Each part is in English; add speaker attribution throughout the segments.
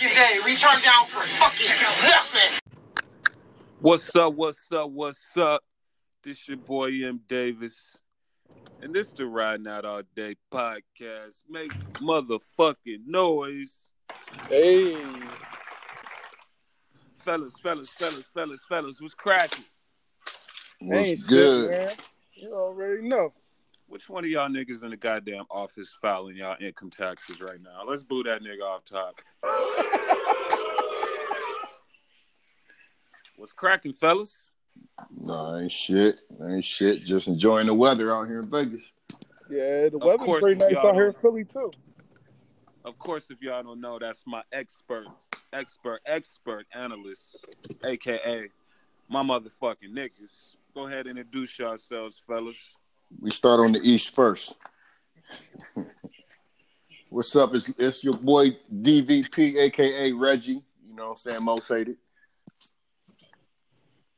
Speaker 1: game. We turned down for fucking nothing.
Speaker 2: What's up? What's up? What's up? This your boy M Davis, and this the Riding Out All Day podcast. Make motherfucking noise,
Speaker 3: Hey,
Speaker 2: fellas, fellas, fellas, fellas, fellas. What's cracking?
Speaker 3: ain't
Speaker 4: What's
Speaker 3: shit,
Speaker 4: good?
Speaker 3: man. You already know.
Speaker 2: Which one of y'all niggas in the goddamn office filing y'all income taxes right now? Let's boo that nigga off top. What's cracking, fellas?
Speaker 4: Nah, ain't shit. Ain't shit. Just enjoying the weather out here in Vegas.
Speaker 3: Yeah, the
Speaker 2: Of
Speaker 3: weather's
Speaker 2: course,
Speaker 3: pretty nice
Speaker 2: y'all
Speaker 3: out here in
Speaker 2: know.
Speaker 3: Philly too.
Speaker 2: Of course, if y'all don't know, that's my expert, expert, expert analyst, aka my motherfucking niggas. Go ahead and introduce yourselves, fellas.
Speaker 4: We start on the east first. What's up? It's, it's your boy DVP, aka Reggie. You know what I'm saying? Most hated.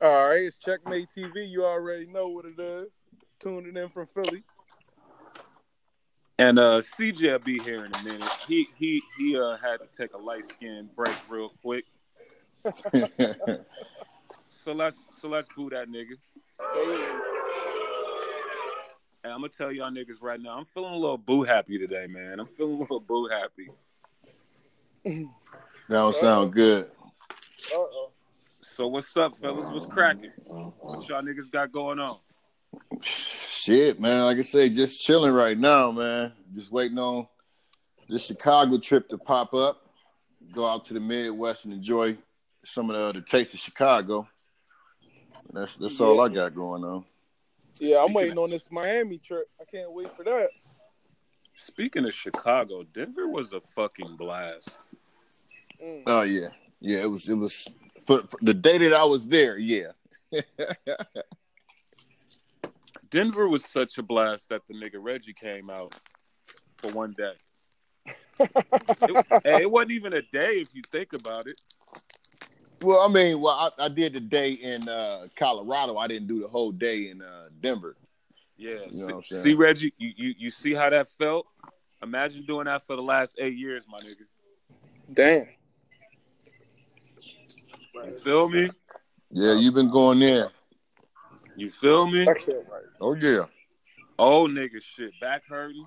Speaker 3: All right, it's Checkmate TV. You already know what it is. Tuning in from Philly.
Speaker 2: And uh CJ will be here in a minute. He he he uh had to take a light skin break real quick. So let's so let's boo that nigga.
Speaker 3: Hey,
Speaker 2: And I'm gonna tell y'all niggas right now, I'm feeling a little boo happy today, man. I'm feeling a little boo happy.
Speaker 4: that don't sound good.
Speaker 3: Uh-oh.
Speaker 2: So what's up, fellas? What's cracking? What y'all niggas got going on?
Speaker 4: Shit, man. Like I say, just chilling right now, man. Just waiting on this Chicago trip to pop up. Go out to the Midwest and enjoy some of the, the taste of Chicago. That's that's all I got going on.
Speaker 3: Yeah, I'm waiting on this Miami trip. I can't wait for that.
Speaker 2: Speaking of Chicago, Denver was a fucking blast.
Speaker 3: Mm.
Speaker 4: Oh yeah, yeah. It was it was for, for the day that I was there. Yeah,
Speaker 2: Denver was such a blast that the nigga Reggie came out for one day. it, hey, it wasn't even a day if you think about it.
Speaker 4: Well, I mean, well, I, I did the day in uh, Colorado. I didn't do the whole day in uh, Denver.
Speaker 2: Yeah.
Speaker 4: You know what I'm
Speaker 2: see,
Speaker 4: saying?
Speaker 2: see, Reggie, you, you you see how that felt? Imagine doing that for the last eight years, my nigga.
Speaker 3: Damn.
Speaker 2: You feel me?
Speaker 4: Yeah, you've been going there.
Speaker 2: You feel me?
Speaker 3: That shit right.
Speaker 4: Oh yeah,
Speaker 2: Old nigga shit, back hurting.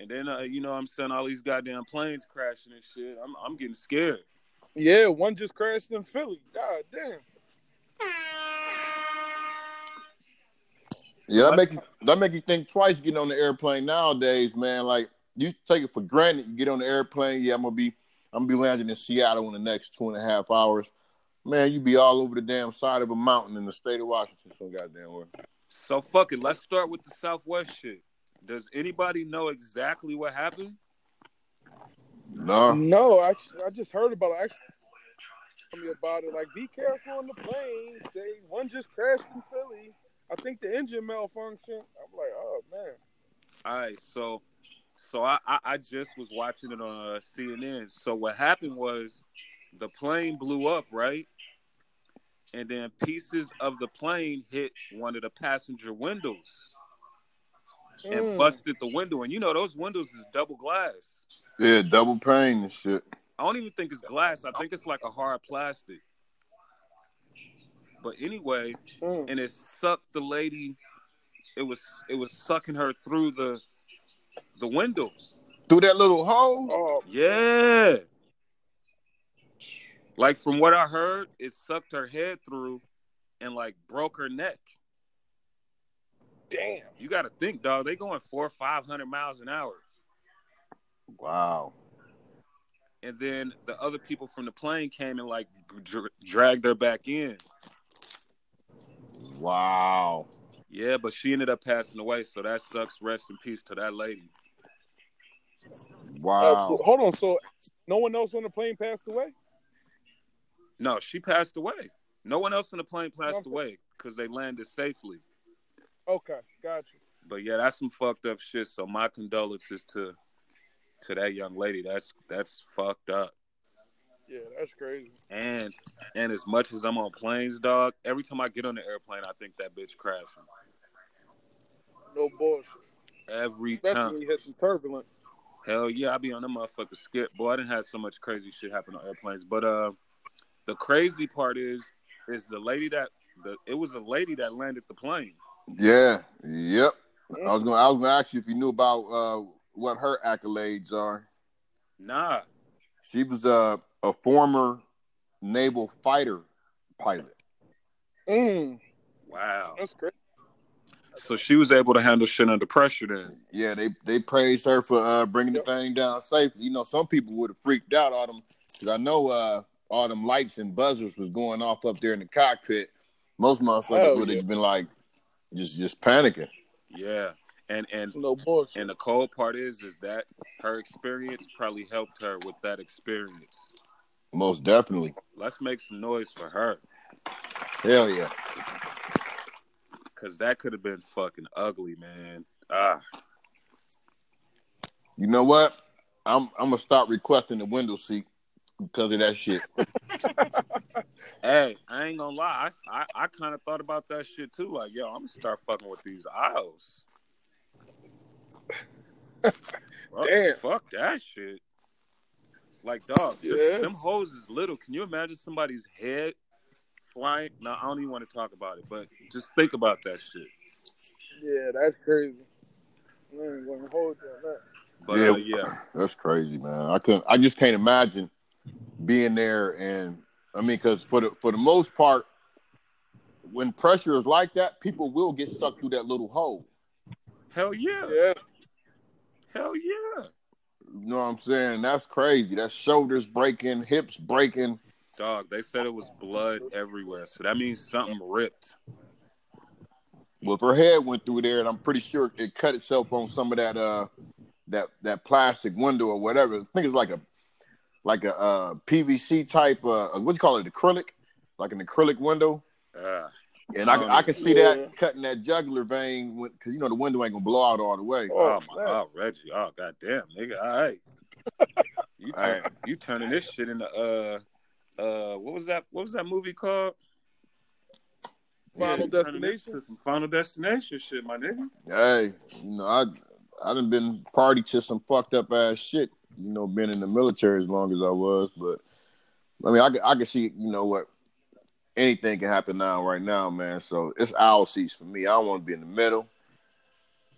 Speaker 2: And then uh, you know what I'm saying all these goddamn planes crashing and shit. I'm I'm getting scared.
Speaker 3: Yeah, one just crashed in Philly. God damn.
Speaker 4: yeah. That make you, that make you think twice getting on the airplane nowadays, man. Like you take it for granted. You get on the airplane. Yeah, I'm gonna be I'm gonna be landing in Seattle in the next two and a half hours. Man, you be all over the damn side of a mountain in the state of Washington. So goddamn well.
Speaker 2: So fuck it. Let's start with the Southwest shit. Does anybody know exactly what happened?
Speaker 4: No,
Speaker 3: No, I, I just heard about it. Actually, tell me about it. Like, be careful on the planes. They one just crashed in Philly. I think the engine malfunctioned. I'm like, oh man.
Speaker 2: All right, so so I, I I just was watching it on uh, CNN. So what happened was the plane blew up, right? And then pieces of the plane hit one of the passenger windows and
Speaker 3: Mm.
Speaker 2: busted the window. And you know those windows is double glass.
Speaker 4: yeah, double pain and shit.
Speaker 2: I don't even think it's glass. I think it's like a hard plastic. But anyway,
Speaker 3: Mm.
Speaker 2: and it sucked the lady. It was it was sucking her through the the window.
Speaker 4: Through that little hole.
Speaker 3: Oh,
Speaker 2: Yeah. Like from what I heard, it sucked her head through and like broke her neck.
Speaker 3: damn.
Speaker 2: You got to think, dog. They going four or five hundred miles an hour,
Speaker 4: Wow.
Speaker 2: and then the other people from the plane came and like dr- dragged her back in.
Speaker 4: Wow.
Speaker 2: Yeah, but she ended up passing away, so that sucks. Rest in peace to that lady.
Speaker 3: Uh,
Speaker 4: Wow.
Speaker 3: so- hold on. So, no one else on the plane passed away.
Speaker 2: No, she passed away. No one else in the plane passed
Speaker 3: Okay.
Speaker 2: away because they landed safely.
Speaker 3: Okay, gotcha.
Speaker 2: But yeah, that's some fucked up shit. So my condolences to to that young lady. That's that's fucked up.
Speaker 3: Yeah, that's crazy.
Speaker 2: And and as much as I'm on planes, dog, every time I get on the airplane, I think that bitch crashing.
Speaker 3: No bullshit.
Speaker 2: Every
Speaker 3: Especially
Speaker 2: time.
Speaker 3: when you hit some turbulence.
Speaker 2: Hell yeah, I be on them motherfucker skip. Boy, I didn't have so much crazy shit happen on airplanes. But uh the crazy part is is the lady that the it was a lady that landed the plane.
Speaker 4: Yeah. Yep. I was gonna I was gonna ask you if you knew about uh, what her accolades are.
Speaker 2: Nah.
Speaker 4: She was uh, a former naval fighter pilot.
Speaker 3: Mm,
Speaker 2: Wow.
Speaker 3: that's great.
Speaker 2: So she was able to handle shit under pressure then.
Speaker 4: Yeah, they they praised her for uh, bringing the thing down safely. You know, some people would have freaked out on them because I know uh, all them lights and buzzers was going off up there in the cockpit. Most motherfuckers
Speaker 3: Hell
Speaker 4: would have
Speaker 3: yeah.
Speaker 4: been like, just just panicking.
Speaker 2: Yeah. And and
Speaker 3: No bullshit.
Speaker 2: and the cold part is is that her experience probably helped her with that experience.
Speaker 4: Most definitely.
Speaker 2: Let's make some noise for her.
Speaker 4: Hell yeah.
Speaker 2: Cause that could have been fucking ugly, man. Ah.
Speaker 4: You know what? I'm I'm gonna start requesting the window seat because of that shit.
Speaker 2: Hey, I ain't gonna lie. I I, I kind of thought about that shit too. Like, yo, I'm gonna start fucking with these aisles. Fuck-
Speaker 3: Damn.
Speaker 2: Fuck that shit. Like, dog, them-
Speaker 3: Yeah.
Speaker 2: them hoes is little. Can you imagine somebody's head flying? No, I don't even want to talk about it, but just think about that shit.
Speaker 3: Yeah, that's crazy. I ain't gonna hold you on that.
Speaker 2: But yeah,
Speaker 4: Yeah.
Speaker 2: uh, yeah.
Speaker 4: That's crazy, man. I couldn't. I just can't imagine being there. And I mean, because for the for the most part, when pressure is like that, people will get sucked through that little hole.
Speaker 2: hell yeah,
Speaker 3: Yeah,
Speaker 2: hell yeah,
Speaker 4: You know what I'm saying? That's crazy. That's shoulders breaking, hips breaking.
Speaker 2: dog. They said it was blood everywhere, so that means something ripped.
Speaker 4: Well, if her head went through there, and I'm pretty sure it cut itself on some of that uh that that plastic window or whatever. I think it's like a like a uh, PVC type. Uh, what do you call it? Acrylic, like an acrylic window.
Speaker 2: Uh,
Speaker 4: And I,
Speaker 2: Oh,
Speaker 4: I can see
Speaker 3: yeah.
Speaker 4: that cutting that jugular vein because you know the window ain't gonna blow out all the way.
Speaker 2: Oh,
Speaker 3: Oh,
Speaker 2: my
Speaker 3: man.
Speaker 2: god, Reggie. Oh goddamn, nigga. All right. You
Speaker 4: All
Speaker 2: turn, you turning this shit into uh uh what was that what was that movie called?
Speaker 3: Final
Speaker 2: you turning this
Speaker 3: Destination?
Speaker 2: to some final destination shit, my nigga.
Speaker 4: Hey, you know I I done been party to some fucked up ass shit. You know, been in the military as long as I was, but I mean I could- I can see you know what anything can happen now right now, man. So it's owl seats for me. I don't want to be in the middle.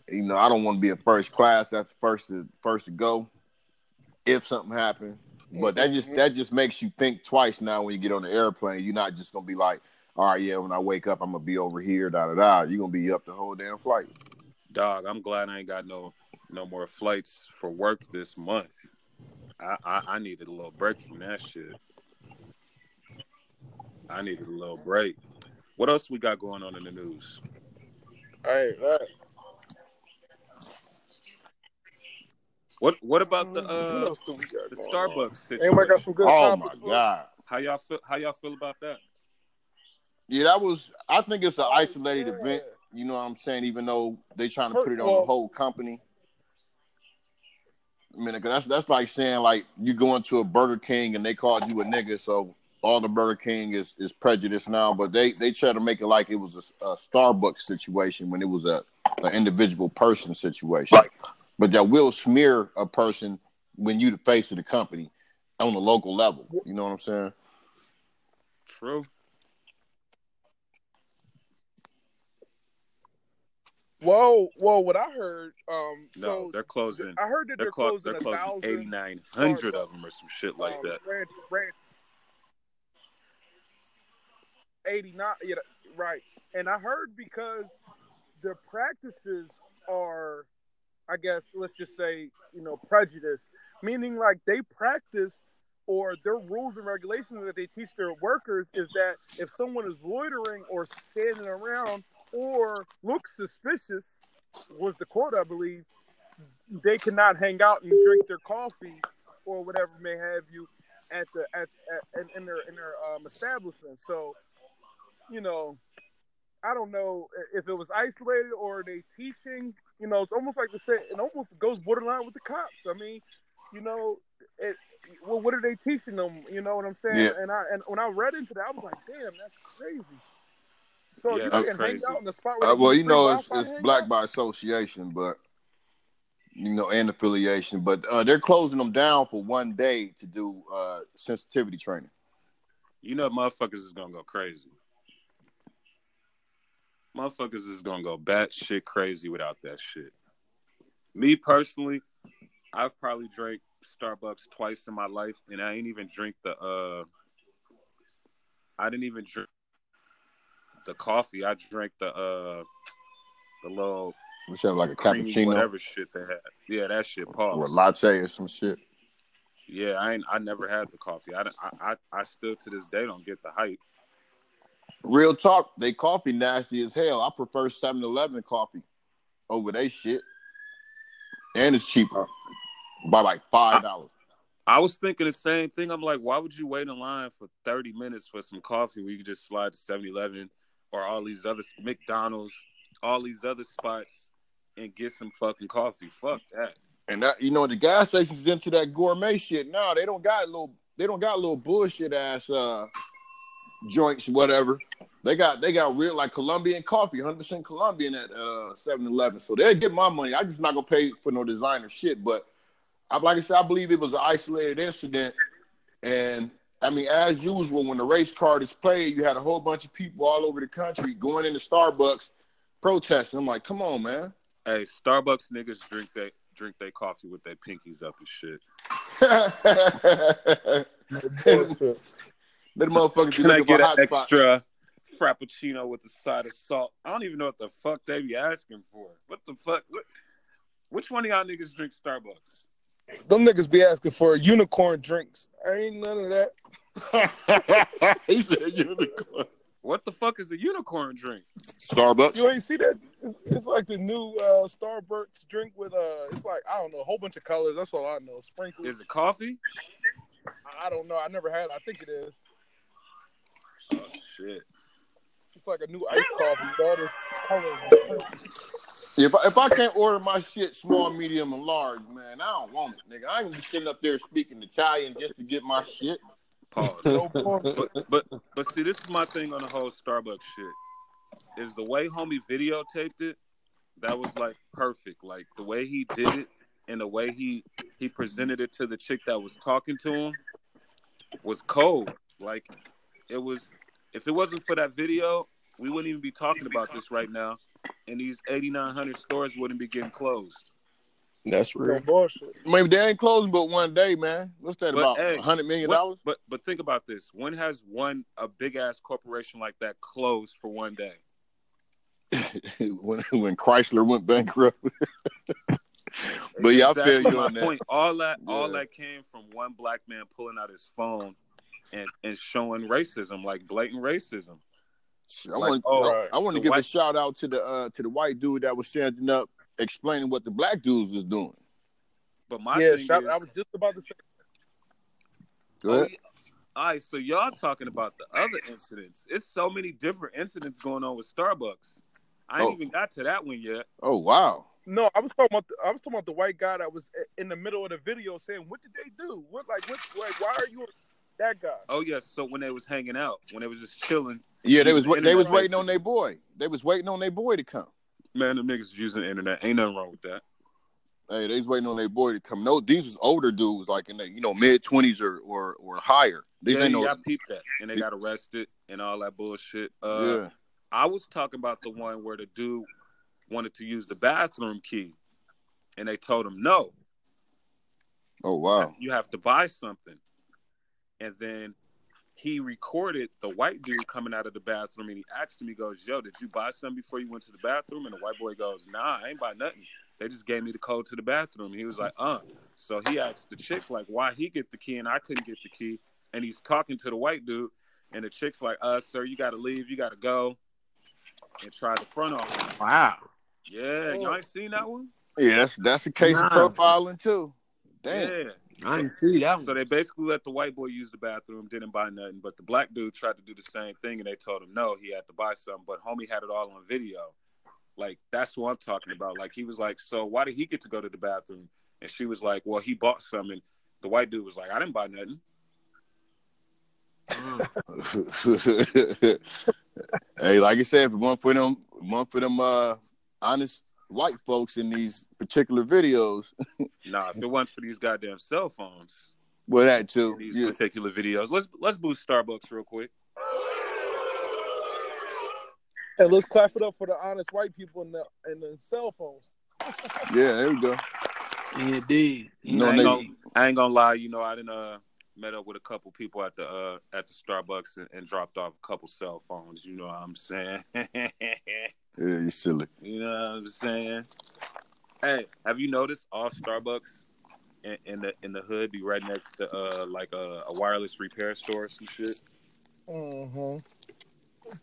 Speaker 4: You know I don't want to be in first class. That's first to first to go. If something happened, but that just that just makes you think twice now when you get on the airplane. You're not just gonna be like, all right, yeah, when I wake up, I'm gonna be over here, da da da. You're gonna be up the whole damn flight.
Speaker 2: Dog, I'm glad I ain't got no no more flights for work this month. I I, I needed a little break from that shit. I needed a little break. What else we got going on in the news?
Speaker 3: all right, all right.
Speaker 2: What what about the
Speaker 3: what
Speaker 2: uh
Speaker 3: else do we got?
Speaker 2: the
Speaker 3: going on?
Speaker 2: Starbucks
Speaker 3: Anybody
Speaker 2: situation?
Speaker 3: got some good
Speaker 4: oh my
Speaker 3: topics for us?
Speaker 4: god.
Speaker 2: How y'all feel how y'all feel about that?
Speaker 4: Yeah, that was. I think it's an isolated
Speaker 3: Yeah.
Speaker 4: event. You know what I'm saying? Even though they trying to
Speaker 3: First
Speaker 4: put it
Speaker 3: of
Speaker 4: on the
Speaker 3: all-
Speaker 4: whole company. I mean, 'cause that's that's like saying like you going to a Burger King and they called you a nigga, so all the Burger King is is prejudice now. But they they try to make it like it was a, a Starbucks situation when it was a an individual person situation. But that will smear a person when you the face of the company on the local level. You know what I'm saying?
Speaker 2: True.
Speaker 3: Whoa, whoa! What I heard, um,
Speaker 2: No,
Speaker 3: so
Speaker 2: they're closing.
Speaker 3: I heard that
Speaker 2: They're,
Speaker 3: they're,
Speaker 2: clo-
Speaker 3: closing
Speaker 2: they're
Speaker 3: a
Speaker 2: closing
Speaker 3: thousand,
Speaker 2: eighty nine hundred
Speaker 3: Starbucks.
Speaker 2: of them or some shit like
Speaker 3: um,
Speaker 2: that.
Speaker 3: branch- branch- Eighty-nine, yeah, right. And I heard because the practices are, I guess, let's just say, you know, prejudice, meaning like they practice or their rules and regulations that they teach their workers is that if someone is loitering or standing around or looks suspicious, was the quote I believe, they cannot hang out and drink their coffee or whatever may have you at the at, at in- in their in their um, establishment. So, you know, I don't know if it was isolated or they teaching. You know, it's almost like the say it almost goes borderline with the cops. I mean, you know, it. Well, what are they teaching them? You know what I'm saying?
Speaker 4: Yeah.
Speaker 3: And I and when I read into that, I was like, damn, that's crazy. So
Speaker 2: Yeah,
Speaker 3: you
Speaker 2: that's
Speaker 3: can
Speaker 2: crazy.
Speaker 3: hang out in the spot where
Speaker 4: Uh,
Speaker 3: they
Speaker 4: well,
Speaker 3: give
Speaker 4: you
Speaker 3: free
Speaker 4: know, it's,
Speaker 3: Wi-Fi to
Speaker 4: it's
Speaker 3: hang out?
Speaker 4: black by association, but you know, and affiliation. But uh, they're closing them down for one day to do uh, sensitivity training.
Speaker 2: You know, motherfuckers is gonna go crazy. Motherfuckers is gonna go batshit crazy without that shit. Me personally, I've probably drank Starbucks twice in my life, and I ain't even drink the. uh I didn't even drink the coffee. I drank the uh the little
Speaker 4: We should have like a
Speaker 2: creamy
Speaker 4: cappuccino
Speaker 2: whatever shit they had. Yeah, that shit.
Speaker 4: or a
Speaker 2: Pause.
Speaker 4: latte or some shit.
Speaker 2: Yeah, I ain't, I never had the coffee. I, don't- I I I still to this day don't get the hype.
Speaker 4: Real talk, they coffee nasty as hell. I prefer 7 Eleven coffee over they shit. And it's cheaper by like $5.
Speaker 2: I was thinking the same thing. I'm like, why would you wait in line for 30 minutes for some coffee when you could just slide to 7-Eleven or all these other McDonald's, all these other spots and get some fucking coffee? Fuck that.
Speaker 4: And that you know the gas stations into that gourmet shit. Now they don't got little they don't got little bullshit ass uh joints whatever. They got they got real like Colombian coffee, 100% Colombian at uh 7-Eleven. So they'll get my money. I just not going to pay for no designer shit, but I like I said I believe it was an isolated incident and I mean as usual when the race card is played, you had a whole bunch of people all over the country going into Starbucks protesting. I'm like, "Come on, man."
Speaker 2: Hey, Starbucks niggas drink they drink their coffee with their pinkies up and shit.
Speaker 3: Bullshit.
Speaker 4: Them motherfuckers be
Speaker 2: Can I get
Speaker 4: looking for
Speaker 2: an
Speaker 4: hot spots.
Speaker 2: extra frappuccino with a side of salt? I don't even know what the fuck they be asking for. What the fuck? What, which one of y'all niggas drink Starbucks?
Speaker 3: Them niggas be asking for unicorn drinks. Ain't none of that.
Speaker 4: he said unicorn.
Speaker 2: What the fuck is a unicorn drink?
Speaker 4: Starbucks.
Speaker 3: You ain't see that? It's, it's like the new uh, Starbucks drink with uh, it's like I don't know, a whole bunch of colors. That's all I know. Sprinkles.
Speaker 2: Is it coffee?
Speaker 3: I, I don't know. I never had. it. I think it is.
Speaker 2: Oh shit.
Speaker 3: It's like a new iced coffee with all this color.
Speaker 4: If I, if I can't order my shit small, medium, and large, man, I don't want it, nigga. I ain't just sitting up there speaking Italian just to get my shit.
Speaker 2: Pause.
Speaker 3: No pork.
Speaker 2: but, but but see, this is my thing on the whole Starbucks shit. Is the way homie videotaped it, that was like perfect. Like the way he did it and the way he he presented it to the chick that was talking to him was cold. Like it was if it wasn't for that video, we wouldn't even be talking about this right now. And these 8,900 stores wouldn't be getting closed.
Speaker 5: That's
Speaker 3: No
Speaker 5: real.
Speaker 3: bullshit.
Speaker 4: Maybe they ain't closing but one day, man. What's that
Speaker 2: But,
Speaker 4: about?
Speaker 2: hey,
Speaker 4: A hundred million
Speaker 2: What-
Speaker 4: dollars?
Speaker 2: but but think about this. When has one a big ass corporation like that closed for one day?
Speaker 4: when when Chrysler went bankrupt. but yeah, I feel
Speaker 2: Exactly
Speaker 4: you
Speaker 2: my
Speaker 4: on that.
Speaker 2: point. All that all
Speaker 4: Yeah.
Speaker 2: that came from one black man pulling out his phone and, and showing racism, like blatant racism.
Speaker 4: Shit, I
Speaker 2: Like,
Speaker 4: want
Speaker 2: oh,
Speaker 4: I, I want to
Speaker 2: the
Speaker 4: give a
Speaker 2: white-
Speaker 4: shout out to the uh, to the white dude that was standing up explaining what the black dudes was doing.
Speaker 2: But my
Speaker 3: yeah,
Speaker 2: thing
Speaker 3: shout,
Speaker 2: is,
Speaker 3: I was just about to say.
Speaker 2: Oh,
Speaker 4: Go ahead.
Speaker 2: all right, so y'all talking about the other incidents. It's so many different incidents going on with Starbucks. I ain't
Speaker 4: Oh.
Speaker 2: even got to that one yet.
Speaker 4: Oh wow.
Speaker 3: No, I was talking about. The, I was talking about the white guy that was i- in the middle of the video saying, "What did they do? What like what like why are you that guy?"
Speaker 2: Oh yes, so when they was hanging out, when they was just chilling,
Speaker 4: Yeah, they
Speaker 2: He's
Speaker 4: was
Speaker 2: the
Speaker 4: they was
Speaker 2: internet
Speaker 4: waiting
Speaker 2: racist.
Speaker 4: on their boy. They was waiting on their boy to come.
Speaker 2: man, the niggas using the internet. Ain't nothing wrong with that.
Speaker 4: Hey, they was waiting on their boy to come. No, these was older dudes, like in the you know mid twenties or, or or higher. These
Speaker 2: yeah,
Speaker 4: ain't no.
Speaker 2: yeah, I peeped that, and they got arrested and all that bullshit. Uh,
Speaker 4: yeah.
Speaker 2: I was talking about the one where the dude wanted to use the bathroom key, and they told him no,
Speaker 4: Oh wow.
Speaker 2: you have to buy something. And then he recorded the white dude coming out of the bathroom, and he asked him, he goes, "Yo, did you buy something before you went to the bathroom?" And the white boy goes, "Nah, I ain't buy nothing. They just gave me the code to the bathroom." He was like, "Uh." So he asked the chick like, "Why he get the key and I couldn't get the key?" And he's talking to the white dude, and the chick's like, "Uh, sir, you got to leave. You got to go." And try the front off.
Speaker 5: Wow.
Speaker 2: Yeah, y'all ain't seen that one?
Speaker 4: Yeah, that's that's a case of
Speaker 5: Nah.
Speaker 4: profiling too. Damn.
Speaker 2: Yeah.
Speaker 5: I didn't see that
Speaker 2: So
Speaker 5: one.
Speaker 2: they basically let the white boy use the bathroom, didn't buy nothing, but the black dude tried to do the same thing and they told him no, he had to buy something, but homie had it all on video. Like that's what I'm talking about. Like he was like, "So why did he get to go to the bathroom?" And she was like, "Well, he bought some." And the white dude was like, "I didn't buy nothing."
Speaker 5: Mm.
Speaker 4: hey, like I said, if one for them, one for them, uh, honest white folks in these particular videos.
Speaker 2: Nah, if it wasn't for these goddamn cell phones,
Speaker 4: Well, that too.
Speaker 2: these
Speaker 4: Yeah.
Speaker 2: particular videos. Let's let's boost Starbucks real quick.
Speaker 3: And let's clap it up for the honest white people in the in the cell phones.
Speaker 4: yeah, there we go.
Speaker 5: Indeed.
Speaker 4: No,
Speaker 2: I ain't,
Speaker 4: nigga.
Speaker 2: gonna, I ain't gonna lie, you know, I didn't uh met up with a couple people at the uh at the Starbucks and, and dropped off a couple cell phones. You know what I'm saying?
Speaker 4: Yeah, you silly.
Speaker 2: you know what I'm saying? Hey, have you noticed all Starbucks in, in the in the hood be right next to uh like a, a wireless repair store or some shit?
Speaker 3: Mm-hmm.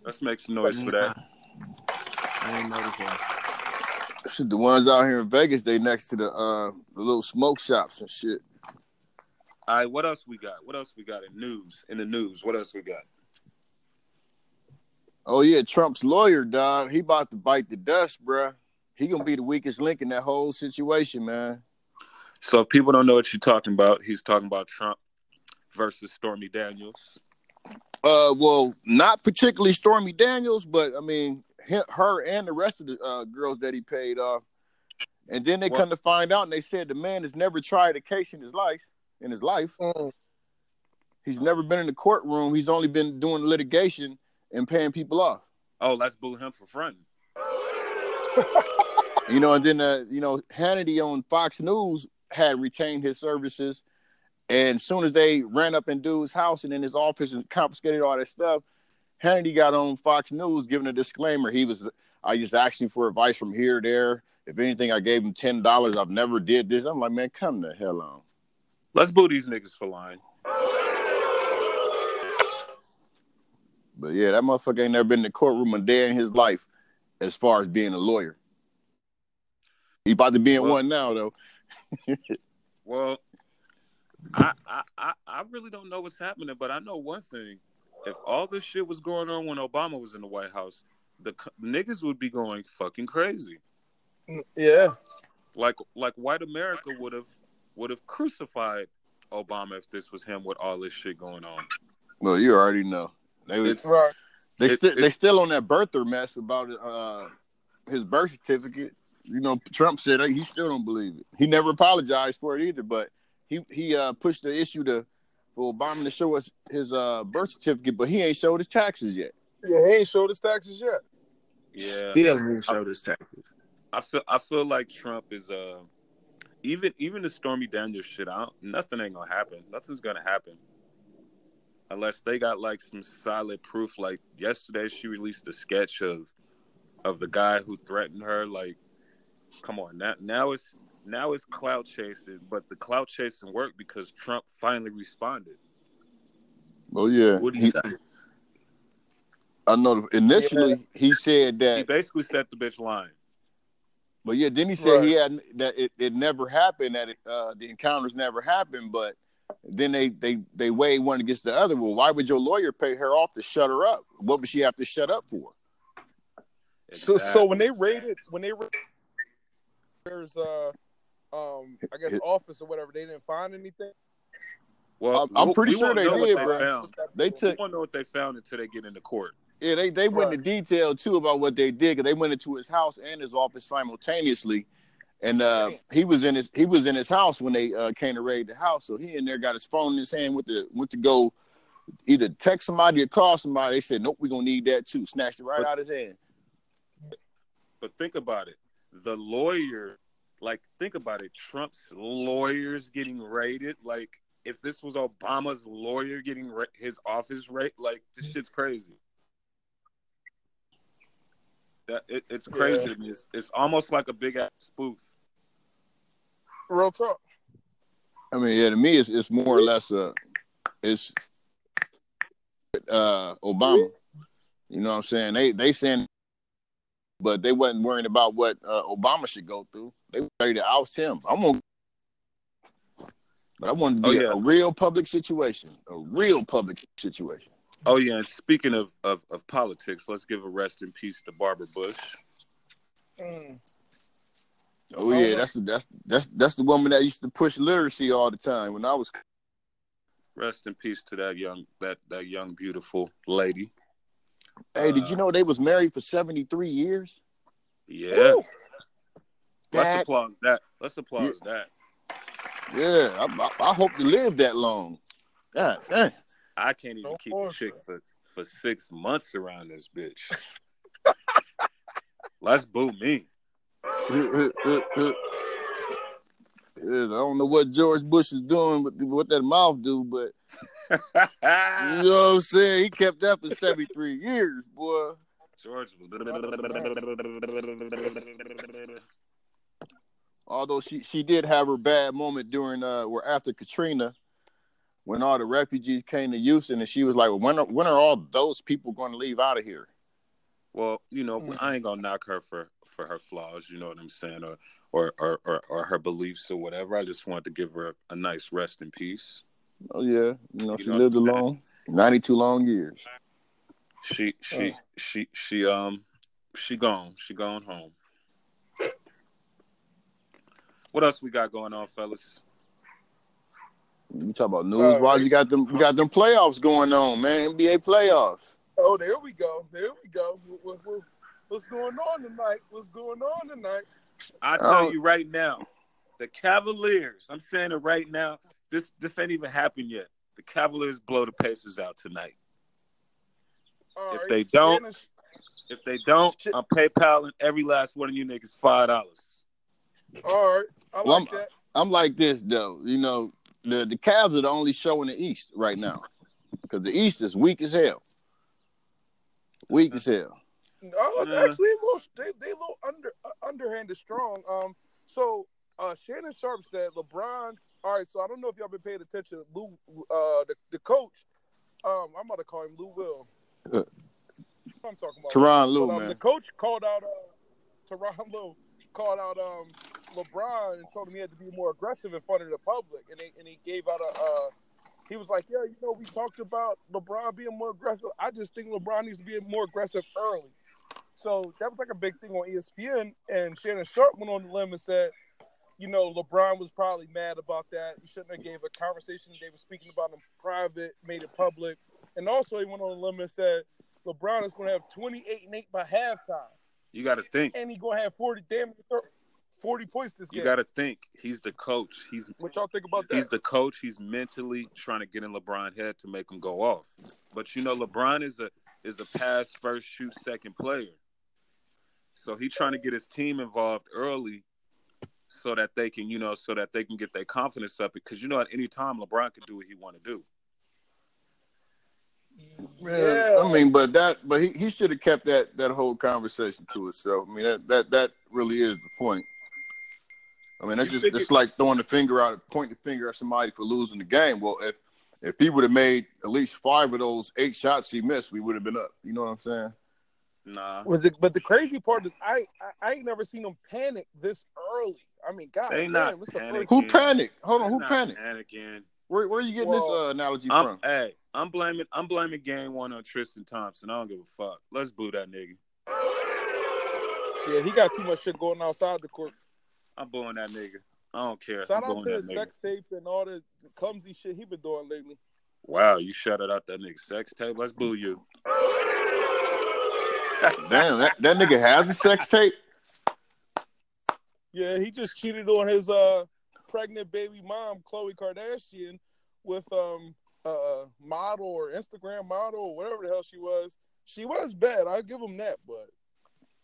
Speaker 2: Let's make some noise for that.
Speaker 5: I ain't noticed that.
Speaker 4: Shit, the ones out here in Vegas, they next to the uh the little smoke shops and shit.
Speaker 2: All right, what else we got? What else we got in news? In the news, what else we got?
Speaker 4: Oh yeah, Trump's lawyer, dog. He about to bite the dust, bruh. He gonna be the weakest link in that whole situation, man.
Speaker 2: So if people don't know what you're talking about, he's talking about Trump versus Stormy Daniels.
Speaker 4: Uh, well, not particularly Stormy Daniels, but I mean, he- her and the rest of the uh, girls that he paid off. And then they
Speaker 2: Well-
Speaker 4: come to find out, and they said the man has never tried a case in his life. In his life,
Speaker 3: Mm,
Speaker 4: he's never been in the courtroom. He's only been doing litigation and paying people off.
Speaker 2: Oh, let's boo him for fronting.
Speaker 4: You know, and then uh, you know Hannity on Fox News had retained his services, and as soon as they ran up in dude's house and in his office and confiscated all that stuff, Hannity got on Fox News giving a disclaimer. He was, I just asked you for advice from here, there. If anything, I gave him ten dollars. I've never did this. I'm like, man, come the hell on.
Speaker 2: Let's boo these niggas for lying.
Speaker 4: But yeah, that motherfucker ain't never been in the courtroom a day in his life, as far as being a lawyer. He about to be in
Speaker 2: Well-
Speaker 4: one now though.
Speaker 2: Well, I, I I I really don't know what's happening, but I know one thing: if all this shit was going on when Obama was in the White House, the c- niggas would be going fucking crazy.
Speaker 3: Yeah.
Speaker 2: Like like white America would have would have crucified Obama if this was him with all this shit going on.
Speaker 4: Well, you already know. They was,
Speaker 2: It's-
Speaker 3: Right.
Speaker 4: They
Speaker 2: It-
Speaker 4: still
Speaker 2: it-
Speaker 4: they still on that birther mess about uh his birth certificate. You know, Trump said he still don't believe it. He never apologized for it either, but he he uh pushed the issue to for Obama to show us his uh birth certificate, but he ain't showed his taxes yet.
Speaker 3: Yeah, he ain't showed his taxes yet.
Speaker 2: Yeah,
Speaker 5: Still ain't show this tactic.
Speaker 2: I feel I feel like Trump is uh even even the Stormy Daniels shit. I don't, nothing ain't gonna happen. Nothing's gonna happen unless they got like some solid proof. Like yesterday, she released a sketch of of the guy who threatened her. Like, come on now now it's now it's clout chasing, but the clout chasing worked because Trump finally responded.
Speaker 4: Oh yeah.
Speaker 5: What do you say?
Speaker 4: I know initially he said that
Speaker 2: He basically set the bitch lying.
Speaker 4: But yeah, then he said he had that it, it never happened that it, uh, the encounters never happened. But then they they they weighed one against the other. Well, why would your lawyer pay her off to shut her up? What would she have to shut up for?
Speaker 3: So so
Speaker 2: Exactly.
Speaker 3: when they raided when they ra- there's uh um I guess
Speaker 4: It-
Speaker 3: office or whatever, they didn't find anything.
Speaker 2: well,
Speaker 4: I'm- I'm
Speaker 2: we-
Speaker 4: pretty
Speaker 2: we
Speaker 4: sure
Speaker 2: won't
Speaker 4: they
Speaker 2: know what
Speaker 4: did, bro.
Speaker 2: found.
Speaker 4: They
Speaker 2: We
Speaker 4: took
Speaker 2: won't know what they found until they get into court.
Speaker 4: yeah they they went into detail too about what they did because they went into his house and his office simultaneously. And uh, he was in his he was in his house when they uh, came to raid the house. So he in there got his phone in his hand with the went to go either text somebody or call somebody. They said nope, we're gonna need that too. Snatched it right
Speaker 2: But-
Speaker 4: out of his hand.
Speaker 2: But think about it. The lawyer, like, think about it. Trump's lawyers getting raided. Like, if this was Obama's lawyer getting ra- his office raided, like, this shit's crazy. That it, It's crazy to me. It's, it's almost like a big ass spoof.
Speaker 3: Real talk.
Speaker 4: I mean, yeah, to me, it's it's more or less a it's uh Obama. You know what I'm saying? They they saying, but they wasn't worrying about what uh, Obama should go through. They were ready to oust him. I'm gonna, but I want to
Speaker 2: Oh,
Speaker 4: be
Speaker 2: yeah.
Speaker 4: a real public situation, a real public situation.
Speaker 2: Oh, yeah. And speaking of, of, of politics, let's give a rest in peace to Barbara Bush.
Speaker 3: Mm.
Speaker 4: Oh yeah, that's that's that's that's the woman that used to push literacy all the time when I was.
Speaker 2: Rest in peace to that young that that young beautiful lady. Uh,
Speaker 4: Hey, did you know they was married for 73 years?
Speaker 2: Yeah.
Speaker 3: Woo.
Speaker 2: Let's
Speaker 4: That-
Speaker 2: applaud that. Let's applaud that.
Speaker 4: Yeah, I, I, I hope to live that long. God dang.
Speaker 2: I can't even
Speaker 3: Go
Speaker 2: keep
Speaker 3: for
Speaker 2: a
Speaker 3: it,
Speaker 2: chick for, for six months around this bitch. Let's boo me.
Speaker 4: Yeah, I don't know what George Bush is doing, with what that mouth do, but you know what I'm saying. He kept that for 73 years, boy.
Speaker 2: George was.
Speaker 4: Although she she did have her bad moment during uh, where after Katrina, when all the refugees came to Houston, and she was like, well, "When are, when are all those people going to leave out of here?"
Speaker 2: Well, you know, I ain't gonna knock her for for her flaws. You know what I'm saying, or or or or, or her beliefs or whatever. I just wanted to give her a, nice rest in peace.
Speaker 4: Oh yeah, you know she
Speaker 2: know
Speaker 4: lived a
Speaker 2: what I'm
Speaker 4: long, 92 long years.
Speaker 2: She she she she um she gone. She gone home. What else we got going on, fellas?
Speaker 4: You talk about news
Speaker 3: Sorry.
Speaker 4: wise, you got them you got them playoffs going on, man. NBA playoffs.
Speaker 3: Oh, there we go. There we go. What- what- what- What's going on tonight? What's going on tonight?
Speaker 2: I tell
Speaker 4: Oh.
Speaker 2: you right now, the Cavaliers. I'm saying it right now. This this ain't even happened yet. The Cavaliers blow the Pacers out tonight.
Speaker 3: All
Speaker 2: If
Speaker 3: right.
Speaker 2: they don't-
Speaker 3: Shannon,
Speaker 2: If they don't,
Speaker 3: Shit.
Speaker 2: I'm PayPaling every last one of you niggas five dollars.
Speaker 3: All right. I
Speaker 4: Well,
Speaker 3: like
Speaker 4: I'm-
Speaker 3: that.
Speaker 4: I'm like this though. You know, the the Cavs are the only show in the East right now because the East is weak as hell. Weak as hell.
Speaker 3: Oh,
Speaker 2: Uh,
Speaker 3: actually, a little, they they a little under uh, underhanded strong. Um, so uh, Shannon Sharp said LeBron. All right, so I don't know if y'all been paying attention. to Lou, uh, the, the coach. Um, I'm about to call him Lou Will.
Speaker 4: Uh,
Speaker 3: I'm talking about
Speaker 4: Teron Lou,
Speaker 3: But, um, The
Speaker 4: man.
Speaker 3: coach called out uh, Teron Lou, called out um, LeBron and told him he had to be more aggressive in front of the public, and they, and he gave out a. Uh, he was like, "Yeah, you know, we talked about LeBron being more aggressive. I just think LeBron needs to be more aggressive early." So that was like a big thing on E ESPN, and Shannon Sharp went on the limb and said, "You know, LeBron was probably mad about that. He shouldn't have gave a conversation they were speaking about in private, made it public." And also, he went on the limb and said, "LeBron is going to have 28 and 8 by halftime."
Speaker 2: You got to think.
Speaker 3: and he gonna have forty damn near thir- forty points this
Speaker 2: You
Speaker 3: game.
Speaker 2: got to think. He's the coach. He's
Speaker 3: what y'all think about that?
Speaker 2: he's the coach. He's mentally trying to get in LeBron's head to make him go off. But you know, LeBron is a is a pass first, shoot second player. So he's trying to get his team involved early, so that they can you know so that they can get their confidence up. Because you know, at any time, LeBron can do what he want to do.
Speaker 3: yeah,
Speaker 4: I mean, but that, but he, he should have kept that that whole conversation to himself. I mean, that that that really is the point. I mean, that's
Speaker 2: You
Speaker 4: just
Speaker 2: figure-
Speaker 4: it's like throwing the finger out, pointing the finger at somebody for losing the game. Well, if if he would have made at least five of those eight shots he missed, we would have been up. You know what I'm saying?
Speaker 2: Nah,
Speaker 3: But the, but the crazy part is I, I I ain't never seen him panic this early. I mean, god
Speaker 2: They
Speaker 3: damn,
Speaker 2: not
Speaker 3: it's the
Speaker 2: panicking.
Speaker 3: first.
Speaker 4: Who
Speaker 2: Yeah.
Speaker 4: panicked? Hold on,
Speaker 2: They're
Speaker 4: who
Speaker 2: not
Speaker 4: panicked?
Speaker 2: Panicking.
Speaker 4: Where where are you getting
Speaker 3: Well,
Speaker 4: this uh, analogy
Speaker 2: I'm
Speaker 4: from?
Speaker 2: hey, I'm blaming I'm blaming game one on Tristan Thompson. I don't give a fuck. Let's boo that nigga.
Speaker 3: Yeah, he got too much shit going outside the court.
Speaker 2: I'm booing that nigga. I don't care.
Speaker 3: Shout
Speaker 2: I'm
Speaker 3: out
Speaker 2: booing
Speaker 3: to
Speaker 2: that
Speaker 3: his
Speaker 2: nigga.
Speaker 3: sex tape and all the clumsy shit he been doing lately.
Speaker 2: Wow, you shouted out that nigga sex tape. Let's boo you.
Speaker 4: Damn, that, that nigga has a sex tape.
Speaker 3: Yeah, he just cheated on his uh pregnant baby mom, Khloe Kardashian, with um uh model or Instagram model or whatever the hell she was. She was bad, I'll give him that, but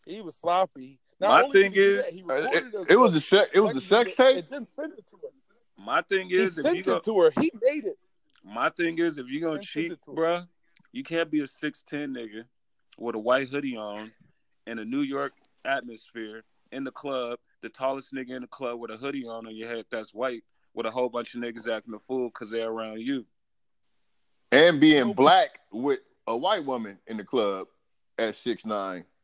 Speaker 3: he was sloppy.
Speaker 2: My
Speaker 3: only did
Speaker 2: thing
Speaker 3: he
Speaker 2: is-
Speaker 3: do
Speaker 2: uh,
Speaker 3: that, he
Speaker 4: It,
Speaker 3: recorded us
Speaker 4: it was a se- it was a
Speaker 3: pregnant
Speaker 4: sex
Speaker 3: video
Speaker 4: tape.
Speaker 3: And didn't send it to her.
Speaker 2: My thing
Speaker 3: He
Speaker 2: is, if you
Speaker 3: sent
Speaker 2: go,
Speaker 3: it to her. He made it.
Speaker 2: my thing is, if you gonna
Speaker 3: Sent it
Speaker 2: cheat,
Speaker 3: to her.
Speaker 2: bruh, you can't be a six ten nigga with a white hoodie on in a New York atmosphere in the club, the tallest nigga in the club with a hoodie on on your head that's white, with a whole bunch of niggas acting a fool because they're around you.
Speaker 4: and being
Speaker 3: Nope.
Speaker 4: black with a white woman in the club at six nine.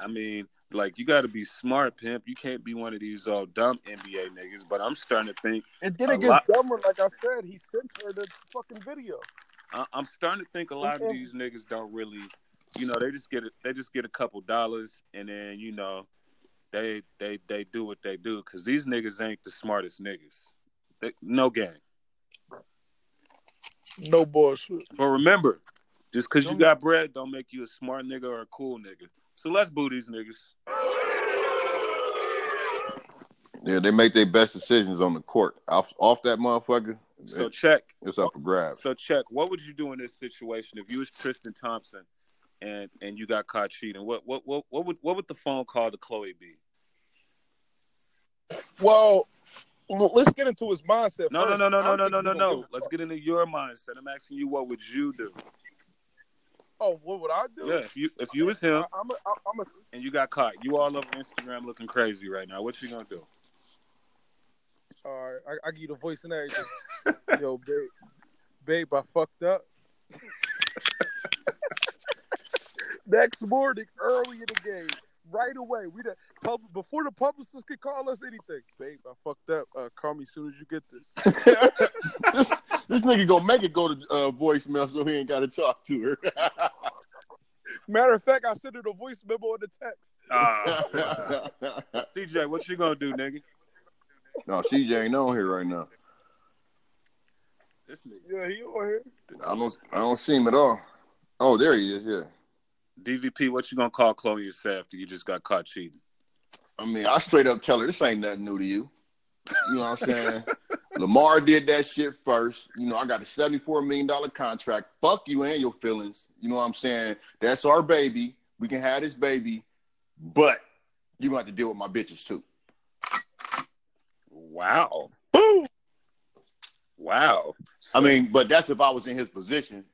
Speaker 2: I mean, like you got to be smart, pimp. You can't be one of these all dumb NBA niggas. But I'm starting to think.
Speaker 3: And then
Speaker 2: A
Speaker 3: it gets
Speaker 2: lot-
Speaker 3: dumber, like I said, he sent her the fucking video.
Speaker 2: I- I'm starting to think a lot of
Speaker 3: Okay.
Speaker 2: these niggas don't really, you know, they just get a, they just get a couple dollars and then you know, they they they do what they do because these niggas ain't the smartest niggas. They, no game.
Speaker 3: No bullshit.
Speaker 2: But remember, just because you
Speaker 3: Don't-
Speaker 2: got bread, don't make you a smart nigga or a cool nigga. So let's boo these niggas.
Speaker 4: Yeah, they make their best decisions on the court. Off, off that motherfucker,
Speaker 2: So
Speaker 4: it-
Speaker 2: check.
Speaker 4: it's up for grabs.
Speaker 2: So check. What would you do in this situation if you was Tristan Thompson, and and you got caught cheating? What what what what would what would the phone call to Chloe be?
Speaker 3: Well, l- let's get into his mindset.
Speaker 2: No no
Speaker 3: first.
Speaker 2: no no
Speaker 3: I
Speaker 2: no
Speaker 3: don't
Speaker 2: no
Speaker 3: think
Speaker 2: no no
Speaker 3: he's gonna
Speaker 2: no.
Speaker 3: give a
Speaker 2: Let's
Speaker 3: fuck.
Speaker 2: get into your mindset. I'm asking you, what would you do?
Speaker 3: Oh, what would I do?
Speaker 2: Yeah, if you if you was him
Speaker 3: I, I'm a, I, I'm a,
Speaker 2: and you got caught, you all over Instagram looking crazy right now. What you gonna do?
Speaker 3: all right, I, I give you the voice and everything. Yo, babe, babe, I fucked up. Next morning, early in the game, right away, we the pub, before the publicist could call us anything. Babe, I fucked up. Uh, call me as soon as you get this.
Speaker 4: this, this nigga gonna make it go to uh, voicemail so he ain't gotta talk to her.
Speaker 3: Matter of fact, I sent her the voice memo and the text.
Speaker 2: Ah, CJ, what you gonna do, nigga?
Speaker 4: no, CJ ain't on here right now.
Speaker 2: This nigga,
Speaker 3: Yeah, he on here.
Speaker 4: I don't, I don't see him at all. Oh, there he is. Yeah.
Speaker 2: DVP, what you gonna call Chloe yourself after you just got caught cheating?
Speaker 4: I mean, I straight up tell her this ain't nothing new to you. You know what I'm saying? Lamar did that shit first. You know, I got a $74 million contract. Fuck you and your feelings. You know what I'm saying? That's our baby. We can have this baby, but you're going to have to deal with my bitches too.
Speaker 2: Wow. Boom. Wow.
Speaker 4: I mean, but that's if I was in his position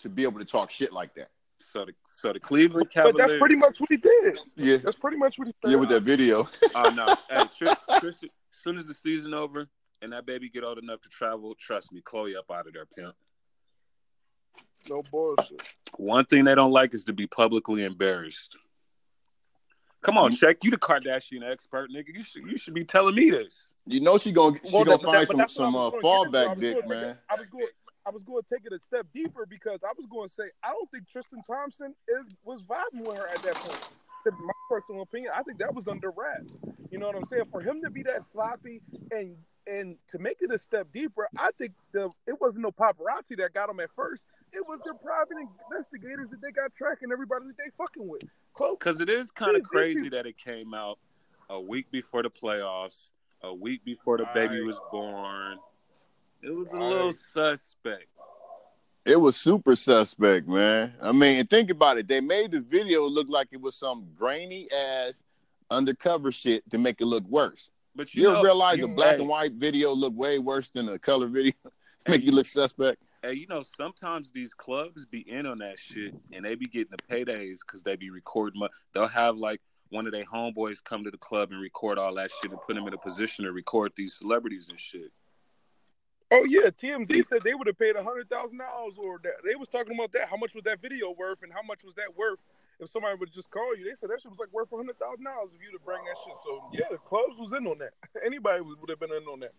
Speaker 4: to be able to talk shit like that.
Speaker 2: So the so the Cleveland
Speaker 3: But
Speaker 2: Cavaliers.
Speaker 3: that's pretty much what he did.
Speaker 4: Yeah.
Speaker 3: That's pretty much what he did.
Speaker 4: Yeah, with that video.
Speaker 2: Oh no! Hey, Tristan, Tristan, as soon as the season over and that baby get old enough to travel, trust me, Chloe up out of there, pimp.
Speaker 3: No bullshit.
Speaker 2: One thing they don't like is to be publicly embarrassed. Come on, check. You the Kardashian expert, nigga. You should you should be telling me this.
Speaker 4: You know she gonna she
Speaker 3: Well,
Speaker 4: gonna
Speaker 3: that-
Speaker 4: find
Speaker 3: that- but
Speaker 4: some
Speaker 3: that's what
Speaker 4: some
Speaker 3: I
Speaker 4: uh,
Speaker 3: was gonna get into. I
Speaker 4: fallback
Speaker 3: was gonna
Speaker 4: dick,
Speaker 3: take
Speaker 4: man.
Speaker 3: it- I was going. I was going to take it a step deeper because I was going to say I don't think Tristan Thompson is was vibing with her at that point. In my personal opinion, I think that was under wraps. You know what I'm saying? For him to be that sloppy and and to make it a step deeper, I think the it wasn't no paparazzi that got him at first. It was their private investigators that they got tracking everybody that they fucking with. Close.
Speaker 2: Because it is kind of
Speaker 3: Dude, thank you.
Speaker 2: crazy that it came out a week before the playoffs, a week before the baby
Speaker 3: Right.
Speaker 2: was born. It was a
Speaker 3: Right.
Speaker 2: little suspect.
Speaker 4: It was super suspect, man. I mean, and think about it. They made the video look like it was some grainy ass undercover shit to make it look worse.
Speaker 2: But you
Speaker 4: You,
Speaker 2: know,
Speaker 4: ever realize
Speaker 2: you-
Speaker 4: a black
Speaker 2: hey,
Speaker 4: and white video look way worse than a color video? make you look suspect.
Speaker 2: Hey, you know, sometimes these clubs be in on that shit, and they be getting the paydays because they be recording. Mu- They'll have like one of their homeboys come to the club and record all that shit and put them in a position to record these celebrities and shit.
Speaker 3: Oh yeah, TMZ said they would have paid hundred thousand dollars, or that, they was talking about that. How much was that video worth, and how much was that worth if somebody would just call you? They said that shit was like worth hundred thousand dollars if you to bring that shit. So yeah, the clubs was in on that. Anybody was- would have been in on that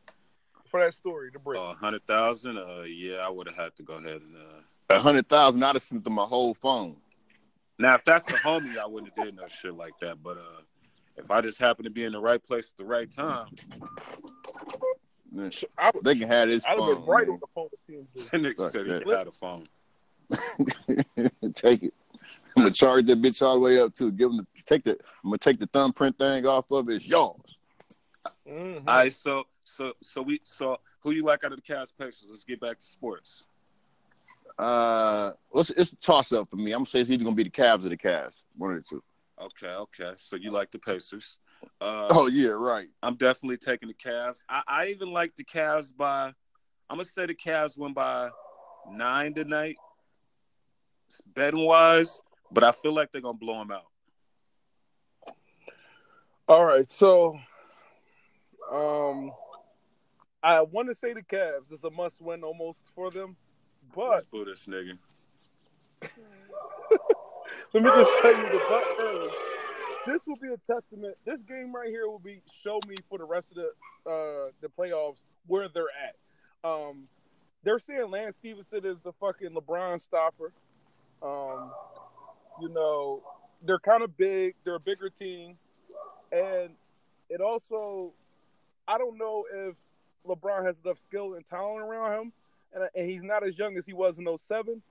Speaker 3: for that story to
Speaker 2: A
Speaker 3: break.
Speaker 2: hundred thousand, uh, yeah, I would have had to go ahead and. Uh...
Speaker 4: A hundred thousand, I'd have sent them my whole phone.
Speaker 2: Now, if that's the homie, I wouldn't have did no shit like that. But uh, if I just happen to be in the right place at the right time,
Speaker 4: Man,
Speaker 3: I would,
Speaker 4: They can have this
Speaker 3: I'd have
Speaker 4: phone.
Speaker 3: been right on the phone with TMZ.
Speaker 2: that nigga
Speaker 4: Fuck
Speaker 2: said
Speaker 4: that.
Speaker 2: he had a phone.
Speaker 4: man. take it. I'm gonna charge that bitch all the way up to give them the, take the. I'm gonna take the thumbprint thing off of it. It's yours.
Speaker 3: Mhm.
Speaker 2: All right, so so so we so who you like out of the Cavs Pacers? Let's get back to sports.
Speaker 4: Uh, well, it's, it's a toss up for me. I'm gonna say it's either gonna be the Cavs or the Cavs. One of the two.
Speaker 2: Okay, okay. So you like the Pacers? Uh,
Speaker 4: Oh yeah, right.
Speaker 2: I'm definitely taking the Cavs. I, I even like the Cavs by. I'm gonna say the Cavs win by nine tonight, betting wise. But I feel like they're gonna blow them out.
Speaker 3: All right, so um, I want to say the Cavs is a must-win almost for them, but
Speaker 2: Let's boo this nigga.
Speaker 3: Let me just tell you the butt early. This will be a testament. This game right here will be show me for the rest of the uh, the playoffs where they're at. Um, they're saying Lance Stevenson is the fucking LeBron stopper. Um, you know, they're kind of big. They're a bigger team, and it also, I don't know if LeBron has enough skill and talent around him, and, and he's not as young as he was in 07.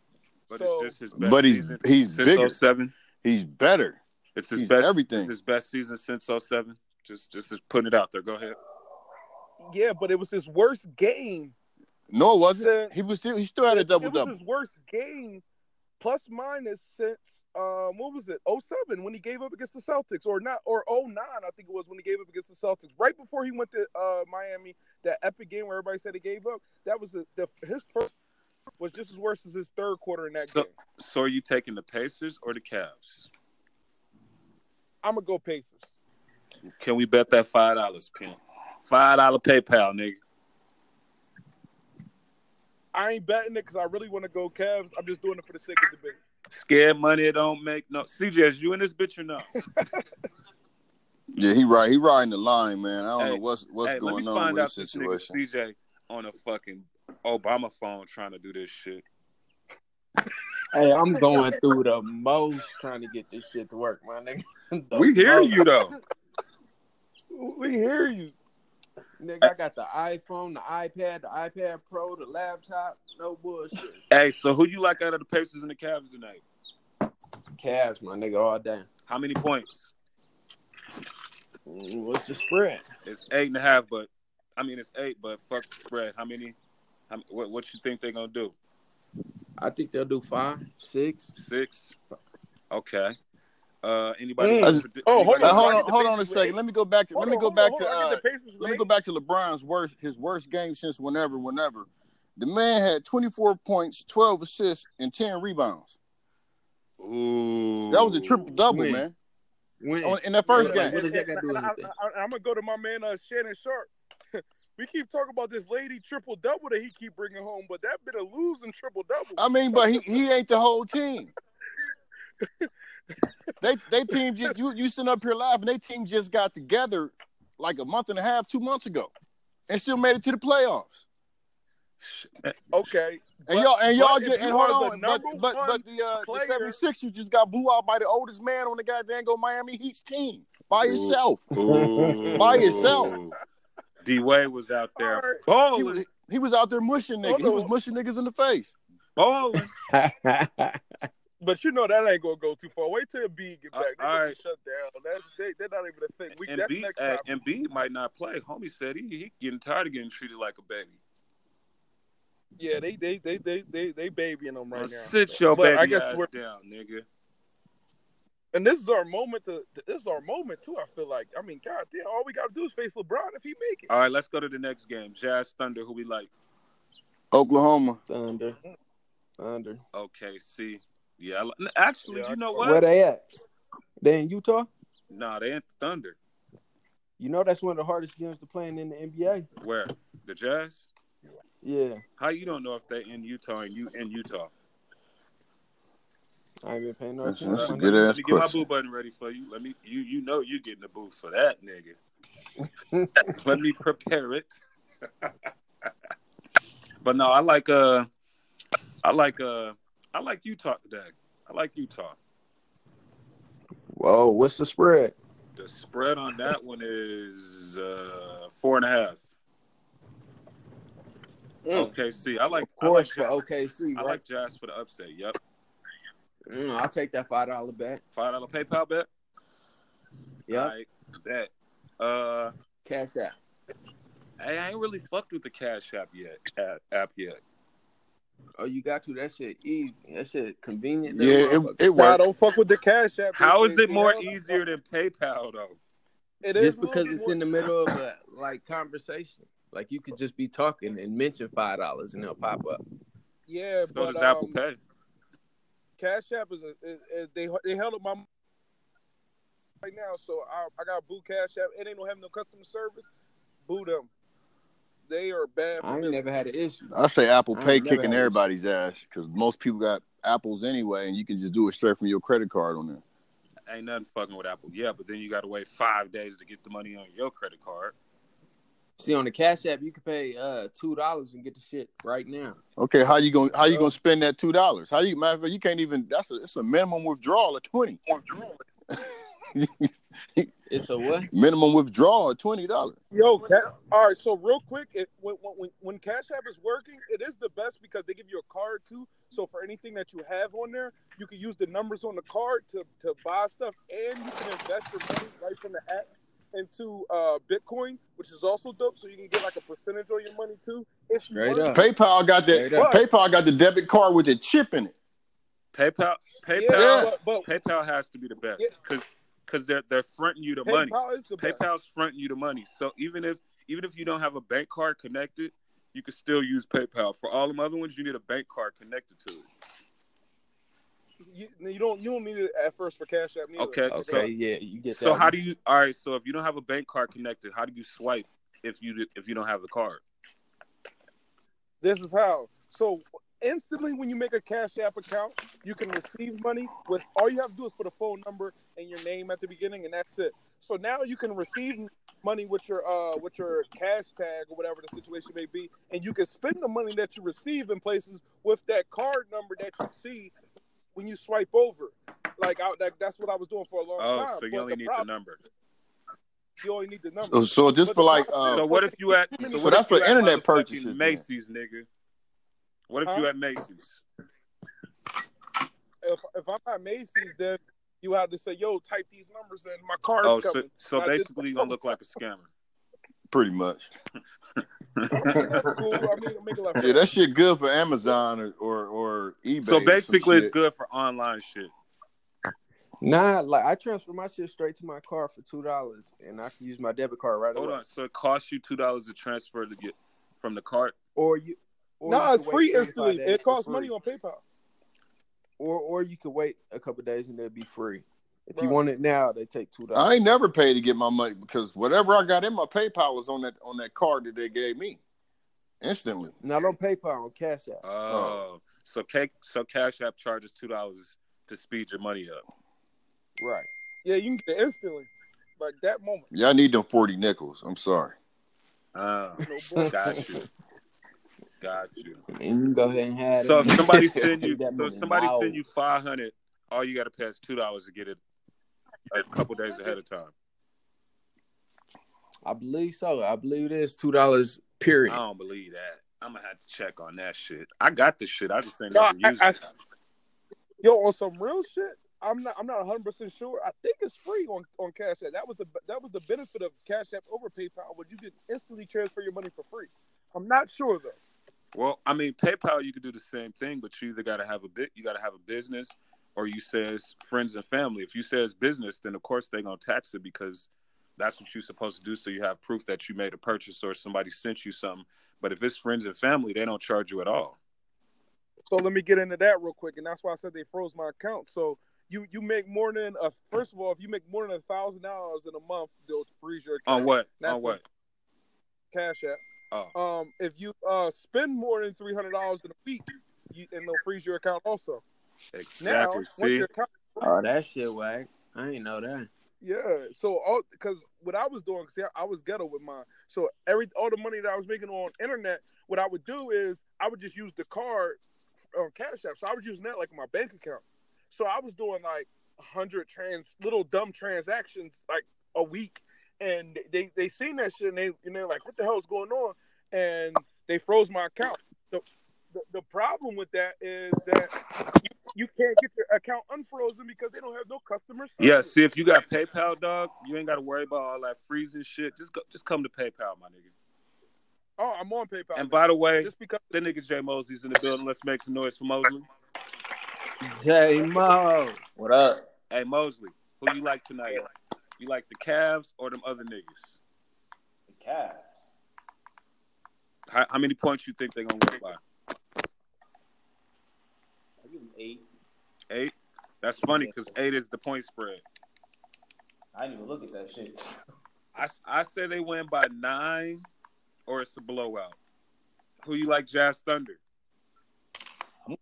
Speaker 2: But
Speaker 3: So-
Speaker 2: it's just his best
Speaker 4: But he's
Speaker 2: season
Speaker 4: he's
Speaker 2: since
Speaker 4: bigger.
Speaker 2: 07.
Speaker 4: He's better.
Speaker 2: It's his
Speaker 4: He's
Speaker 2: best.
Speaker 4: everything.
Speaker 2: It's his best season since 07. Just just just putting it out there. Go ahead.
Speaker 3: Yeah, but it was his worst game.
Speaker 4: No, it
Speaker 3: Since-
Speaker 4: wasn't. He was still he still had a double
Speaker 3: it was
Speaker 4: double.
Speaker 3: his worst game, plus minus since um, what was it? 07 when he gave up against the Celtics, or not, or 09 I think it was when he gave up against the Celtics. Right before he went to uh, Miami, that epic game where everybody said he gave up. That was the, the his first was just as worse as his third quarter in that
Speaker 2: So-
Speaker 3: game.
Speaker 2: So are you taking the Pacers or the Cavs?
Speaker 3: I'm gonna go Pacers.
Speaker 2: Can we bet that five dollars, Pim? Five dollar PayPal, nigga.
Speaker 3: I ain't betting it because I really want to go Cavs. I'm just doing it for the sake of debate.
Speaker 2: Scared money it don't make no. CJ, is you in this bitch or no?
Speaker 4: Yeah, he right. He riding the line, man. I don't
Speaker 2: Hey,
Speaker 4: know what's what's
Speaker 2: hey, let me
Speaker 4: going on
Speaker 2: find
Speaker 4: with
Speaker 2: out this
Speaker 4: his situation.
Speaker 2: nigga CJ on a fucking Obama phone trying to do this shit.
Speaker 5: Hey, I'm going through the most trying to get this shit to work, my nigga. The
Speaker 2: we hear
Speaker 5: most.
Speaker 2: you though.
Speaker 3: We hear you.
Speaker 5: Nigga, I got the iPhone, the iPad, the iPad Pro, the laptop. No bullshit.
Speaker 2: hey, so who you like out of the Pacers and the Cavs tonight?
Speaker 5: Cavs, my nigga, all day.
Speaker 2: How many points?
Speaker 5: Mm, What's the spread?
Speaker 2: It's eight and a half, but I mean it's eight, but fuck the spread. How many? How, what what you think they're gonna do?
Speaker 5: I think they'll do five, six.
Speaker 2: Six. Okay. Uh, anybody?
Speaker 3: Mm.
Speaker 2: got a predi-
Speaker 3: Oh,
Speaker 2: anybody
Speaker 3: hold
Speaker 4: Now,
Speaker 2: got-
Speaker 3: on. I
Speaker 4: hold on,
Speaker 3: get the
Speaker 4: hold on a
Speaker 3: Pacers with eight.
Speaker 4: second. Let me go back to let
Speaker 3: Hold
Speaker 4: me
Speaker 3: on,
Speaker 4: go
Speaker 3: hold on,
Speaker 4: back to
Speaker 3: hold on. I
Speaker 4: uh,
Speaker 3: get the Pacers with
Speaker 4: let me
Speaker 3: eight.
Speaker 4: go back to LeBron's worst his worst game since whenever, whenever. The man had 24 points, 12 assists, and 10 rebounds.
Speaker 2: Ooh.
Speaker 4: That was a triple double,
Speaker 5: When?
Speaker 4: man.
Speaker 5: When?
Speaker 2: Oh,
Speaker 4: On- In that first
Speaker 5: Yeah,
Speaker 4: game.
Speaker 5: like, what does that got to do with anything?
Speaker 3: I, am gonna go to my man uh, Shannon Sharp. we keep talking about this lady triple double that he keep bringing home, but that been a losing triple double.
Speaker 4: I mean, but he, he ain't the whole team. they they team just you you sitting up here laughing. They team just got together like a month and a half, two months ago, and still made it to the playoffs.
Speaker 3: Okay, But-
Speaker 4: And y'all and y'all
Speaker 3: but
Speaker 4: just
Speaker 3: if you
Speaker 4: and hold
Speaker 3: are the
Speaker 4: on, but
Speaker 3: number
Speaker 4: but,
Speaker 3: one
Speaker 4: but the, uh,
Speaker 3: player-
Speaker 4: the 76ers just got blew out by the oldest man on the goddamn go Miami Heat's team by
Speaker 2: Ooh.
Speaker 4: himself.
Speaker 2: Ooh.
Speaker 4: By yourself.
Speaker 2: D Wade was out
Speaker 3: All right.
Speaker 2: there
Speaker 4: He
Speaker 2: bowling,
Speaker 4: was he was out there mushing niggas.
Speaker 3: Hold
Speaker 4: He was
Speaker 3: on.
Speaker 4: mushing niggas in the face.
Speaker 2: bowling.
Speaker 3: but you know that ain't gonna go too far. Wait till Embiid get
Speaker 2: Uh,
Speaker 3: back. They
Speaker 2: all
Speaker 3: gonna
Speaker 2: right.
Speaker 3: shut down. That's they, they're not even a thing. We,
Speaker 2: And
Speaker 3: that's
Speaker 2: B,
Speaker 3: next
Speaker 2: uh,
Speaker 3: time.
Speaker 2: and B might not play. Homie said he, he getting tired of getting treated like a baby.
Speaker 3: Yeah, they they they they they they babying them right
Speaker 2: Now
Speaker 3: now.
Speaker 2: sit your baby
Speaker 3: But I guess
Speaker 2: ass
Speaker 3: we're-
Speaker 2: down, nigga.
Speaker 3: And this is our moment. To, this is our moment too. I feel like. I mean, God damn, all we gotta do is face LeBron if he make it.
Speaker 2: All right, let's go to the next game. Jazz Thunder, who we like?
Speaker 4: Oklahoma.
Speaker 5: Thunder. Thunder.
Speaker 2: OKC. Yeah, I li- actually,
Speaker 3: Yeah, I-
Speaker 2: you know
Speaker 5: Where
Speaker 2: what?
Speaker 5: they at? They in Utah?
Speaker 2: Nah, they ain't the Thunder.
Speaker 5: You know that's one of the hardest games to play in in the NBA.
Speaker 2: Where the Jazz?
Speaker 5: Yeah,
Speaker 2: How you don't know if they in Utah and you in Utah?
Speaker 5: I ain't been paying no
Speaker 4: That's,
Speaker 5: attention.
Speaker 4: that's a
Speaker 5: my
Speaker 4: good
Speaker 5: nigga.
Speaker 2: Let
Speaker 4: ass
Speaker 2: me get my
Speaker 4: question.
Speaker 2: boo button ready for you. Let me you you know you getting a boo for that nigga. Let me prepare it. but no, I like uh I like uh I like Utah today. I like Utah.
Speaker 5: Whoa, what's the spread?
Speaker 2: The spread on that one is uh four and a half.
Speaker 5: Mm.
Speaker 2: Okay, see, I like
Speaker 5: Of course
Speaker 2: I like,
Speaker 5: for OKC,
Speaker 2: I
Speaker 5: right?
Speaker 2: like Jazz for the upset. Yep.
Speaker 5: Mm, I'll take that five dollar bet.
Speaker 2: Five dollar PayPal bet.
Speaker 5: Yeah,
Speaker 2: All right, bet. Uh,
Speaker 5: cash out.
Speaker 2: hey, I ain't really fucked with the Cash App yet. App, app yet.
Speaker 5: Oh, you got to that shit easy. That shit convenient.
Speaker 4: Yeah, it, it
Speaker 3: Nah,
Speaker 4: worked.
Speaker 3: don't fuck with the cash app.
Speaker 2: How is it
Speaker 3: They-
Speaker 2: more
Speaker 3: they-
Speaker 2: easier than PayPal though?
Speaker 3: It is
Speaker 5: just
Speaker 3: a little
Speaker 5: because
Speaker 3: bit
Speaker 5: it's
Speaker 3: more-
Speaker 5: in the middle of a like conversation. Like you could just be talking and mention five dollars and they'll pop up.
Speaker 3: Yeah,
Speaker 2: so
Speaker 3: but
Speaker 2: does Apple
Speaker 3: um,
Speaker 2: Pay.
Speaker 3: Cash App is, a, is- is- they they held up my money right now, so I, I got boo Cash App. It ain't no having no customer service. Boo them. They are bad.
Speaker 5: I ain't never had an issue.
Speaker 4: I say Apple
Speaker 5: I
Speaker 4: Pay
Speaker 5: ain't never
Speaker 4: kicking
Speaker 5: had it.
Speaker 4: everybody's ass because most people got apples anyway, and you can just do it straight from your credit card on there.
Speaker 2: Ain't nothing fucking with Apple. Yeah, but then you gotta wait five days to get the money on your credit card.
Speaker 5: See, on the Cash App, you can pay uh two dollars and get the shit right now.
Speaker 4: Okay, how you gonna how you gonna spend that two dollars? How you matter of fact, you can't even that's a it's a minimum withdrawal of twenty.
Speaker 5: It's a what?
Speaker 4: Minimum withdrawal of twenty dollars.
Speaker 3: Yo, Ca- all right. So real quick, it, when, when- when when Cash App is working, it is the best because they give you a card too. So for anything that you have on there, you can use the numbers on the card to, to buy stuff, and you can invest your money right from the app. into uh, Bitcoin, which is also dope. So you can get like a percentage on your money too. If you
Speaker 5: Straight
Speaker 3: earn
Speaker 5: up.
Speaker 4: PayPal got that.
Speaker 5: Straight up.
Speaker 4: PayPal got the debit card with the chip in it.
Speaker 2: PayPal,
Speaker 3: it.
Speaker 2: PayPal,
Speaker 3: Yeah, but, but
Speaker 2: PayPal has to be the best
Speaker 3: Yeah.
Speaker 2: because they're they're fronting you the money.
Speaker 3: PayPal is the best.
Speaker 2: PayPal's fronting you the money. So even if even if you don't have a bank card connected, you can still use PayPal. For all them other ones, you need a bank card connected to it.
Speaker 3: You, you don't you don't need it at first for Cash App. Neither.
Speaker 2: Okay.
Speaker 5: Okay,
Speaker 2: So,
Speaker 5: yeah, you get that.
Speaker 2: so how do you? All right. So if you don't have a bank card connected, how do you swipe if you if you don't have the card?
Speaker 3: This is how. So instantly, when you make a Cash App account, you can receive money with all you have to do is put a phone number and your name at the beginning, and that's it. So now you can receive money with your uh with your cash tag or whatever the situation may be, and you can spend the money that you receive in places with that card number that you see when you swipe over. Like I, that, that's what I was doing for a long
Speaker 2: Oh,
Speaker 3: time.
Speaker 2: so you
Speaker 3: but
Speaker 2: only
Speaker 3: the
Speaker 2: need
Speaker 3: problem-
Speaker 2: the number.
Speaker 3: You only need the number.
Speaker 4: So, so
Speaker 3: But
Speaker 4: just for
Speaker 3: the
Speaker 4: like,
Speaker 3: problem
Speaker 4: uh,
Speaker 2: So what if you at? So,
Speaker 4: So
Speaker 2: what
Speaker 4: that's
Speaker 2: if you
Speaker 4: for
Speaker 2: at
Speaker 4: internet
Speaker 2: motherfucking
Speaker 4: purchases, then.
Speaker 2: Macy's, nigga. What if
Speaker 3: Huh?
Speaker 2: you at Macy's?
Speaker 3: if, if I'm at Macy's, then you have to say, "Yo, type these numbers in. My card's
Speaker 2: Oh, so,
Speaker 3: coming."
Speaker 2: so
Speaker 3: And I did-
Speaker 2: basically you gonna look like a scammer.
Speaker 4: pretty much.
Speaker 3: That's cool. I mean, make a left.
Speaker 4: Yeah, that shit good for Amazon or or, or eBay.
Speaker 2: so basically it's
Speaker 4: good.
Speaker 2: good for online shit.
Speaker 5: Nah, like I transfer my shit straight to my car for two dollars, and I can use my debit card right
Speaker 2: Hold
Speaker 5: away.
Speaker 2: on. So it costs you two dollars to transfer to get from the cart.
Speaker 5: Or you, or
Speaker 3: No,
Speaker 5: you can
Speaker 3: it's
Speaker 5: wait
Speaker 3: free
Speaker 5: 45
Speaker 3: instantly.
Speaker 5: days
Speaker 3: It
Speaker 5: for
Speaker 3: costs
Speaker 5: free.
Speaker 3: money on PayPal.
Speaker 5: Or or you could wait a couple days and it'll be free. If you
Speaker 3: Right.
Speaker 5: want it now, they take two
Speaker 4: I
Speaker 5: dollars.
Speaker 4: ain't never paid to get my money because whatever I got in my PayPal was on that on that card that they gave me instantly.
Speaker 5: Now don't PayPal on Cash App.
Speaker 2: Oh. So cake so Cash App charges two dollars to speed your money up.
Speaker 5: Right.
Speaker 3: Yeah, you can get it instantly, like that moment.
Speaker 4: Y'all need them forty nickels. I'm sorry.
Speaker 2: Oh.
Speaker 3: No bull.
Speaker 2: Got you. Got you.
Speaker 5: And you can go ahead and have
Speaker 2: So
Speaker 5: it.
Speaker 2: if somebody send
Speaker 5: Take
Speaker 2: you
Speaker 5: that
Speaker 2: so if
Speaker 5: money
Speaker 2: somebody
Speaker 5: now.
Speaker 2: send you five hundred, all you gotta pay is two dollars to get it a couple days ahead of time.
Speaker 5: I believe so. I believe it is two dollars period.
Speaker 2: I don't believe that. I'm gonna have to check on that shit. I got this shit. I just ain't
Speaker 3: No,
Speaker 2: never
Speaker 3: I-
Speaker 2: used
Speaker 3: I-
Speaker 2: it.
Speaker 3: Yo, on some real shit, I'm not. I'm not 100 percent sure. I think it's free on, on Cash App. That was the that was the benefit of Cash App over PayPal, where you can instantly transfer your money for free. I'm not sure though.
Speaker 2: Well, I mean, PayPal, you could do the same thing, but you either gotta have a bit, you gotta have a business, or you says friends and family. If you says business, then of course they're gonna tax it because that's what you're supposed to do. So you have proof that you made a purchase or somebody sent you something. But if it's friends and family, they don't charge you at all.
Speaker 3: So let me get into that real quick, and that's why I said they froze my account. So you you make more than a first of all, if you make more than a thousand dollars in a month, they'll freeze your account.
Speaker 2: On what?
Speaker 3: That's
Speaker 2: on what?
Speaker 3: Cash App.
Speaker 2: Oh,
Speaker 3: Um, if you uh spend more than three hundred dollars in a week, you, and they'll freeze your account also. Now,
Speaker 2: exactly.
Speaker 3: once
Speaker 2: See,
Speaker 3: your account,
Speaker 5: Oh, that shit whack. I ain't know that.
Speaker 3: yeah. So all because what I was doing, see, I, I was ghetto with mine. So every all the money that I was making on internet, what I would do is I would just use the card on Cash App. So I was using that like my bank account. So I was doing like hundred trans little dumb transactions like a week, and they they seen that shit and they and they're like, what the hell is going on? And they froze my account. The the, the problem with that is that you, you can't get your account unfrozen because they don't have no customer service.
Speaker 2: yeah. See, if you got PayPal, dog, you ain't gotta worry about all that freezing shit. Just go, just come to PayPal, my nigga.
Speaker 3: Oh, I'm on PayPal.
Speaker 2: And by the way,
Speaker 3: just because
Speaker 2: that nigga Jay Mosley's in the building. Let's make some noise for Mosley.
Speaker 5: J Mo.
Speaker 6: What up?
Speaker 2: Hey Mosley, who you like tonight? You like the Cavs or them other niggas?
Speaker 6: The Cavs.
Speaker 2: How, how many points you think they gonna win by?
Speaker 6: I give them eight.
Speaker 2: Eight. That's funny because eight is the point spread.
Speaker 6: I didn't even look at that shit.
Speaker 2: I I say they win by nine, or it's a blowout. Who you like? Jazz Thunder.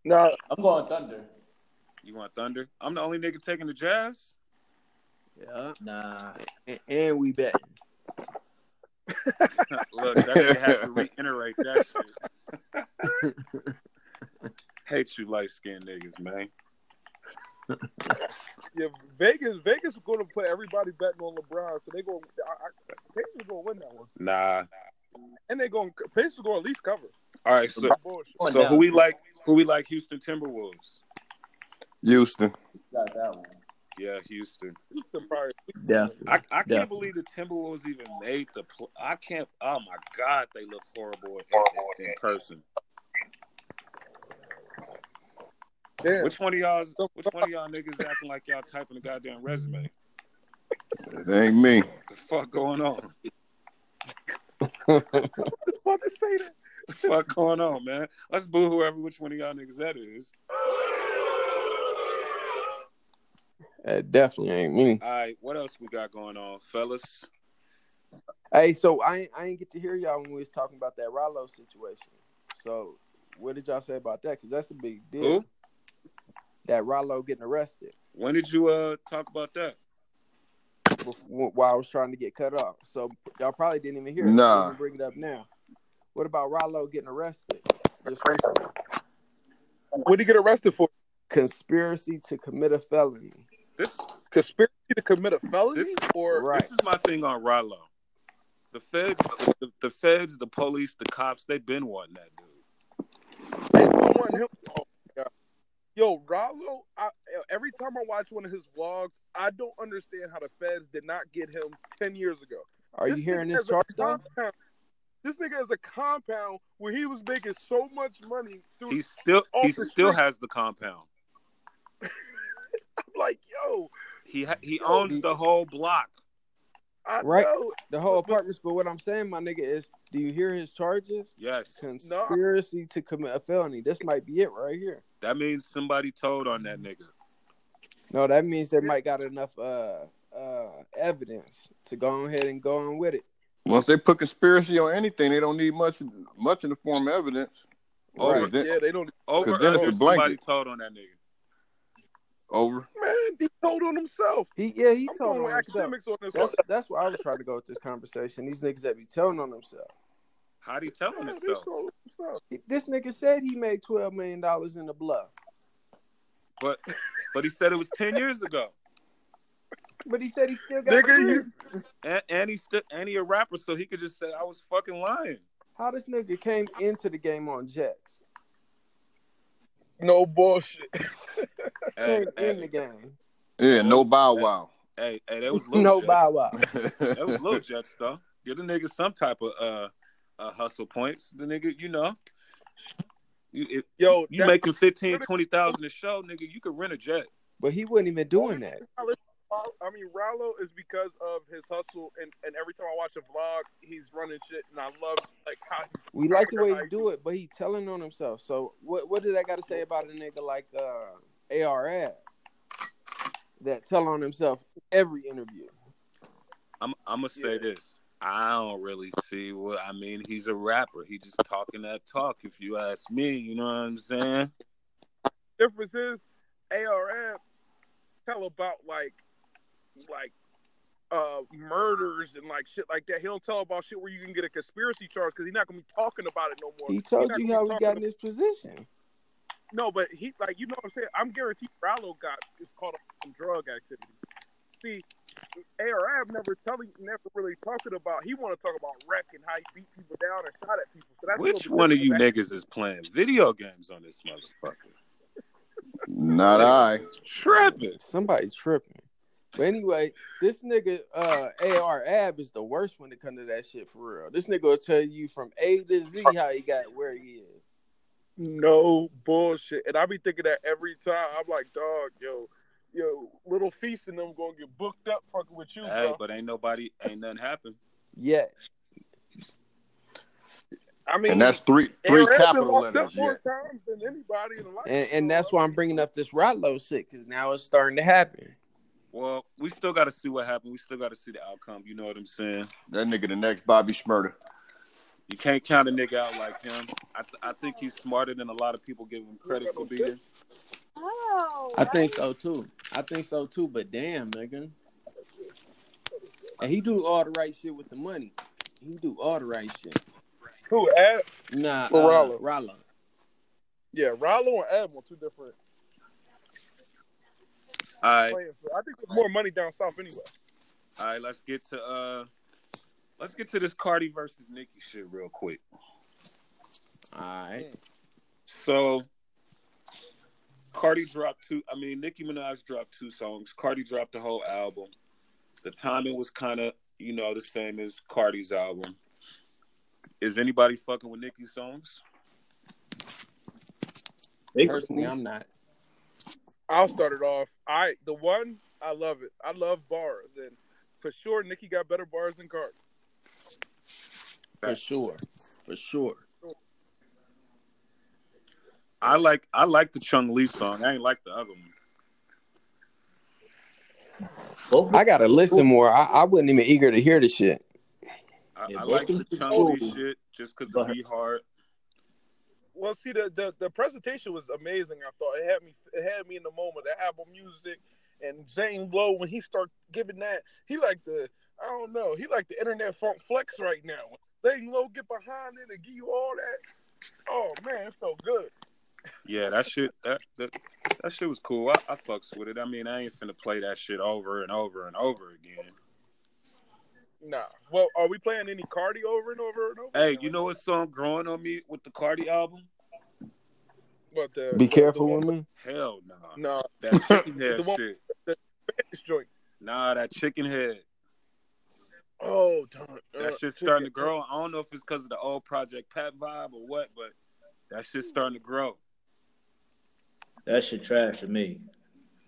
Speaker 3: no,
Speaker 6: I'm going Thunder.
Speaker 2: You want Thunder? I'm the only nigga taking the Jazz.
Speaker 5: Yeah.
Speaker 6: Nah.
Speaker 5: And, and we bet.
Speaker 2: Look, that nigga had to reiterate that shit. Hate you, light skinned niggas, man.
Speaker 3: yeah, Vegas, Vegas is going to put everybody betting on LeBron, so they go. I, I, Pacers going to win that one,
Speaker 2: Nah.
Speaker 3: and they going. Pacers going to at least cover.
Speaker 2: All right, so
Speaker 3: Bullshit.
Speaker 6: Come on
Speaker 2: so
Speaker 6: down.
Speaker 2: who we like? Who we like? Houston Timberwolves.
Speaker 4: Houston.
Speaker 6: Got that one.
Speaker 2: Yeah, Houston.
Speaker 3: Houston probably.
Speaker 2: I,
Speaker 7: Definitely.
Speaker 2: I can't
Speaker 7: Definitely.
Speaker 2: believe the Timberwolves even made the. Pl- I can't. Oh my God, they look horrible in, in person.
Speaker 3: Yeah.
Speaker 2: Which one of y'all? Which one of y'all niggas acting like y'all typing a goddamn resume?
Speaker 4: It ain't me.
Speaker 2: The fuck going on?
Speaker 3: I just wanted to say that.
Speaker 2: The fuck going on, man? Let's boo whoever. Which one of y'all niggas that is?
Speaker 5: That definitely ain't me.
Speaker 2: All right, what else we got going on, fellas?
Speaker 5: Hey, so I ain't- I ain't get to hear y'all when we was talking about that Rallo situation. So what did y'all say about that? Because that's a big deal.
Speaker 2: Who?
Speaker 5: That Rallo getting arrested
Speaker 2: When did you uh talk about that?
Speaker 5: before, while I was trying to get cut off. So y'all probably didn't even hear. it.
Speaker 4: Nah.
Speaker 5: I'm gonna bring it up now. What about Rallo getting arrested? Just recently.
Speaker 3: What'd he get arrested for?
Speaker 5: Conspiracy to commit a felony.
Speaker 2: This
Speaker 3: Conspiracy to commit a felony?
Speaker 2: This-
Speaker 3: or
Speaker 5: Right.
Speaker 2: This is my thing on Rallo. The feds, the, the feds, the police, the cops, they've been wanting that dude.
Speaker 3: they don't want him. Oh, yeah. Yo, Rollo, I, every time I watch one of his vlogs, I don't understand how the feds did not get him 10 years ago.
Speaker 5: Are you hearing
Speaker 3: nigga
Speaker 5: this
Speaker 3: has a
Speaker 5: charge though?
Speaker 3: compound- This nigga has a compound where he was making so much money through.
Speaker 2: He still, he
Speaker 3: Off the
Speaker 2: still
Speaker 3: street.
Speaker 2: has the compound.
Speaker 3: I'm like, yo,
Speaker 2: He ha- he owns the whole block.
Speaker 3: I
Speaker 5: Right.
Speaker 3: know.
Speaker 5: The whole apartments. But what I'm saying, my nigga, is do you hear his charges?
Speaker 2: Yes,
Speaker 5: Conspiracy to commit a felony. This might be it right here.
Speaker 2: that means somebody told on that nigga.
Speaker 5: No, that means they might got enough uh uh evidence to go ahead and go on with it.
Speaker 4: Once they put conspiracy on anything, they don't need much much in the form of evidence.
Speaker 2: Over.
Speaker 4: Right, then-
Speaker 3: Yeah, they don't.
Speaker 2: Over
Speaker 4: 'Cause then it's
Speaker 2: under,
Speaker 4: a blanket.
Speaker 2: somebody told on that nigga.
Speaker 4: Over.
Speaker 3: Man, he told on himself.
Speaker 5: He yeah, he
Speaker 3: I'm
Speaker 5: told
Speaker 3: going
Speaker 5: on
Speaker 3: with
Speaker 5: himself.
Speaker 3: academics on this one.
Speaker 5: That's that's where I was trying to go with this conversation. These niggas that be telling on themselves.
Speaker 2: How'd he tell on
Speaker 3: Man, he
Speaker 2: himself?
Speaker 3: told on himself.
Speaker 5: He- This nigga said he made twelve million dollars in the bluff,
Speaker 2: But but he said it was ten years ago,
Speaker 5: but he said he still got.
Speaker 3: Nigga,
Speaker 5: money.
Speaker 3: you-
Speaker 2: and, and he still and he a rapper, so he could just say I was fucking lying.
Speaker 5: How this nigga came into the game on Jets?
Speaker 3: no bullshit.
Speaker 2: Hey,
Speaker 5: Came in the
Speaker 2: hey,
Speaker 5: game,
Speaker 4: Yeah, no bow wow.
Speaker 2: hey, hey, that was Lil
Speaker 5: no
Speaker 2: Jets.
Speaker 5: bow wow.
Speaker 2: That was Lil Jets though. Give the nigga some type of uh, uh hustle points. The nigga, you know, you if
Speaker 3: Yo,
Speaker 2: you
Speaker 3: that-
Speaker 2: making fifteen twenty thousand a show, nigga, you could rent a jet.
Speaker 5: But he wasn't even doing that.
Speaker 3: I mean, Rallo is because of his hustle, and, and every time I watch a vlog, he's running shit, and I love like how
Speaker 5: We like the way he do it, but he telling on himself. So what what did I gotta say about a nigga like uh ARS that tell on himself every interview?
Speaker 2: I'm I'm gonna say this. I don't really see what I mean. He's a rapper. He just talking that talk. If you ask me, you know what I'm saying.
Speaker 3: difference is. ARM tell about like like uh murders and like shit like that. He don't tell about shit where you can get a conspiracy charge because he's not gonna be talking about it no more.
Speaker 5: He
Speaker 3: He's
Speaker 5: told
Speaker 3: not
Speaker 5: you
Speaker 3: gonna
Speaker 5: how
Speaker 3: be
Speaker 5: we
Speaker 3: talking
Speaker 5: got in this position.
Speaker 3: about- No, but he like you know what I'm saying. I'm guaranteed Rallo got is caught up in drug activity. See, ARM never telling, never really talking about. He want to talk about wreck and how he beat people down and shot at people. So that's a little
Speaker 2: Which
Speaker 3: bit
Speaker 2: one of you
Speaker 3: different.
Speaker 2: niggas is playing video games on this motherfucker?
Speaker 4: Not I.
Speaker 2: Tripping.
Speaker 5: Somebody tripping. But anyway, this nigga uh AR Ab is the worst when it comes to that shit for real. This nigga will tell you from A to Z how he got where he is.
Speaker 3: No bullshit. And I be thinking that every time. I'm like, dog, yo, yo, little feast and them gonna get booked up fucking with you,
Speaker 2: Hey,
Speaker 3: bro.
Speaker 2: but ain't nobody, ain't nothing happened.
Speaker 5: Yeah.
Speaker 3: I mean,
Speaker 4: And that's three three
Speaker 3: Aaron been
Speaker 4: capital
Speaker 3: locked
Speaker 4: letters.
Speaker 3: up
Speaker 4: Yeah.
Speaker 3: more times than anybody in life.
Speaker 5: And and that's why I'm bringing up this Rotlow shit, cause now it's starting to happen.
Speaker 2: Well, we still got to see what happened. We still got to see the outcome. You know what I'm saying?
Speaker 4: That nigga the next Bobby Schmurder.
Speaker 2: You can't count a nigga out like him. I, th- I think he's smarter than a lot of people give him credit for being.
Speaker 7: I think so too. I think so too. But damn, nigga. And he do all the right shit with the money. He do all the right shit.
Speaker 3: Who? Ab?
Speaker 7: Nah, uh,
Speaker 3: For Rollo.
Speaker 7: Rollo.
Speaker 3: Yeah, Rallo and Ab were two different
Speaker 2: All right,
Speaker 3: players. I think there's more money down south anyway.
Speaker 2: all right. Let's get to uh, let's get to this Cardi versus Nicki shit real quick.
Speaker 7: All right.
Speaker 2: So, Cardi dropped two. I mean, Nicki Minaj dropped two songs. Cardi dropped the whole album. The timing was kind of, you know, the same as Cardi's album. Is anybody fucking with Nicki's songs?
Speaker 7: Personally, I'm not.
Speaker 3: I'll start it off. I the one I love it. I love bars, and for sure, Nikki got better bars than Cardi.
Speaker 7: For sure. For sure.
Speaker 2: I like I like the Chung Lee song. I ain't like the other one.
Speaker 6: Both
Speaker 7: I gotta listen more. I, I wasn't even eager to hear the shit.
Speaker 2: I,
Speaker 6: Yeah,
Speaker 2: I
Speaker 6: both
Speaker 2: like
Speaker 6: them
Speaker 2: the
Speaker 6: shits
Speaker 2: Chung Lee
Speaker 6: old.
Speaker 2: shit just because the
Speaker 6: But-
Speaker 2: be hard.
Speaker 3: Well, see, the, the the presentation was amazing. I thought it had me it had me in the moment. The album music and Zane Lowe when he start giving that, he like the I don't know, he like the internet funk flex right now. Zane Lowe get behind it and give you all that. Oh man, it felt good.
Speaker 2: Yeah, that shit that that, that shit was cool. I, I fucks with it. I mean, I ain't finna play that shit over and over and over again.
Speaker 3: Nah, well, are we playing any Cardi over and over and over?
Speaker 2: Hey,
Speaker 3: again?
Speaker 2: you know what song growing on me with the Cardi album?
Speaker 3: But the,
Speaker 7: Be
Speaker 3: but
Speaker 7: careful
Speaker 3: the one-
Speaker 7: with me.
Speaker 2: Hell no.
Speaker 3: No,
Speaker 2: That chicken head
Speaker 3: The one-
Speaker 2: shit.
Speaker 3: this joint.
Speaker 2: Nah, that chicken head.
Speaker 3: Oh darn,
Speaker 2: That
Speaker 3: uh,
Speaker 2: shit's starting to
Speaker 3: chicken.
Speaker 2: grow. I don't know if it's because of the old Project Pat vibe or what, but that shit's starting to grow.
Speaker 6: That shit trash to me.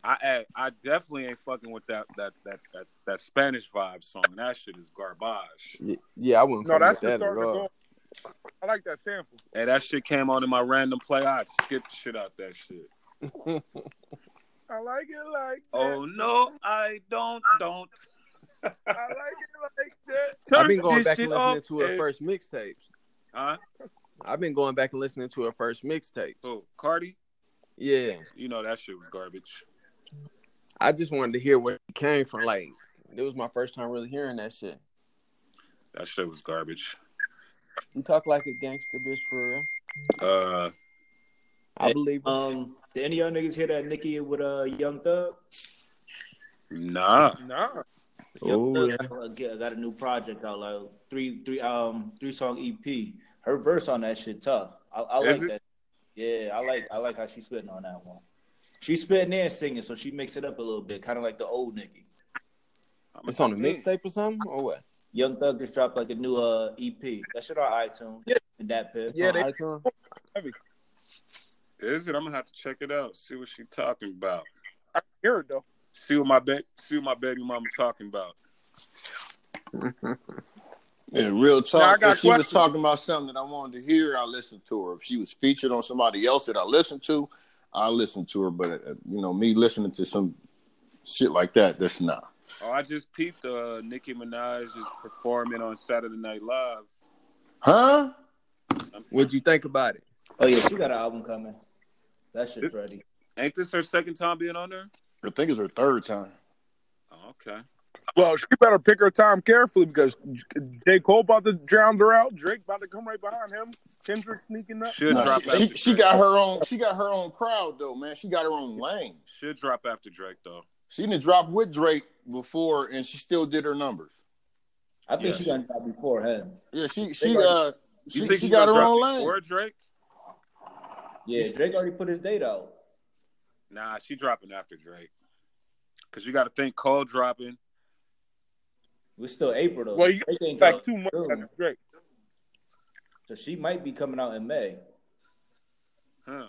Speaker 2: I I, I definitely ain't fucking with that that that that that Spanish vibe song. That shit is garbage.
Speaker 7: Y- Yeah, I wouldn't
Speaker 3: No,
Speaker 7: fuck
Speaker 3: that's
Speaker 7: with
Speaker 3: just
Speaker 7: that at
Speaker 3: starting to
Speaker 7: all.
Speaker 3: go. I like that sample.
Speaker 2: And that shit came on in my random play. I skipped the shit out that shit.
Speaker 3: I like it like that.
Speaker 2: Oh no, I don't don't.
Speaker 3: I like it like that.
Speaker 7: I've been going back and listening to her
Speaker 3: and-
Speaker 7: first mixtapes.
Speaker 2: Huh?
Speaker 7: I've been going back and listening to her first mixtape.
Speaker 2: Who? Oh, Cardi?
Speaker 7: Yeah.
Speaker 2: You know that shit was garbage.
Speaker 7: I just wanted to hear where it came from. Like, it was my first time really hearing that shit.
Speaker 2: That shit was garbage.
Speaker 7: You talk like a gangster bitch for real.
Speaker 2: Uh
Speaker 7: I believe her.
Speaker 6: Um, did any of y'all niggas hear that Nicki with uh, Young Thug?
Speaker 2: nah.
Speaker 3: Nah,
Speaker 6: Young
Speaker 7: Oh,
Speaker 6: Thug uh, get- got a new project out, like three three um three song EP. Her verse on that shit tough. I, I
Speaker 2: Is
Speaker 6: like that. Yeah, I like I like how she's spitting on that one. She's spitting and singing, so she mixed it up a little bit, kind of like the old Nicki.
Speaker 7: It's on a mixtape or something? Or what?
Speaker 6: Young Thug just dropped like a new uh EP. That shit on iTunes.
Speaker 3: Yeah.
Speaker 6: And that pill.
Speaker 3: Yeah,
Speaker 7: On
Speaker 3: they-
Speaker 7: iTunes?
Speaker 2: Is it? I'm gonna have to check it out. See what she talking about.
Speaker 3: I hear it though.
Speaker 2: See what my ba- see what my baby mama talking about.
Speaker 4: Yeah, real
Speaker 3: Now, I
Speaker 4: talk.
Speaker 3: got
Speaker 4: if she was
Speaker 3: questions.
Speaker 4: talking about something that I wanted to hear, I listened to her. If she was featured on somebody else that I listened to, I listened to her. But uh, you know, me listening to some shit like that, that's not.
Speaker 2: Oh, I just peeped uh Nicki Minaj is performing on Saturday Night Live.
Speaker 4: Huh?
Speaker 7: What'd you think about it?
Speaker 6: Oh yeah, she got an album coming. That shit's ready.
Speaker 2: Ain't this her second time being on there?
Speaker 4: I think it's her third time.
Speaker 2: Oh, okay.
Speaker 3: Well, she better pick her time carefully because J. Cole about to drown her out. Drake about to come right behind him. Kendrick sneaking up.
Speaker 2: Should
Speaker 4: Nah,
Speaker 2: drop
Speaker 4: she,
Speaker 2: after
Speaker 4: she, she
Speaker 2: Drake.
Speaker 4: got her own. She got her own crowd though, man. She got her own lane.
Speaker 2: Should drop after Drake though.
Speaker 4: She didn't drop with Drake before, and she still did her numbers.
Speaker 6: I think
Speaker 2: Yes.
Speaker 6: she gonna drop before him.
Speaker 4: Yeah, she she
Speaker 6: got-
Speaker 4: uh
Speaker 2: You
Speaker 4: she,
Speaker 2: think
Speaker 4: she
Speaker 2: he
Speaker 4: got
Speaker 2: gonna
Speaker 4: her
Speaker 2: drop
Speaker 4: own lane.
Speaker 2: before Drake?
Speaker 6: Yeah, Drake already put his date out.
Speaker 2: Nah, she dropping after Drake. Cause you got to think Cole dropping.
Speaker 6: We're still April though.
Speaker 3: Well, you
Speaker 6: Drake ain't
Speaker 3: like
Speaker 6: dropped
Speaker 3: two months
Speaker 6: soon.
Speaker 3: after Drake.
Speaker 6: So she might be coming out in May.
Speaker 2: Huh?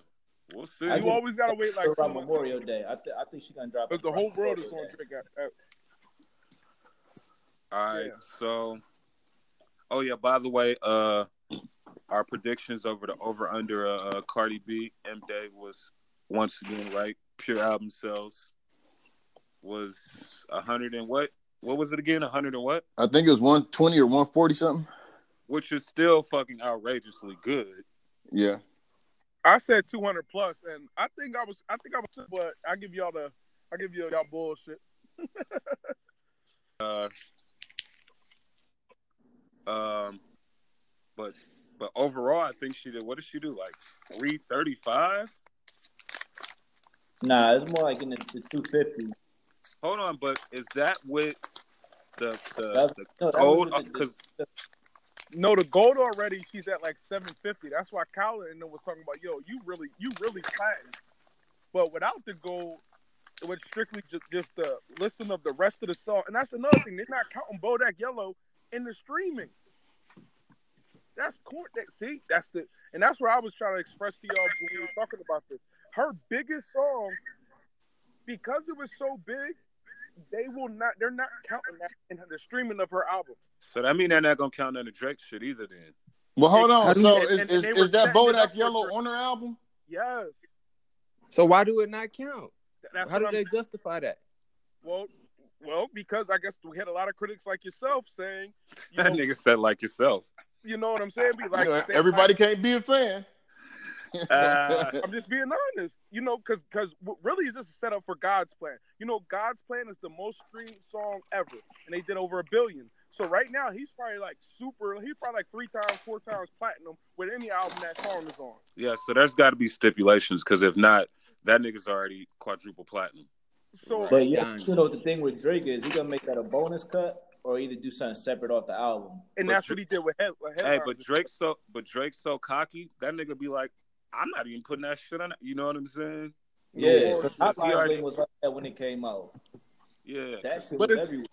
Speaker 2: We'll see.
Speaker 6: I
Speaker 3: You
Speaker 6: just-
Speaker 3: always gotta wait like two
Speaker 6: around
Speaker 3: months
Speaker 6: Memorial Day. I, th- I think she's gonna drop
Speaker 3: because the whole world is on Drake. Uh,
Speaker 2: All right.
Speaker 3: Yeah.
Speaker 2: So, oh yeah. By the way, uh, our predictions over the over under uh, uh, Cardi B, M Day was once again right. Pure album sales was a hundred and what? What was it again? A hundred and what?
Speaker 4: I think it was one twenty or one forty something.
Speaker 2: Which is still fucking outrageously good.
Speaker 4: Yeah,
Speaker 3: I said 200 plus, and I think I was. I think I was. But I give y'all the. I give y'all y'all bullshit.
Speaker 2: Uh, um, but but overall, I think she did. What did she do? Like three thirty five.
Speaker 6: Nah, it's more like in the, the 250.
Speaker 2: Hold on, but is that with the the,
Speaker 6: That's-
Speaker 2: the
Speaker 6: No, that
Speaker 3: Oh,
Speaker 2: gold?
Speaker 3: uh,
Speaker 6: was with the-
Speaker 2: Because
Speaker 3: No, the gold already. She's at like 750. That's why Colin and them was talking about. Yo, you really, you really platinum. But without the gold, it was strictly just, just the listen of the rest of the song. And that's another thing. They're not counting Bodak Yellow in the streaming. That's cool. That, see, that's the and that's where I was trying to express to y'all when we were talking about this. Her biggest song, because it was so big, they will not. They're not counting that in the streaming of her album.
Speaker 2: So that mean they're not gonna count none of Drake shit either. Then
Speaker 4: Well, hold
Speaker 3: How
Speaker 4: on.
Speaker 3: do
Speaker 4: So
Speaker 3: you-
Speaker 4: is,
Speaker 3: and-
Speaker 4: is,
Speaker 3: and they
Speaker 4: is
Speaker 3: were
Speaker 4: that
Speaker 3: setting it up
Speaker 4: Bodak
Speaker 3: for-
Speaker 4: Yellow on her album?
Speaker 3: Yes,
Speaker 7: So why do it not count?
Speaker 3: that's
Speaker 7: How
Speaker 3: what
Speaker 7: do
Speaker 3: I'm
Speaker 7: they justify that?
Speaker 3: Well, well, because I guess we had a lot of critics like yourself saying, you
Speaker 2: that
Speaker 3: know,
Speaker 2: nigga said like yourself.
Speaker 3: you know what I'm saying? Be like,
Speaker 4: You know,
Speaker 3: saying,
Speaker 4: everybody
Speaker 3: like,
Speaker 4: can't be a fan.
Speaker 2: Uh,
Speaker 3: I'm just being honest, you know, because because really is this a setup for God's plan? You know, God's plan is the most streamed song ever, and they did over a billion. So right now he's probably like super. He's probably like three times, four times platinum with any album that song is on.
Speaker 2: yeah, so there's got to be stipulations because if not, that nigga's already quadruple platinum.
Speaker 3: So
Speaker 6: But yeah,
Speaker 7: Dang.
Speaker 6: you know what the thing with Drake is he gonna make that a bonus cut or either do something separate off the album.
Speaker 3: and
Speaker 2: but
Speaker 3: that's
Speaker 2: Dra-
Speaker 3: what he did with Head. with
Speaker 2: Hey,
Speaker 3: Headlines.
Speaker 2: but Drake so but Drake so cocky that nigga be like, I'm not even putting that shit on. it." You know what I'm saying?
Speaker 6: Yeah,
Speaker 2: Lord,
Speaker 6: 'cause
Speaker 2: yes, he
Speaker 6: Hotline
Speaker 2: already-
Speaker 6: Bling was like that when it came out.
Speaker 2: Yeah,
Speaker 6: That shit
Speaker 3: But
Speaker 6: was
Speaker 3: it-
Speaker 6: everywhere.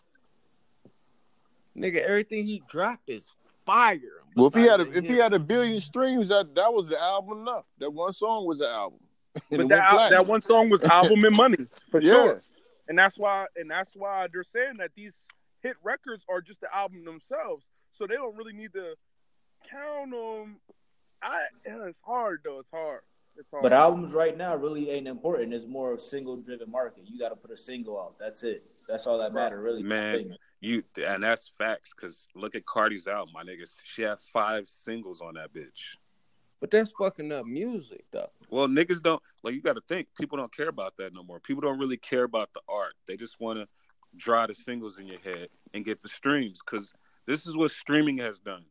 Speaker 7: Nigga, everything he drop is fire.
Speaker 4: well, if he had
Speaker 7: Besides
Speaker 4: a, if he
Speaker 7: him.
Speaker 4: had a billion streams, that that was the album enough. That one song was the album. And it
Speaker 3: but
Speaker 4: went
Speaker 3: that al-
Speaker 4: platinum.
Speaker 3: that one song was album and money for
Speaker 4: Yeah.
Speaker 3: sure, and that's why and that's why they're saying that these hit records are just the album themselves, so they don't really need to count them. I yeah, it's hard though. It's hard. It's hard.
Speaker 6: But albums right now really ain't important. It's more of single driven market. You got to put a single out. That's it. That's all that matter really.
Speaker 2: Man. you and that's facts. Cause look at Cardi's album, my nigga. She had five singles on that bitch.
Speaker 7: But that's fucking up music though.
Speaker 2: Well, niggas don't like. You got to think people don't care about that no more. People don't really care about the art. They just want to draw the singles in your head and get the streams. Cause this is what streaming has done.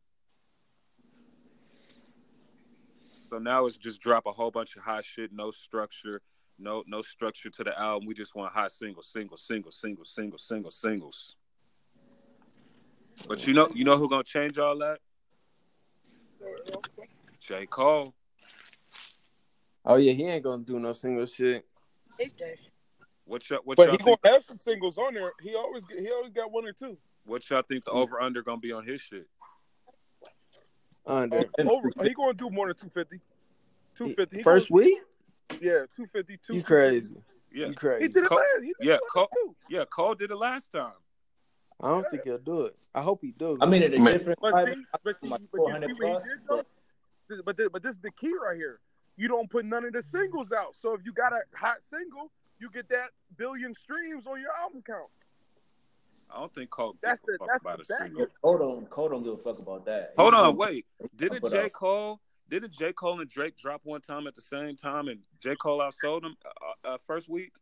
Speaker 2: So now it's just drop a whole bunch of hot shit, no structure, no no structure to the album. We just want hot singles, singles, singles, singles, singles, singles, singles. But you know, you know who gonna change all that? J. Cole.
Speaker 7: Oh yeah, he ain't gonna do no single shit.
Speaker 2: What y'all, what
Speaker 3: But
Speaker 2: y'all
Speaker 3: he
Speaker 2: think
Speaker 3: gonna have some singles on there. He always get, he always got one or two.
Speaker 2: What y'all think the
Speaker 7: Mm.
Speaker 2: over under gonna be on his shit?
Speaker 7: Under
Speaker 3: Uh, Over, he gonna do more than two fifty. Oh, Two fifty. He
Speaker 7: first week,
Speaker 3: gonna- yeah, two fifty two.
Speaker 7: you crazy.
Speaker 2: Yeah,
Speaker 7: You
Speaker 3: He
Speaker 7: crazy.
Speaker 3: did it
Speaker 2: Cole-
Speaker 3: last. He did
Speaker 2: yeah,
Speaker 3: it last
Speaker 2: Cole-
Speaker 3: too.
Speaker 2: yeah. Cole did it last time.
Speaker 7: I don't think he'll do it. I hope he do.
Speaker 6: I mean, at a
Speaker 4: Man.
Speaker 6: different
Speaker 3: But
Speaker 6: private
Speaker 3: see, but see, but
Speaker 6: like
Speaker 3: you see
Speaker 6: 400
Speaker 3: what
Speaker 6: plus,
Speaker 3: he did though?
Speaker 6: but-
Speaker 3: Th- But th- but this is the key right here. You don't put none of the singles out. So if you got a hot single, you get that billion streams on your album count.
Speaker 2: I don't think Cole
Speaker 3: That's
Speaker 2: gives a
Speaker 3: the-
Speaker 2: fuck
Speaker 3: that's
Speaker 2: about
Speaker 3: the
Speaker 2: a
Speaker 3: bad
Speaker 2: single.
Speaker 6: Cole don't, Cole don't give a fuck about that.
Speaker 2: Hold
Speaker 6: He-
Speaker 2: on,
Speaker 7: Mm-hmm.
Speaker 2: wait. Didn't
Speaker 6: But, uh,
Speaker 2: J Cole? Didn't J Cole and Drake drop one time at the same time, and J Cole outsold him uh, uh, first week?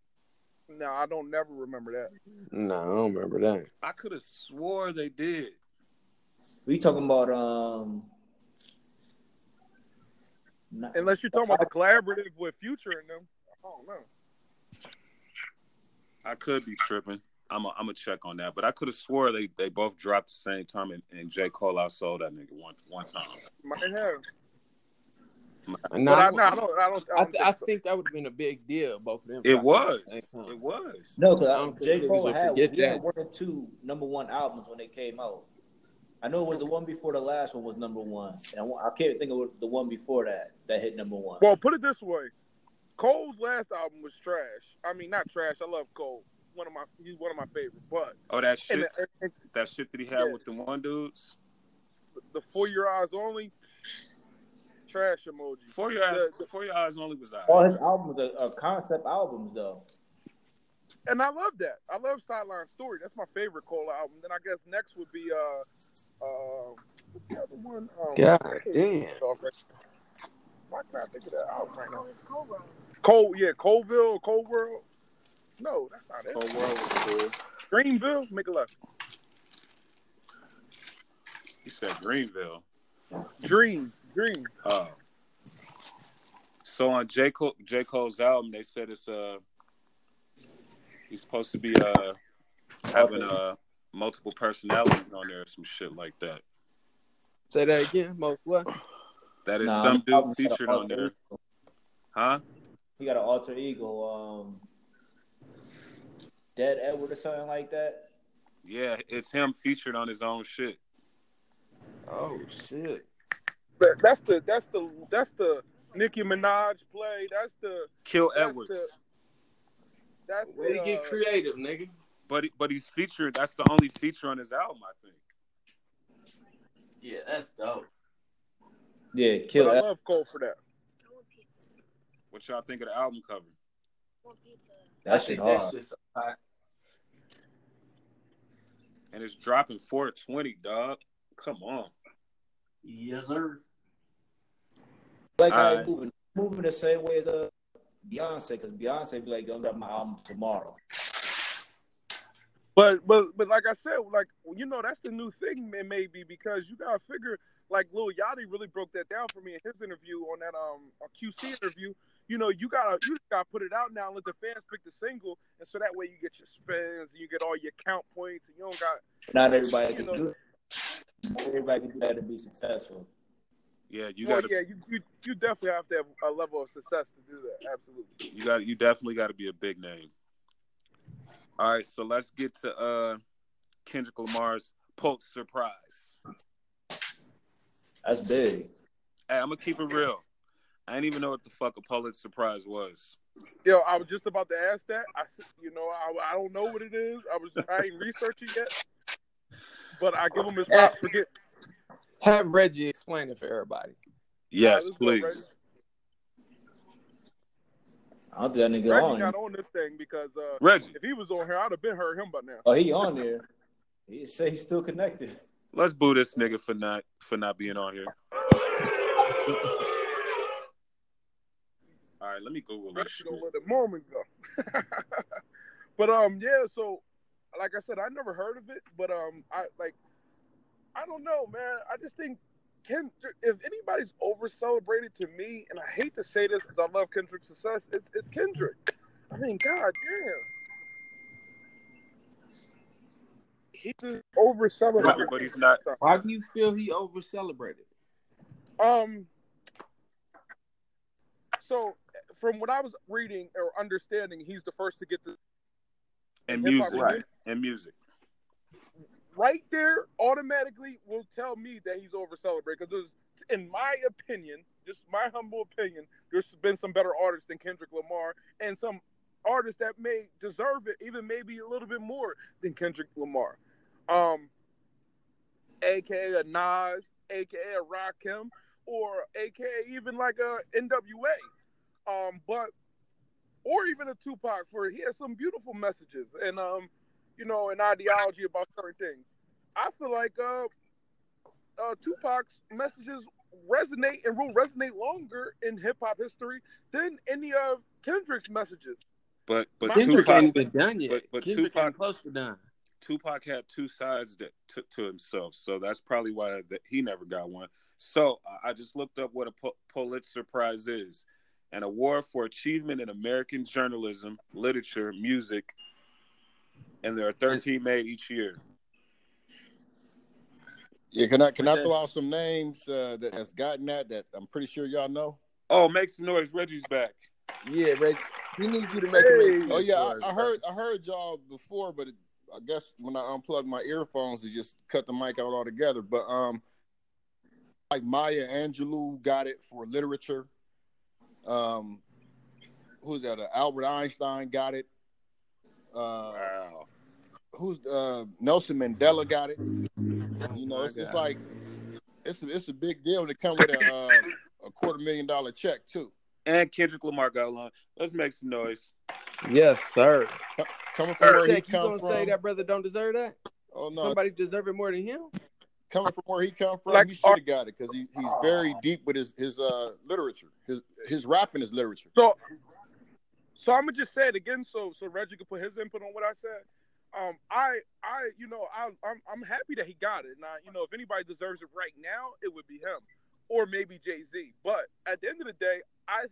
Speaker 3: No, I don't never remember that.
Speaker 7: No, I don't remember that.
Speaker 2: I could have swore they did.
Speaker 6: We talking about um. not-
Speaker 3: Unless you're talking about the collaborative with Future and them. I don't know.
Speaker 2: I could be tripping. I'm a, I'm a check on that, but I could have swore they, they both dropped the same time, and, and J Cole outsold that nigga one one time.
Speaker 3: Might have.
Speaker 7: No,
Speaker 3: But I,
Speaker 7: I,
Speaker 3: no, I don't. I don't. I
Speaker 7: I,
Speaker 3: don't
Speaker 7: th- I
Speaker 3: think so.
Speaker 7: think that would have been a big deal, both of them.
Speaker 2: It
Speaker 7: dropping
Speaker 2: was.
Speaker 7: at the same time.
Speaker 2: It was.
Speaker 6: No,
Speaker 7: I don't
Speaker 6: because
Speaker 7: think
Speaker 6: J.
Speaker 7: niggas
Speaker 6: Cole
Speaker 7: will
Speaker 6: had
Speaker 7: forget
Speaker 6: he had
Speaker 7: that.
Speaker 6: one or two number one albums when they came out. I know it was the one before the last one was number one, and I wa- I can't think of what- the one before that that hit number one.
Speaker 3: Well, put it this way: Cole's last album was trash. I mean, not trash. I love Cole. One of my he's one of my favorite. But
Speaker 2: Oh, that
Speaker 3: and,
Speaker 2: shit.
Speaker 3: and- and
Speaker 2: That shit that he had
Speaker 3: Yeah.
Speaker 2: with the one dudes.
Speaker 3: the for your eyes only trash emoji.
Speaker 2: Four your eyes,
Speaker 3: The- the-
Speaker 2: Four your eyes only was out.
Speaker 6: All his albums are, are concept albums, though.
Speaker 3: and I love that. I love Sideline Story. That's my favorite Cole album. Then I guess next would be uh, uh, what's the other one? Um,
Speaker 7: God
Speaker 3: I can't
Speaker 7: damn.
Speaker 3: remember off right- Why can't I think of that album right now? Cole, yeah, Coleville, Cole World. No, that's not it.
Speaker 2: Whole world was cool.
Speaker 3: Greenville, make a left.
Speaker 2: He said Greenville.
Speaker 3: Dream, Dream.
Speaker 2: Oh. So on J Cole, J Cole's album, they said it's uh he's supposed to be uh having uh multiple personalities on there or some shit like that.
Speaker 7: Say that again, most what?
Speaker 2: That is
Speaker 6: Nah,
Speaker 2: some
Speaker 6: albums
Speaker 2: dude
Speaker 6: had a
Speaker 2: featured on
Speaker 6: Austin-
Speaker 2: there, huh?
Speaker 6: He got an alter ego, um, Dead Edward or something like that.
Speaker 2: Yeah, it's him featured on his own shit.
Speaker 7: Oh shit.
Speaker 3: But that's the that's the that's the Nicki Minaj play. That's the
Speaker 2: Kill
Speaker 3: that's
Speaker 2: Edwards,
Speaker 3: the that's
Speaker 7: Way
Speaker 3: the,
Speaker 7: to get
Speaker 3: uh,
Speaker 7: creative, nigga.
Speaker 2: but he- but he's featured. That's the only feature on his album, I think.
Speaker 7: Yeah, that's dope.
Speaker 6: Yeah,
Speaker 3: but
Speaker 6: Kill
Speaker 3: I
Speaker 6: Edward.
Speaker 3: love Cole for that.
Speaker 2: What y'all think of the album cover?
Speaker 6: That
Speaker 7: I
Speaker 6: shit
Speaker 7: think
Speaker 6: hard.
Speaker 7: that shit's hot.
Speaker 2: And it's dropping 420, dog. Come on.
Speaker 7: Yes, sir.
Speaker 6: like how
Speaker 2: Alright.
Speaker 6: they moving, moving the same way as uh, Beyonce, because Beyonce be like, "Yo, I'm dropping my album tomorrow."
Speaker 3: But but but like I said, like you know, that's the new thing, man. Maybe because you gotta figure, like Lil Yachty really broke that down for me in his interview on that um uh, QC interview. You know, you gotta you just gotta put it out now and let the fans pick the single, and so that way you get your spins and you get all your count points, and you don't got
Speaker 6: Not everybody
Speaker 3: You
Speaker 6: can
Speaker 3: know-
Speaker 6: do. Not everybody can do that to be successful.
Speaker 2: Yeah, you
Speaker 3: well,
Speaker 2: gotta
Speaker 3: yeah, you, you you definitely have to have a level of success to do that. Absolutely.
Speaker 2: you got to you definitely gotta be a big name. All right, so let's get to uh Kendrick Lamar's Pulse Surprise.
Speaker 6: That's big.
Speaker 2: Hey, I'm gonna keep it real. I didn't even know what the fuck a Pulitzer Surprise was.
Speaker 3: Yo, I was just about to ask that. I, s- you know, I, I don't know what it is. I was I ain't researched it yet, but I give him his props. Forget.
Speaker 7: Have Reggie explain it for everybody.
Speaker 2: Yes,
Speaker 3: let's go,
Speaker 2: please.
Speaker 3: Reggie.
Speaker 6: I don't think that nigga
Speaker 3: Reggie
Speaker 6: on.
Speaker 3: not on this thing because uh,
Speaker 2: Reggie,
Speaker 3: if he was on here, I'd have been heard him by now.
Speaker 6: Oh, he on there. He say he's still connected.
Speaker 2: let's boo this nigga for not for not being on here. All right, let me Google this.
Speaker 3: Reggie
Speaker 2: shit.
Speaker 3: gonna let the Mormon go. but um, yeah. So, like I said, I never heard of it, but um, I like, I don't know, man. I just think Ken, if anybody's over celebrated to me, and I hate to say this because I love Kendrick's success, it's, it's Kendrick. I mean, god damn. He's just over celebrated.
Speaker 2: But- but he's not-
Speaker 7: Why do you feel he over celebrated?
Speaker 3: Um. So, from what I was reading or understanding, he's the first to get the
Speaker 2: And
Speaker 3: Hip hop
Speaker 2: music,
Speaker 3: right.
Speaker 2: and music.
Speaker 3: right there. Automatically, will tell me that he's over celebrated because there's, in my opinion, just my humble opinion, there's been some better artists than Kendrick Lamar and some artists that may deserve it even maybe a little bit more than Kendrick Lamar. Um, aka a Nas, aka a Rakim, or aka even like a NWA. Um, but or even a Tupac for he has some beautiful messages and um, you know, an ideology about certain things. I feel like uh uh Tupac's messages resonate and will resonate longer in hip hop history than any of Kendrick's messages.
Speaker 2: But but
Speaker 3: Kendrick
Speaker 2: Tupac
Speaker 7: ain't even done yet.
Speaker 2: but- but
Speaker 7: Kendrick
Speaker 2: Tupac-
Speaker 7: ain't close to done.
Speaker 2: Tupac had two sides that took to himself, so that's probably why that he never got one. So I- I just looked up what a Pu- Pulitzer Prize is, an award for achievement in American journalism, literature, music, and there are 13 made each year.
Speaker 4: Yeah, can I can
Speaker 6: But
Speaker 4: I throw
Speaker 6: that's-
Speaker 4: out some names uh, that has gotten that that I'm pretty sure y'all know?
Speaker 2: Oh, make some noise! Reggie's back.
Speaker 7: Yeah, Reggie. We need you to make it make
Speaker 3: Hey.
Speaker 7: sense
Speaker 4: Oh yeah,
Speaker 7: for us,
Speaker 6: uh,
Speaker 4: I, I
Speaker 7: bro.
Speaker 4: heard I heard y'all before, but it, I guess when I unplugged my earphones, it just cut the mic out altogether. But um, like Maya Angelou got it for literature. Um, who's that? Uh, Albert Einstein got it. Uh,
Speaker 2: Wow.
Speaker 4: who's uh, Nelson Mandela got it.
Speaker 7: Oh,
Speaker 4: You know,
Speaker 7: my
Speaker 4: it's, it's
Speaker 7: God.
Speaker 4: like it's a, it's a big deal to come with a uh, a quarter million dollar check too.
Speaker 2: And Kendrick Lamar got one. Let's make some noise.
Speaker 7: Yes, sir.
Speaker 4: Coming from where he
Speaker 7: Check, you
Speaker 4: come
Speaker 7: gonna say
Speaker 4: from.
Speaker 7: that brother don't deserve that?
Speaker 4: Oh no,
Speaker 7: Somebody deserve it more than him?
Speaker 4: coming from where he come from,
Speaker 3: Like,
Speaker 4: he should have got it because he, he's very deep with his his uh literature. His his rapping is literature.
Speaker 3: So, so I'm gonna just say it again, so so Reggie can put his input on what I said. Um, I, I, you know, I, I'm, I'm happy that he got it. Now, you know, if anybody deserves it right now, it would be him, or maybe Jay Z. But at the end of the day, I,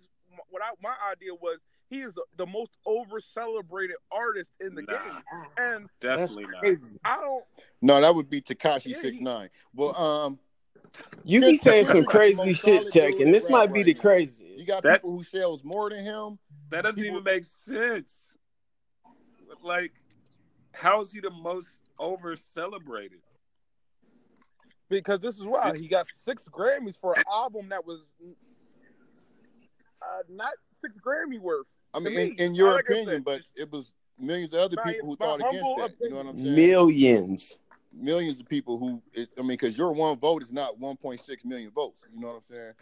Speaker 3: what I, my idea was he is the most over celebrated artist in the
Speaker 2: Nah.
Speaker 3: game, and
Speaker 2: Definitely
Speaker 7: That's
Speaker 2: not.
Speaker 7: crazy.
Speaker 3: I don't.
Speaker 4: No, that would be Takashi
Speaker 3: Yeah, he-
Speaker 4: six nine. Well, um,
Speaker 7: You be
Speaker 4: Kendrick-
Speaker 7: saying
Speaker 4: Kendrick is
Speaker 7: some
Speaker 4: the
Speaker 7: crazy
Speaker 4: most
Speaker 7: shit,
Speaker 4: solid
Speaker 7: check,
Speaker 4: dude
Speaker 7: and
Speaker 4: in
Speaker 7: this
Speaker 4: rap
Speaker 7: might be
Speaker 4: right
Speaker 7: the
Speaker 4: now.
Speaker 7: craziest.
Speaker 4: you You got
Speaker 2: That-
Speaker 4: people who sells more than him.
Speaker 2: That doesn't
Speaker 4: People-
Speaker 2: even make sense. Like, how is he the most over celebrated?
Speaker 3: because this is why he got six Grammys for an album that was uh, not six Grammy worth.
Speaker 4: I
Speaker 3: To
Speaker 4: mean,
Speaker 3: me,
Speaker 4: in, in your
Speaker 3: like I
Speaker 4: opinion,
Speaker 3: said,
Speaker 4: but it was millions of other
Speaker 3: my-
Speaker 4: people who
Speaker 3: my
Speaker 4: thought against
Speaker 3: humble
Speaker 4: that. You know what I'm saying?
Speaker 5: Millions.
Speaker 4: millions of people who it, I mean, because your one vote is not 1.6 million votes. You know what I'm saying?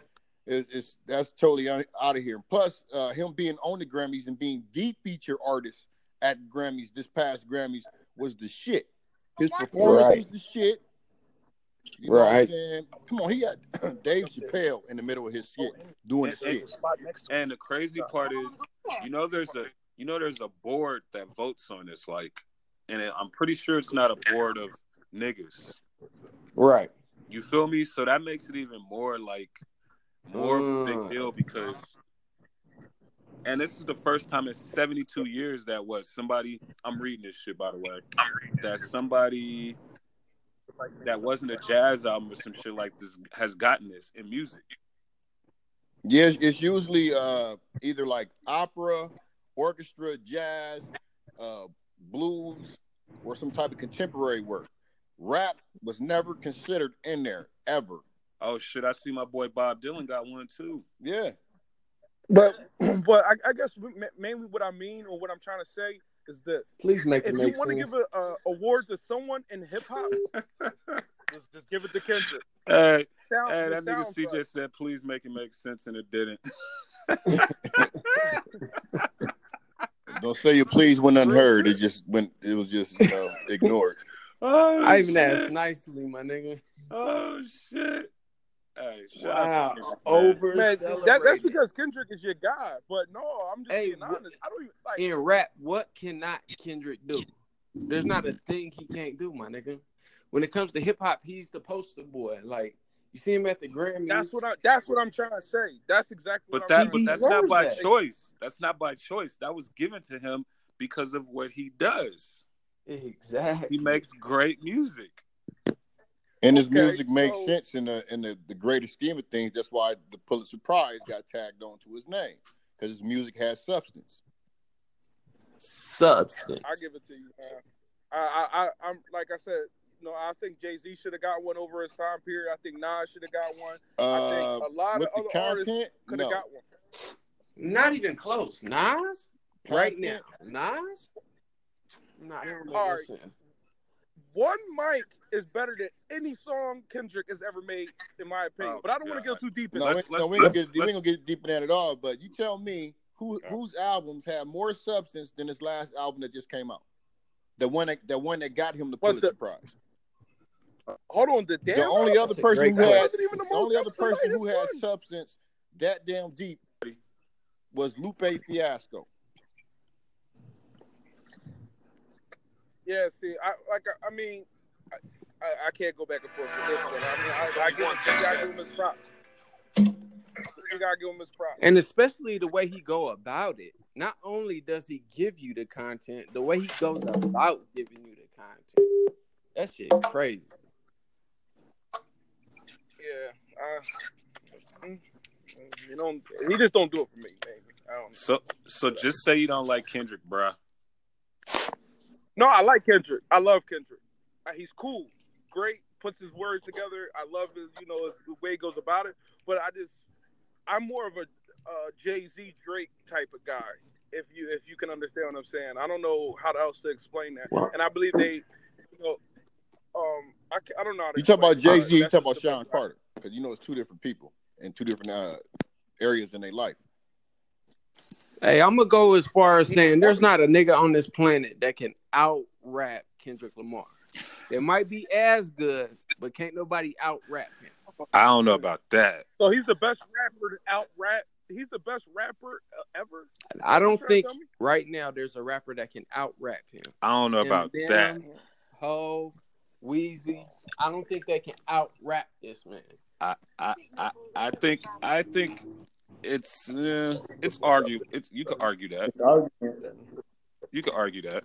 Speaker 4: It's, it's that's totally out of here. Plus, uh, him being on the Grammys and being the feature artist at Grammys this past Grammys was the shit. His performance
Speaker 5: Right.
Speaker 4: was the shit. You know what
Speaker 5: Right.
Speaker 4: I'm saying? Come on, he got Dave Chappelle in the middle of his shit doing the shit.
Speaker 2: And the crazy part is, you know, there's a you know there's a board that votes on this. Like, and it, I'm pretty sure it's not a board of niggas.
Speaker 5: Right.
Speaker 2: You feel me? So that makes it even more like more of a
Speaker 5: Mm.
Speaker 2: big deal because and this is the first time in 72 years that was somebody I'm reading this shit by the way. That somebody that wasn't a jazz album or some shit like this has gotten this in music.
Speaker 4: Yeah, it's, it's usually uh, either like opera, orchestra, jazz, uh, blues, or some type of contemporary work. Rap was never considered in there ever.
Speaker 2: Oh shit, I see my boy Bob Dylan got one too.
Speaker 4: Yeah,
Speaker 3: But but I, I guess ma- mainly what I mean or what I'm trying to say is this:
Speaker 5: Please make
Speaker 3: if
Speaker 5: it
Speaker 3: you
Speaker 5: make
Speaker 3: want to
Speaker 5: sense.
Speaker 3: give an award to someone in hip hop, just, just give it to Kendrick.
Speaker 2: Hey,
Speaker 5: Oh,
Speaker 3: Sound,
Speaker 2: hey,
Speaker 3: the
Speaker 2: that nigga
Speaker 3: soundtrack.
Speaker 2: CJ said, please make it make sense, and it didn't.
Speaker 4: don't say you please went unheard. It just went. It was just you know ignored.
Speaker 2: Oh,
Speaker 5: I even
Speaker 2: shit.
Speaker 5: asked nicely, my nigga.
Speaker 2: Oh shit! Hey, shout
Speaker 5: Wow.
Speaker 2: out to Kendrick, man.
Speaker 5: Over
Speaker 3: Man, that, that's because Kendrick is your guy. But no, I'm just
Speaker 5: Hey,
Speaker 3: being
Speaker 5: what-
Speaker 3: honest. I don't even like.
Speaker 5: in rap, what cannot Kendrick do? There's not a thing he can't do, my nigga. When it comes to hip hop, he's the poster boy. Like you see him at the Grammys.
Speaker 3: That's what I. That's what I'm trying to say. That's exactly.
Speaker 2: But
Speaker 3: what I'm
Speaker 2: that, but
Speaker 3: trying to
Speaker 2: that's
Speaker 3: say.
Speaker 2: not by
Speaker 5: deserves that.
Speaker 2: choice. That's not by choice. That was given to him because of what he does.
Speaker 5: exactly.
Speaker 2: He makes great music.
Speaker 4: And his
Speaker 3: Okay,
Speaker 4: music makes
Speaker 3: so-
Speaker 4: sense in the in the, the greater scheme of things. That's why the Pulitzer Prize got tagged onto his name because his music has substance.
Speaker 5: substance.
Speaker 3: I give it to you, man. I, I, I, I'm like I said. You know, I think Jay Z should have got one over his time period. I think Nas should have got one. I
Speaker 4: Uh,
Speaker 3: think a lot of
Speaker 4: with the
Speaker 3: other artists
Speaker 4: content,
Speaker 3: could have
Speaker 4: no.
Speaker 3: got one.
Speaker 5: Not even close. Nas, right now,
Speaker 4: Content?
Speaker 5: Nas. Nah, I don't make
Speaker 3: All
Speaker 5: no
Speaker 3: right.
Speaker 5: sense.
Speaker 3: One mic is better than any song Kendrick has ever made, in my opinion.
Speaker 2: Oh,
Speaker 3: but I don't want to
Speaker 2: God.
Speaker 3: go too deep. in
Speaker 4: No,
Speaker 3: that.
Speaker 4: we
Speaker 2: Let's-
Speaker 4: no, we ain't,
Speaker 2: let's-
Speaker 4: gonna get, we
Speaker 2: let's-
Speaker 4: ain't gonna get deep in that at all. But you tell me who whose albums have more substance than his last album that just came out. The one that the one that got him the
Speaker 3: What's
Speaker 4: Pulitzer
Speaker 3: the-
Speaker 4: Prize.
Speaker 3: Hold on, the damn.
Speaker 4: The only other
Speaker 5: a
Speaker 4: person
Speaker 5: great
Speaker 4: who had
Speaker 3: question.
Speaker 4: the only other person who had substance that damn deep was Lupe Fiasco.
Speaker 3: Yeah, see, I like. I, I mean, I, I, I can't go back and forth with this one. I mean, I, I give, you gotta give him his props. You gotta give him his props.
Speaker 5: And especially the way he go about it. Not only does he give you the content, the way he goes about giving you the content. That shit crazy.
Speaker 3: Yeah, I, you know, he just don't do it for me, baby. I don't
Speaker 2: So, so just say you don't like Kendrick, bruh.
Speaker 3: know. No, I like Kendrick. I love Kendrick. Uh, he's cool, great. Puts his words together. I love his, you know, his, the way he goes about it. But I just, I'm more of a uh, Jay Z Drake type of guy. If you if you can understand what I'm saying, I don't know how else to explain that.
Speaker 5: Well-
Speaker 3: and I believe they, you know, um, I, ca- I don't know. How to
Speaker 4: You talk about
Speaker 3: explain
Speaker 4: Jay
Speaker 3: it.
Speaker 4: Z, you
Speaker 3: That's
Speaker 4: talk
Speaker 3: just
Speaker 4: about
Speaker 3: the
Speaker 4: Sean
Speaker 3: best I-
Speaker 4: Carter because you know it's two different people and two different uh, areas in their life.
Speaker 5: Hey, I'm gonna go as far as saying there's not a nigga on this planet that can out rap Kendrick Lamar. They might be as good, but can't nobody out rap him.
Speaker 2: I don't know about that.
Speaker 3: So he's the best rapper to out rap. He's the best rapper uh, ever.
Speaker 5: I don't
Speaker 3: Tryna
Speaker 5: think
Speaker 3: tell me?
Speaker 5: right now there's a rapper that can out rap him.
Speaker 2: I don't know about that.
Speaker 5: Eminem, Ho, Wheezy. I don't think they can out rap this man.
Speaker 2: I, I, I think, I think it's, uh, it's argue. It's you could argue that.
Speaker 6: It's argument.
Speaker 2: You could argue that.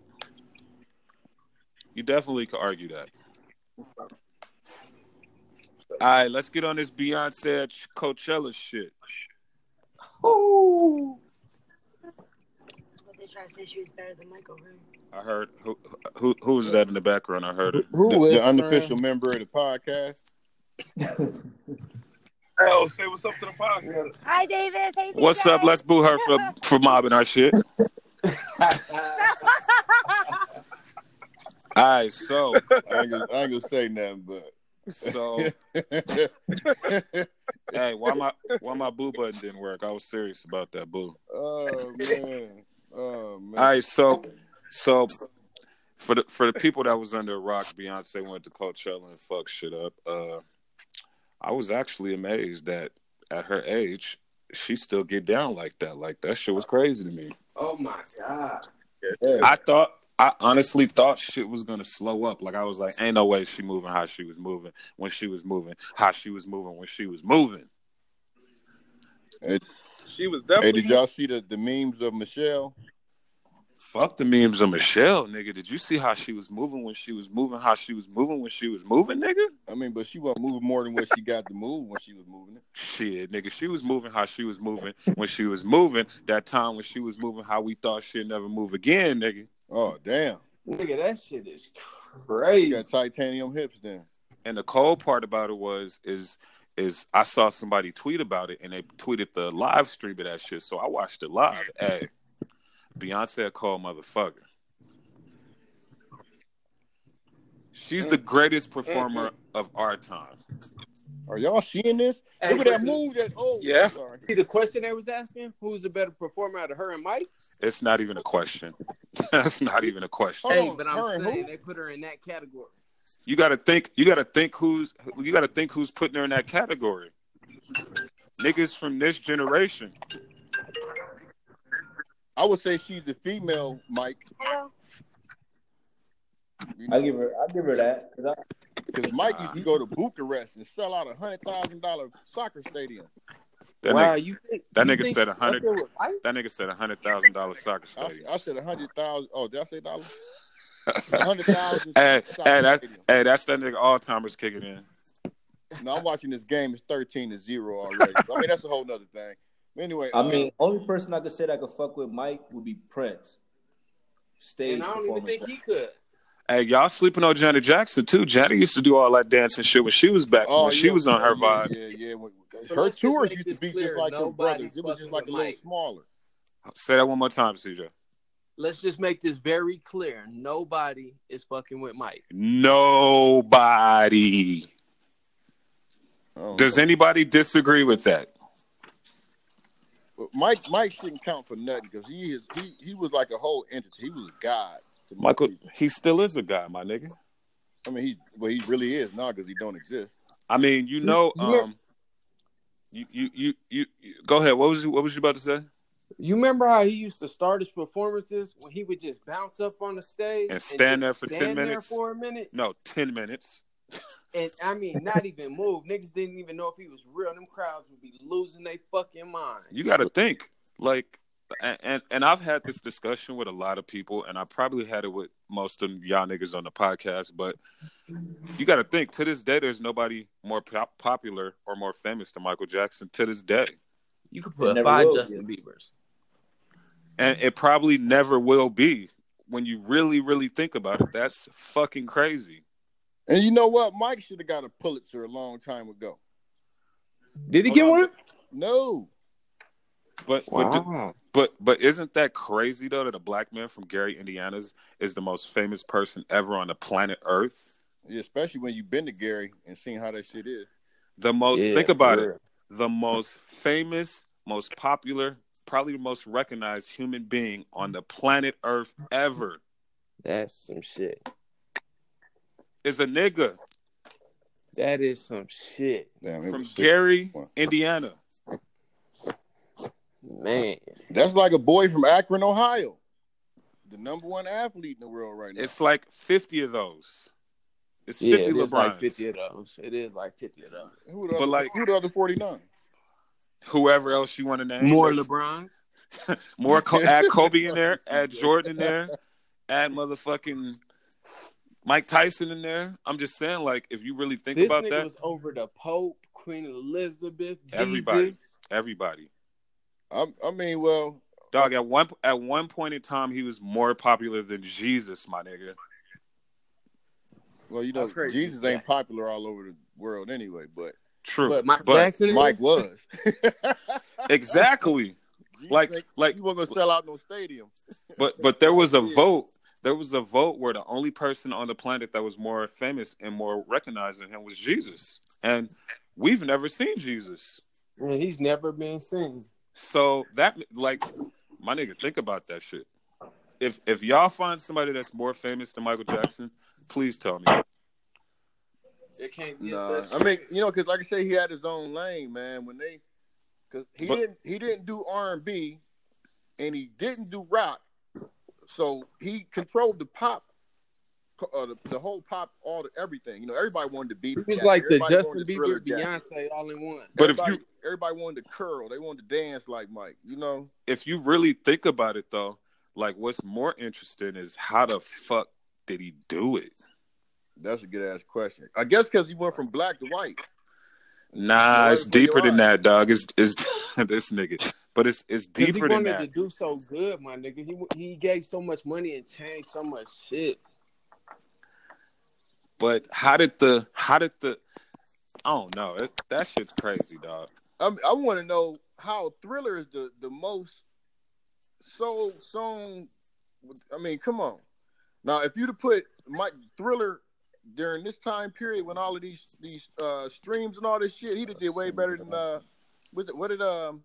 Speaker 2: You definitely could argue that. All right, let's get on this Beyonce at Coachella shit.
Speaker 8: But they try to say she was better than Michael. Right?
Speaker 2: I heard who who who is that in the background? I heard it.
Speaker 5: Who
Speaker 4: the,
Speaker 5: whispering?
Speaker 4: the unofficial member of the podcast.
Speaker 3: Oh, say what's up to the podcast.
Speaker 8: Hi, Davis. Hey,
Speaker 2: What's up? Let's boo her for for mobbing our shit. All right, so
Speaker 4: I ain't, gonna, I ain't gonna say nothing,
Speaker 2: so
Speaker 4: but
Speaker 2: hey, why my why my boo button didn't work? I was serious about that boo.
Speaker 4: oh man, oh man.
Speaker 2: All right, so so for the for the people that was under a rock, Beyonce went to Coachella and fucked shit up. Uh, I was actually amazed that at her age, she still get down like that. Like that shit was crazy to me.
Speaker 5: Oh my god!
Speaker 2: I thought I honestly thought shit was gonna slow up. Like I was like, ain't no way she moving how she was moving when she was moving, how she was moving when she was moving.
Speaker 3: She was
Speaker 4: Hey,
Speaker 3: definitely.
Speaker 4: did y'all see the, the memes of Michelle?
Speaker 2: Fuck the memes of Michelle, nigga. Did you see how she was moving when she was moving, how she was moving when she was moving, nigga?
Speaker 4: I mean, but she won't move more than what she got to move when she was moving it.
Speaker 2: Shit, nigga, she was moving how she was moving when she was moving. That time when she was moving how we thought she'd never move again, nigga.
Speaker 4: Oh damn,
Speaker 5: Nigga, that shit is
Speaker 4: she
Speaker 5: crazy.
Speaker 4: got titanium hips then.
Speaker 2: And the cold part about it was is is I saw somebody tweet about it and they tweeted the live stream of that shit. So I watched it live. Hey, Beyonce a cold motherfucker. She's the greatest performer of our time.
Speaker 4: Are y'all seeing this?
Speaker 5: Hey,
Speaker 4: Look at that move. That oh
Speaker 3: Yeah.
Speaker 4: Sorry.
Speaker 5: See the question they was asking: Who's the better performer out of her and Mike?
Speaker 2: It's not even a question. That's not even a question.
Speaker 4: Hold
Speaker 5: Hey,
Speaker 4: on,
Speaker 5: but I'm
Speaker 4: her and
Speaker 5: saying
Speaker 4: who?
Speaker 5: they put Oh, her in that category.
Speaker 2: You gotta think. You gotta think who's. You gotta think who's putting her in that category. Niggas from this generation.
Speaker 4: I would say she's the female Mike.
Speaker 8: Hello.
Speaker 4: You
Speaker 6: I
Speaker 4: know,
Speaker 6: give her, I give her that. 'cause I-
Speaker 4: because Mike used to go to Bucharest and sell out a hundred thousand dollar soccer stadium.
Speaker 2: That
Speaker 5: wow,
Speaker 2: nigga,
Speaker 5: you think
Speaker 2: that
Speaker 5: you
Speaker 2: nigga
Speaker 5: think
Speaker 2: said
Speaker 5: she's up
Speaker 2: 100.
Speaker 5: there with Mike?
Speaker 2: that nigga said a hundred thousand dollar soccer
Speaker 4: I,
Speaker 2: stadium.
Speaker 4: I said a hundred thousand. Oh, did I say dollars? A hundred thousand.
Speaker 2: hey,
Speaker 4: soccer
Speaker 2: hey, that,
Speaker 4: stadium.
Speaker 2: hey, that's that nigga Alzheimer's kicking in.
Speaker 4: No, I'm watching this game. It's thirteen to zero already. I mean, that's a whole nother thing. But anyway,
Speaker 6: I
Speaker 4: uh,
Speaker 6: mean, only person I could say that I could fuck with Mike would be Prince. Stage
Speaker 5: And I don't even
Speaker 6: performance.
Speaker 5: think he could.
Speaker 2: Hey, y'all sleeping on Janet Jackson too. Janet used to do all that dancing shit when she was back
Speaker 4: oh,
Speaker 2: when she
Speaker 4: yeah,
Speaker 2: was on her
Speaker 4: oh, yeah,
Speaker 2: vibe.
Speaker 4: Yeah, yeah. When-
Speaker 5: So
Speaker 4: her
Speaker 5: let's just
Speaker 4: tours
Speaker 5: make
Speaker 4: used to
Speaker 5: this
Speaker 4: be
Speaker 5: clear.
Speaker 4: just like her
Speaker 5: Nobody's
Speaker 4: brothers. It was just
Speaker 5: fucking
Speaker 4: like a
Speaker 5: with
Speaker 4: little
Speaker 5: Mike.
Speaker 4: smaller.
Speaker 2: Say that one more time, CJ.
Speaker 5: Let's just make this very clear: nobody is fucking with Mike.
Speaker 2: Nobody.
Speaker 4: Oh,
Speaker 2: Does anybody disagree with that?
Speaker 4: But Mike Mike shouldn't count for nothing because he is he he was like a whole entity. He was a god to most
Speaker 2: Michael,
Speaker 4: people.
Speaker 2: he still is a guy, my nigga.
Speaker 4: I mean, he's well, he really is now because he don't exist.
Speaker 2: I mean, you know,
Speaker 5: you know-
Speaker 2: um, you you you you, you go ahead. What was you, what was you about to say?
Speaker 5: You remember how he used to start his performances when he would just bounce up on the stage
Speaker 2: And stand
Speaker 5: just
Speaker 2: there for 10
Speaker 5: stand there
Speaker 2: minutes?
Speaker 5: for a minute,
Speaker 2: No, ten minutes.
Speaker 5: and I mean, not even move. Niggas didn't even know if he was real. Them crowds would be losing their fucking mind.
Speaker 2: You got to think like, and, and and I've had this discussion with a lot of people, and I probably had it with most of y'all niggas on the podcast. But you got to think to this day, there's nobody more pop- popular or more famous than Michael Jackson to this day,
Speaker 5: You could
Speaker 6: It
Speaker 5: put
Speaker 6: never
Speaker 5: five
Speaker 6: will
Speaker 5: Justin Bieber's.
Speaker 2: and it probably never will be. When you really, really think about it, that's fucking crazy.
Speaker 4: And you know what? Mike should have got a Pulitzer a long time ago.
Speaker 5: Did he
Speaker 4: Hold
Speaker 5: get
Speaker 4: on.
Speaker 5: one?
Speaker 4: No,
Speaker 2: But but do- But but isn't that crazy though that a black man from Gary, Indiana's is the most famous person ever on the planet Earth?
Speaker 4: especially when you've been to Gary and seen how that shit is.
Speaker 2: The most think about it, the most famous, most popular, probably the most recognized human being on the planet Earth ever
Speaker 5: That's some shit.
Speaker 2: is a nigga
Speaker 5: That is some shit,
Speaker 4: Damn, it
Speaker 2: from
Speaker 4: was six-
Speaker 2: Gary,
Speaker 4: one.
Speaker 2: Indiana.
Speaker 5: man.
Speaker 4: That's like a boy from Akron, Ohio, the number one athlete in the world right now.
Speaker 2: It's like 50 of those. It's
Speaker 5: Yeah,
Speaker 2: 50
Speaker 5: it is
Speaker 2: LeBrons.
Speaker 5: like fifty of those. It is like fifty of those.
Speaker 4: who the
Speaker 2: but
Speaker 4: other,
Speaker 2: like-
Speaker 4: who the other forty nine?
Speaker 2: Whoever else you want to name.
Speaker 5: More
Speaker 2: There's-
Speaker 5: LeBron.
Speaker 2: More co- add Kobe in there, add Jordan in there, add motherfucking Mike Tyson in there. I'm just saying, like, if you really think
Speaker 5: This
Speaker 2: about
Speaker 5: nigga
Speaker 2: that,
Speaker 5: was over the Pope, Queen Elizabeth,
Speaker 2: Everybody.
Speaker 5: Jesus.
Speaker 2: everybody.
Speaker 4: I, I mean, well,
Speaker 2: Dog, at one at one point in time, he was more popular than Jesus, my nigga.
Speaker 4: well, you know,
Speaker 3: That's crazy.
Speaker 4: Jesus ain't popular all over the world anyway, but
Speaker 2: True,
Speaker 5: But Mike Jackson, is?
Speaker 4: Mike was.
Speaker 2: exactly.
Speaker 4: Jesus
Speaker 2: Like,
Speaker 4: ain't-
Speaker 2: like,
Speaker 4: you wasn't gonna sell out no stadium.
Speaker 2: but but there was a
Speaker 4: Yeah.
Speaker 2: vote. There was a vote where the only person on the planet that was more famous and more recognized than him was Jesus, and we've never seen Jesus.
Speaker 5: Man, he's never been seen.
Speaker 2: So that like my nigga, think about that shit. If if y'all find somebody that's more famous than Michael Jackson, please tell me.
Speaker 5: It can't be
Speaker 4: Nah,
Speaker 5: such.
Speaker 4: I mean, you know, because like I say, he had his own lane, man. When they, because he
Speaker 2: But-
Speaker 4: didn't, he didn't do R and B, and he didn't do rock, so he controlled the pop, uh, the, the whole pop, all the everything. You know, everybody wanted to beat.
Speaker 5: He
Speaker 4: it.
Speaker 5: was like the
Speaker 4: Everybody
Speaker 5: Justin
Speaker 4: wanted to
Speaker 5: Bieber,
Speaker 4: Thriller Jack.
Speaker 5: Beyonce, all in one.
Speaker 2: But if
Speaker 4: Everybody-
Speaker 2: you
Speaker 4: everybody wanted to curl, they wanted to dance like Mike. You know,
Speaker 2: if you really think about it though, like what's more interesting is how the fuck did he do it?
Speaker 4: that's a good ass question. I guess because he went from black to white.
Speaker 2: Nah,
Speaker 4: Well,
Speaker 2: it's
Speaker 4: that's where you
Speaker 2: deeper than
Speaker 4: are.
Speaker 2: that, dog. It's it's this nigga. But it's it's
Speaker 5: Because he
Speaker 2: deeper than
Speaker 5: wanted to
Speaker 2: that.
Speaker 5: do so good, my nigga. He he gave so much money and changed so much shit.
Speaker 2: But how did the how did the I don't know. It, that shit's crazy, dog.
Speaker 4: I I want to know how Thriller is the the most sold song. I mean, come on. Now, if you'd have put Mike Thriller during this time period when all of these these uh, streams and all this shit, he'd have did way better than uh, what did, what did um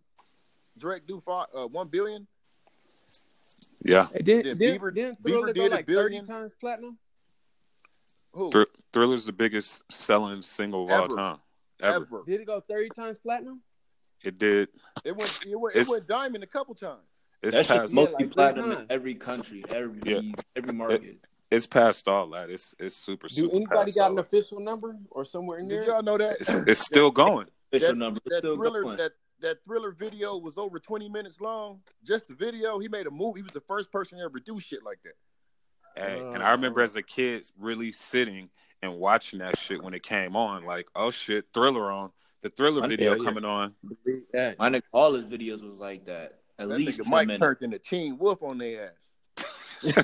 Speaker 4: Drake do? Five, uh, one billion.
Speaker 2: Yeah.
Speaker 5: Hey, didn't,
Speaker 4: Yeah,
Speaker 5: didn't,
Speaker 4: Bieber-
Speaker 5: didn't
Speaker 4: Bieber
Speaker 5: Thriller go
Speaker 4: did a
Speaker 5: like
Speaker 4: billion.
Speaker 5: 30 times platinum?
Speaker 4: Who
Speaker 2: Thr- Thriller's the biggest selling single of all
Speaker 4: Ever.
Speaker 2: time. Ever.
Speaker 4: ever?
Speaker 5: Did it go 30 times platinum?
Speaker 2: It did.
Speaker 4: It went it went, it
Speaker 2: It's-
Speaker 4: went diamond a couple times.
Speaker 2: It's
Speaker 6: That shit's
Speaker 2: past.
Speaker 5: Yeah, like
Speaker 6: multi platinum
Speaker 5: three
Speaker 6: in
Speaker 5: times.
Speaker 6: every country, every
Speaker 2: Yeah.
Speaker 6: every market.
Speaker 2: It's past all that. It's it's super
Speaker 5: Do
Speaker 2: super.
Speaker 5: anybody
Speaker 2: past
Speaker 5: got
Speaker 2: all
Speaker 5: an
Speaker 2: that.
Speaker 5: official number or somewhere in
Speaker 4: Did
Speaker 5: there?
Speaker 4: y'all know that
Speaker 2: It's, it's still going.
Speaker 6: Official
Speaker 4: That-
Speaker 6: number. It's
Speaker 4: that
Speaker 6: still
Speaker 4: thriller
Speaker 6: going.
Speaker 4: that that thriller video was over twenty minutes long? Just the video. He made a movie. He was the first person to ever do shit like that.
Speaker 2: Hey, and I remember
Speaker 5: Uh.
Speaker 2: as a kid really sitting and watching that shit when it came on. Like, oh shit, Thriller on the Thriller
Speaker 6: Hell
Speaker 2: video
Speaker 6: yeah.
Speaker 2: coming on.
Speaker 5: Believe that.
Speaker 6: My nigga, all his videos was like that. At
Speaker 4: That
Speaker 6: least
Speaker 4: nigga
Speaker 6: 10
Speaker 4: Mike
Speaker 6: minutes.
Speaker 4: turned into Teen Wolf on their ass.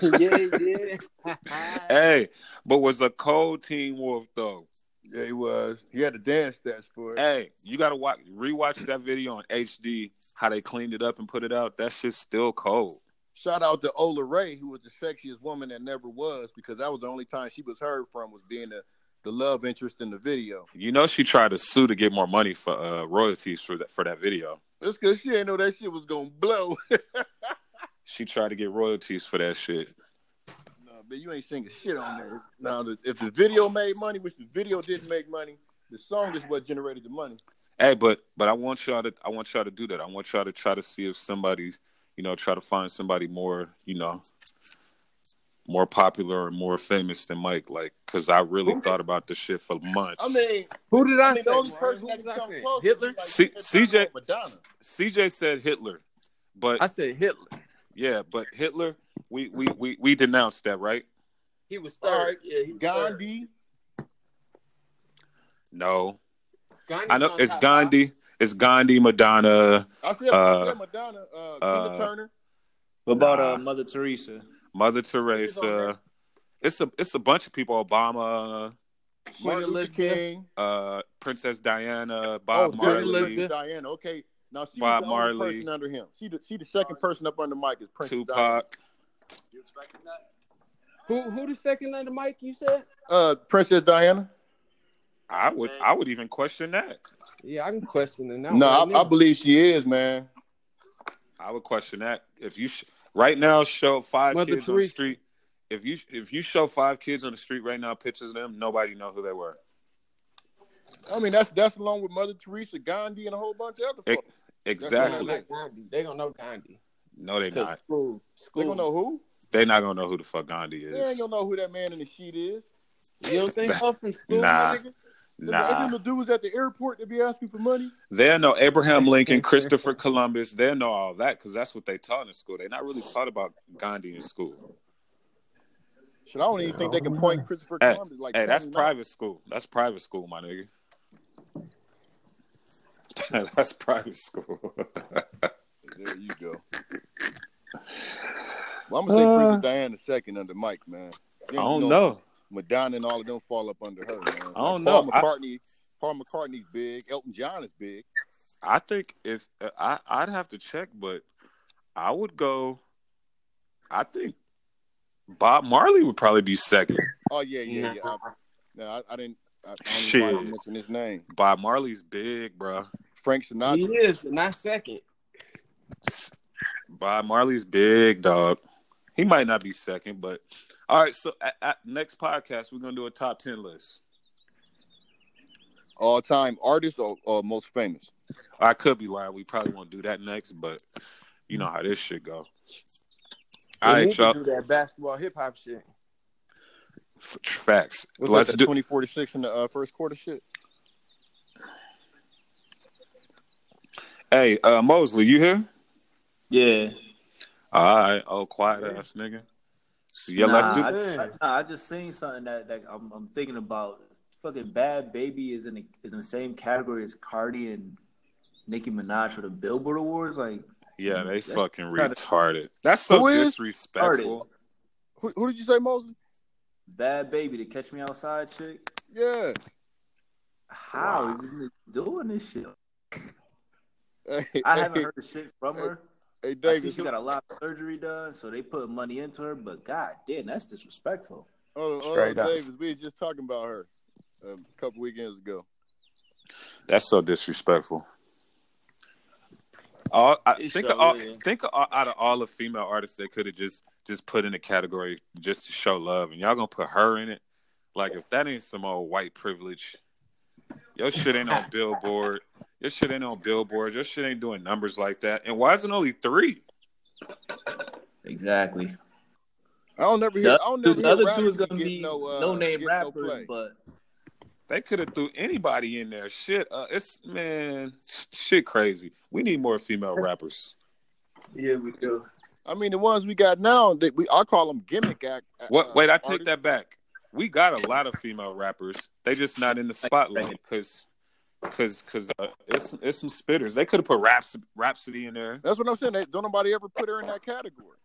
Speaker 5: yeah, yeah.
Speaker 2: Hey, but was a cold Teen Wolf though.
Speaker 4: Yeah, he was. He had a dance stats for it.
Speaker 2: Hey, you gotta watch rewatch that video on HD. How they cleaned it up and put it out. That shit's still cold.
Speaker 4: Shout out to Ola Ray, who was the sexiest woman that never was, because that was the only time she was heard from was being the, the love interest in the video.
Speaker 2: You know she tried to sue to get more money for uh, royalties for that for that video.
Speaker 4: That's because she ain't know that shit was gonna blow.
Speaker 2: She tried to get royalties for that shit.
Speaker 4: no, but you ain't singing shit on there. Now, the, if the video made money, which the video didn't make money, the song is what generated the money.
Speaker 2: Hey, but but I want y'all to I want y'all to do that. I want y'all to try to see if somebody's you know try to find somebody more you know more popular and more famous than Mike. Like, cause I really thought about this shit for months.
Speaker 4: I mean,
Speaker 5: Who did I
Speaker 4: I mean,
Speaker 5: say?
Speaker 4: the only
Speaker 5: Mark?
Speaker 4: person
Speaker 5: Who
Speaker 4: that
Speaker 5: was
Speaker 4: can
Speaker 5: I
Speaker 4: come
Speaker 5: saying?
Speaker 4: close
Speaker 5: Hitler?
Speaker 4: Is like
Speaker 2: C- CJ
Speaker 4: Madonna.
Speaker 2: CJ said Hitler, but
Speaker 5: I said Hitler.
Speaker 2: yeah, but Hitler we we we we denounced that, right?
Speaker 5: He was third.
Speaker 4: All right.
Speaker 5: Yeah, he was third.
Speaker 4: Gandhi.
Speaker 2: No,
Speaker 5: Gandhi's
Speaker 2: I know
Speaker 5: on
Speaker 2: it's
Speaker 5: top
Speaker 2: Gandhi. It's Gandhi, Madonna,
Speaker 4: I said, I
Speaker 2: Uh,
Speaker 4: said Madonna. Uh,
Speaker 2: uh,
Speaker 4: Tina Turner.
Speaker 6: What about
Speaker 2: Nah.
Speaker 6: uh, Mother Teresa?
Speaker 2: Mother
Speaker 5: on there?
Speaker 2: Teresa. It's a it's a bunch of people. Obama,
Speaker 5: five. Queen
Speaker 4: Martin Luther
Speaker 5: Elizabeth.
Speaker 4: King.
Speaker 2: uh, Princess Diana, Bob
Speaker 4: oh,
Speaker 5: Queen
Speaker 2: Marley,
Speaker 5: Elizabeth.
Speaker 4: Diana. Okay, now she
Speaker 2: Bob
Speaker 4: was the only
Speaker 2: Marley.
Speaker 4: person under him. She the, she the second person up under Mike is Prince Diana.
Speaker 2: Tupac.
Speaker 5: Who who the second under Mike? You said?
Speaker 4: Uh, Princess Diana.
Speaker 2: I would I would even question that.
Speaker 5: Yeah, I can question it now.
Speaker 4: no,
Speaker 5: right
Speaker 4: I,
Speaker 5: now.
Speaker 4: I believe she is, man.
Speaker 2: I would question that. If you sh- right now show five
Speaker 5: Mother
Speaker 2: kids on the
Speaker 5: Teresa.
Speaker 2: street, if you if you show five kids on the street right now pictures of them, nobody know who they were.
Speaker 4: I mean, that's that's along with Mother Teresa, Gandhi, and a whole bunch of other
Speaker 2: Ex-
Speaker 4: folks.
Speaker 5: They
Speaker 2: Exactly.
Speaker 5: gonna know Gandhi. They gonna know Gandhi.
Speaker 2: No, they not.
Speaker 5: School.
Speaker 4: They
Speaker 5: School.
Speaker 4: gonna know who?
Speaker 2: They not gonna know who the fuck Gandhi
Speaker 4: They ain't
Speaker 2: is.
Speaker 4: gonna know who that man in the sheet is.
Speaker 5: You don't think
Speaker 2: That-
Speaker 5: I'm from school,
Speaker 2: Nah.
Speaker 5: my nigga?
Speaker 2: Nah,
Speaker 4: Nah. the dudes at the airport to be asking for money.
Speaker 2: they'll know Abraham Lincoln, Christopher Columbus. They'll know all that because that's what they taught in school. They're not really taught about Gandhi in school.
Speaker 4: Shit, I don't even think they can point Christopher
Speaker 2: Hey,
Speaker 4: Columbus like.
Speaker 2: Hey, that's
Speaker 4: 29.
Speaker 2: private school. That's private school, my nigga. that's private school.
Speaker 4: There you go. Well, I'm gonna say Princess Diana second under Mike, man.
Speaker 9: I
Speaker 4: Then,
Speaker 9: don't
Speaker 4: you
Speaker 9: know.
Speaker 4: Madonna and all of them fall up under her. Man.
Speaker 9: I don't
Speaker 4: Paul
Speaker 9: know. I-
Speaker 4: McCartney, Paul McCartney's big. Elton John is big.
Speaker 2: I think if uh, I I'd have to check, but I would go. I think Bob Marley would probably be second.
Speaker 4: Oh yeah, yeah, yeah. I, no, I, I didn't. I, I don't
Speaker 2: Shit.
Speaker 4: even want to mention his name.
Speaker 2: Bob Marley's big, bro.
Speaker 4: Frank
Speaker 5: He
Speaker 4: Sinatra.
Speaker 5: is, but not second.
Speaker 2: Bob Marley's big dog. He might not be second, but all right. So at, at next podcast, we're gonna do a top ten list.
Speaker 4: All time artist or, or most famous?
Speaker 2: I could be lying. We probably won't do that next, but you know how this shit go. All
Speaker 5: They
Speaker 2: right,
Speaker 5: need to
Speaker 2: y'all.
Speaker 5: do that basketball hip hop shit.
Speaker 2: F- Facts.
Speaker 4: Was
Speaker 2: Let's
Speaker 4: that
Speaker 2: do.
Speaker 4: twenty forty six in the uh, first quarter? Shit.
Speaker 2: Hey, uh, Mosley, you here?
Speaker 6: Yeah.
Speaker 2: All right. Oh, quiet ass nigga. So yeah, let's
Speaker 6: Nah,
Speaker 2: do.
Speaker 6: I-
Speaker 5: Yeah.
Speaker 6: I, I just seen something that, that I'm, I'm thinking about. Fucking Bad Baby is in the, is in the same category as Cardi and Nicki Minaj for the Billboard Awards. Like,
Speaker 2: Yeah, they
Speaker 6: That's
Speaker 2: fucking
Speaker 6: kinda-
Speaker 2: retarded. That's so
Speaker 4: Who is
Speaker 2: disrespectful.
Speaker 4: Who, who did you say, Mosley?
Speaker 6: Bad Baby to Catch Me Outside chick.
Speaker 4: Yeah.
Speaker 6: How is this nigga doing this shit?
Speaker 4: Hey,
Speaker 6: I
Speaker 4: hey,
Speaker 6: haven't heard the shit from her.
Speaker 4: Hey,
Speaker 6: I see
Speaker 4: David.
Speaker 6: she got a lot of surgery done, so they put money into her. But god damn, that's disrespectful.
Speaker 4: Hold on, hold on,
Speaker 5: Straight up.
Speaker 4: Davis. We were just talking about her um, a couple weekends ago.
Speaker 2: That's so disrespectful. All, I
Speaker 6: It
Speaker 2: think
Speaker 6: sure
Speaker 2: of all,
Speaker 6: is.
Speaker 2: think of all, out of all the female artists they could have just just put in a category just to show love, and y'all gonna put her in it. Like if that ain't some old white privilege, your shit ain't on Billboard. Your shit ain't on Billboard. Your shit ain't doing numbers like that. And why is it only three?
Speaker 6: Exactly.
Speaker 4: I don't never hear.
Speaker 6: The,
Speaker 4: I don't
Speaker 6: the
Speaker 4: never hear
Speaker 6: other
Speaker 4: rappers
Speaker 6: two is
Speaker 4: who
Speaker 6: gonna
Speaker 4: get
Speaker 6: be
Speaker 4: no, uh,
Speaker 6: name
Speaker 4: get
Speaker 6: rappers,
Speaker 4: play.
Speaker 6: but
Speaker 2: They could have threw anybody in there. Shit, uh, it's man, shit crazy. We need more female rappers.
Speaker 6: yeah, we do.
Speaker 4: I mean, the ones we got now, they, we I call them gimmick act.
Speaker 2: What?
Speaker 4: uh,
Speaker 2: Wait, I take
Speaker 4: artists.
Speaker 2: that back. We got a lot of female rappers. They just not in the spotlight because, because, because uh, it's it's some spitters. They could have put Raps, Rhapsody in there.
Speaker 4: That's what I'm saying. They, don't nobody ever put her in that category.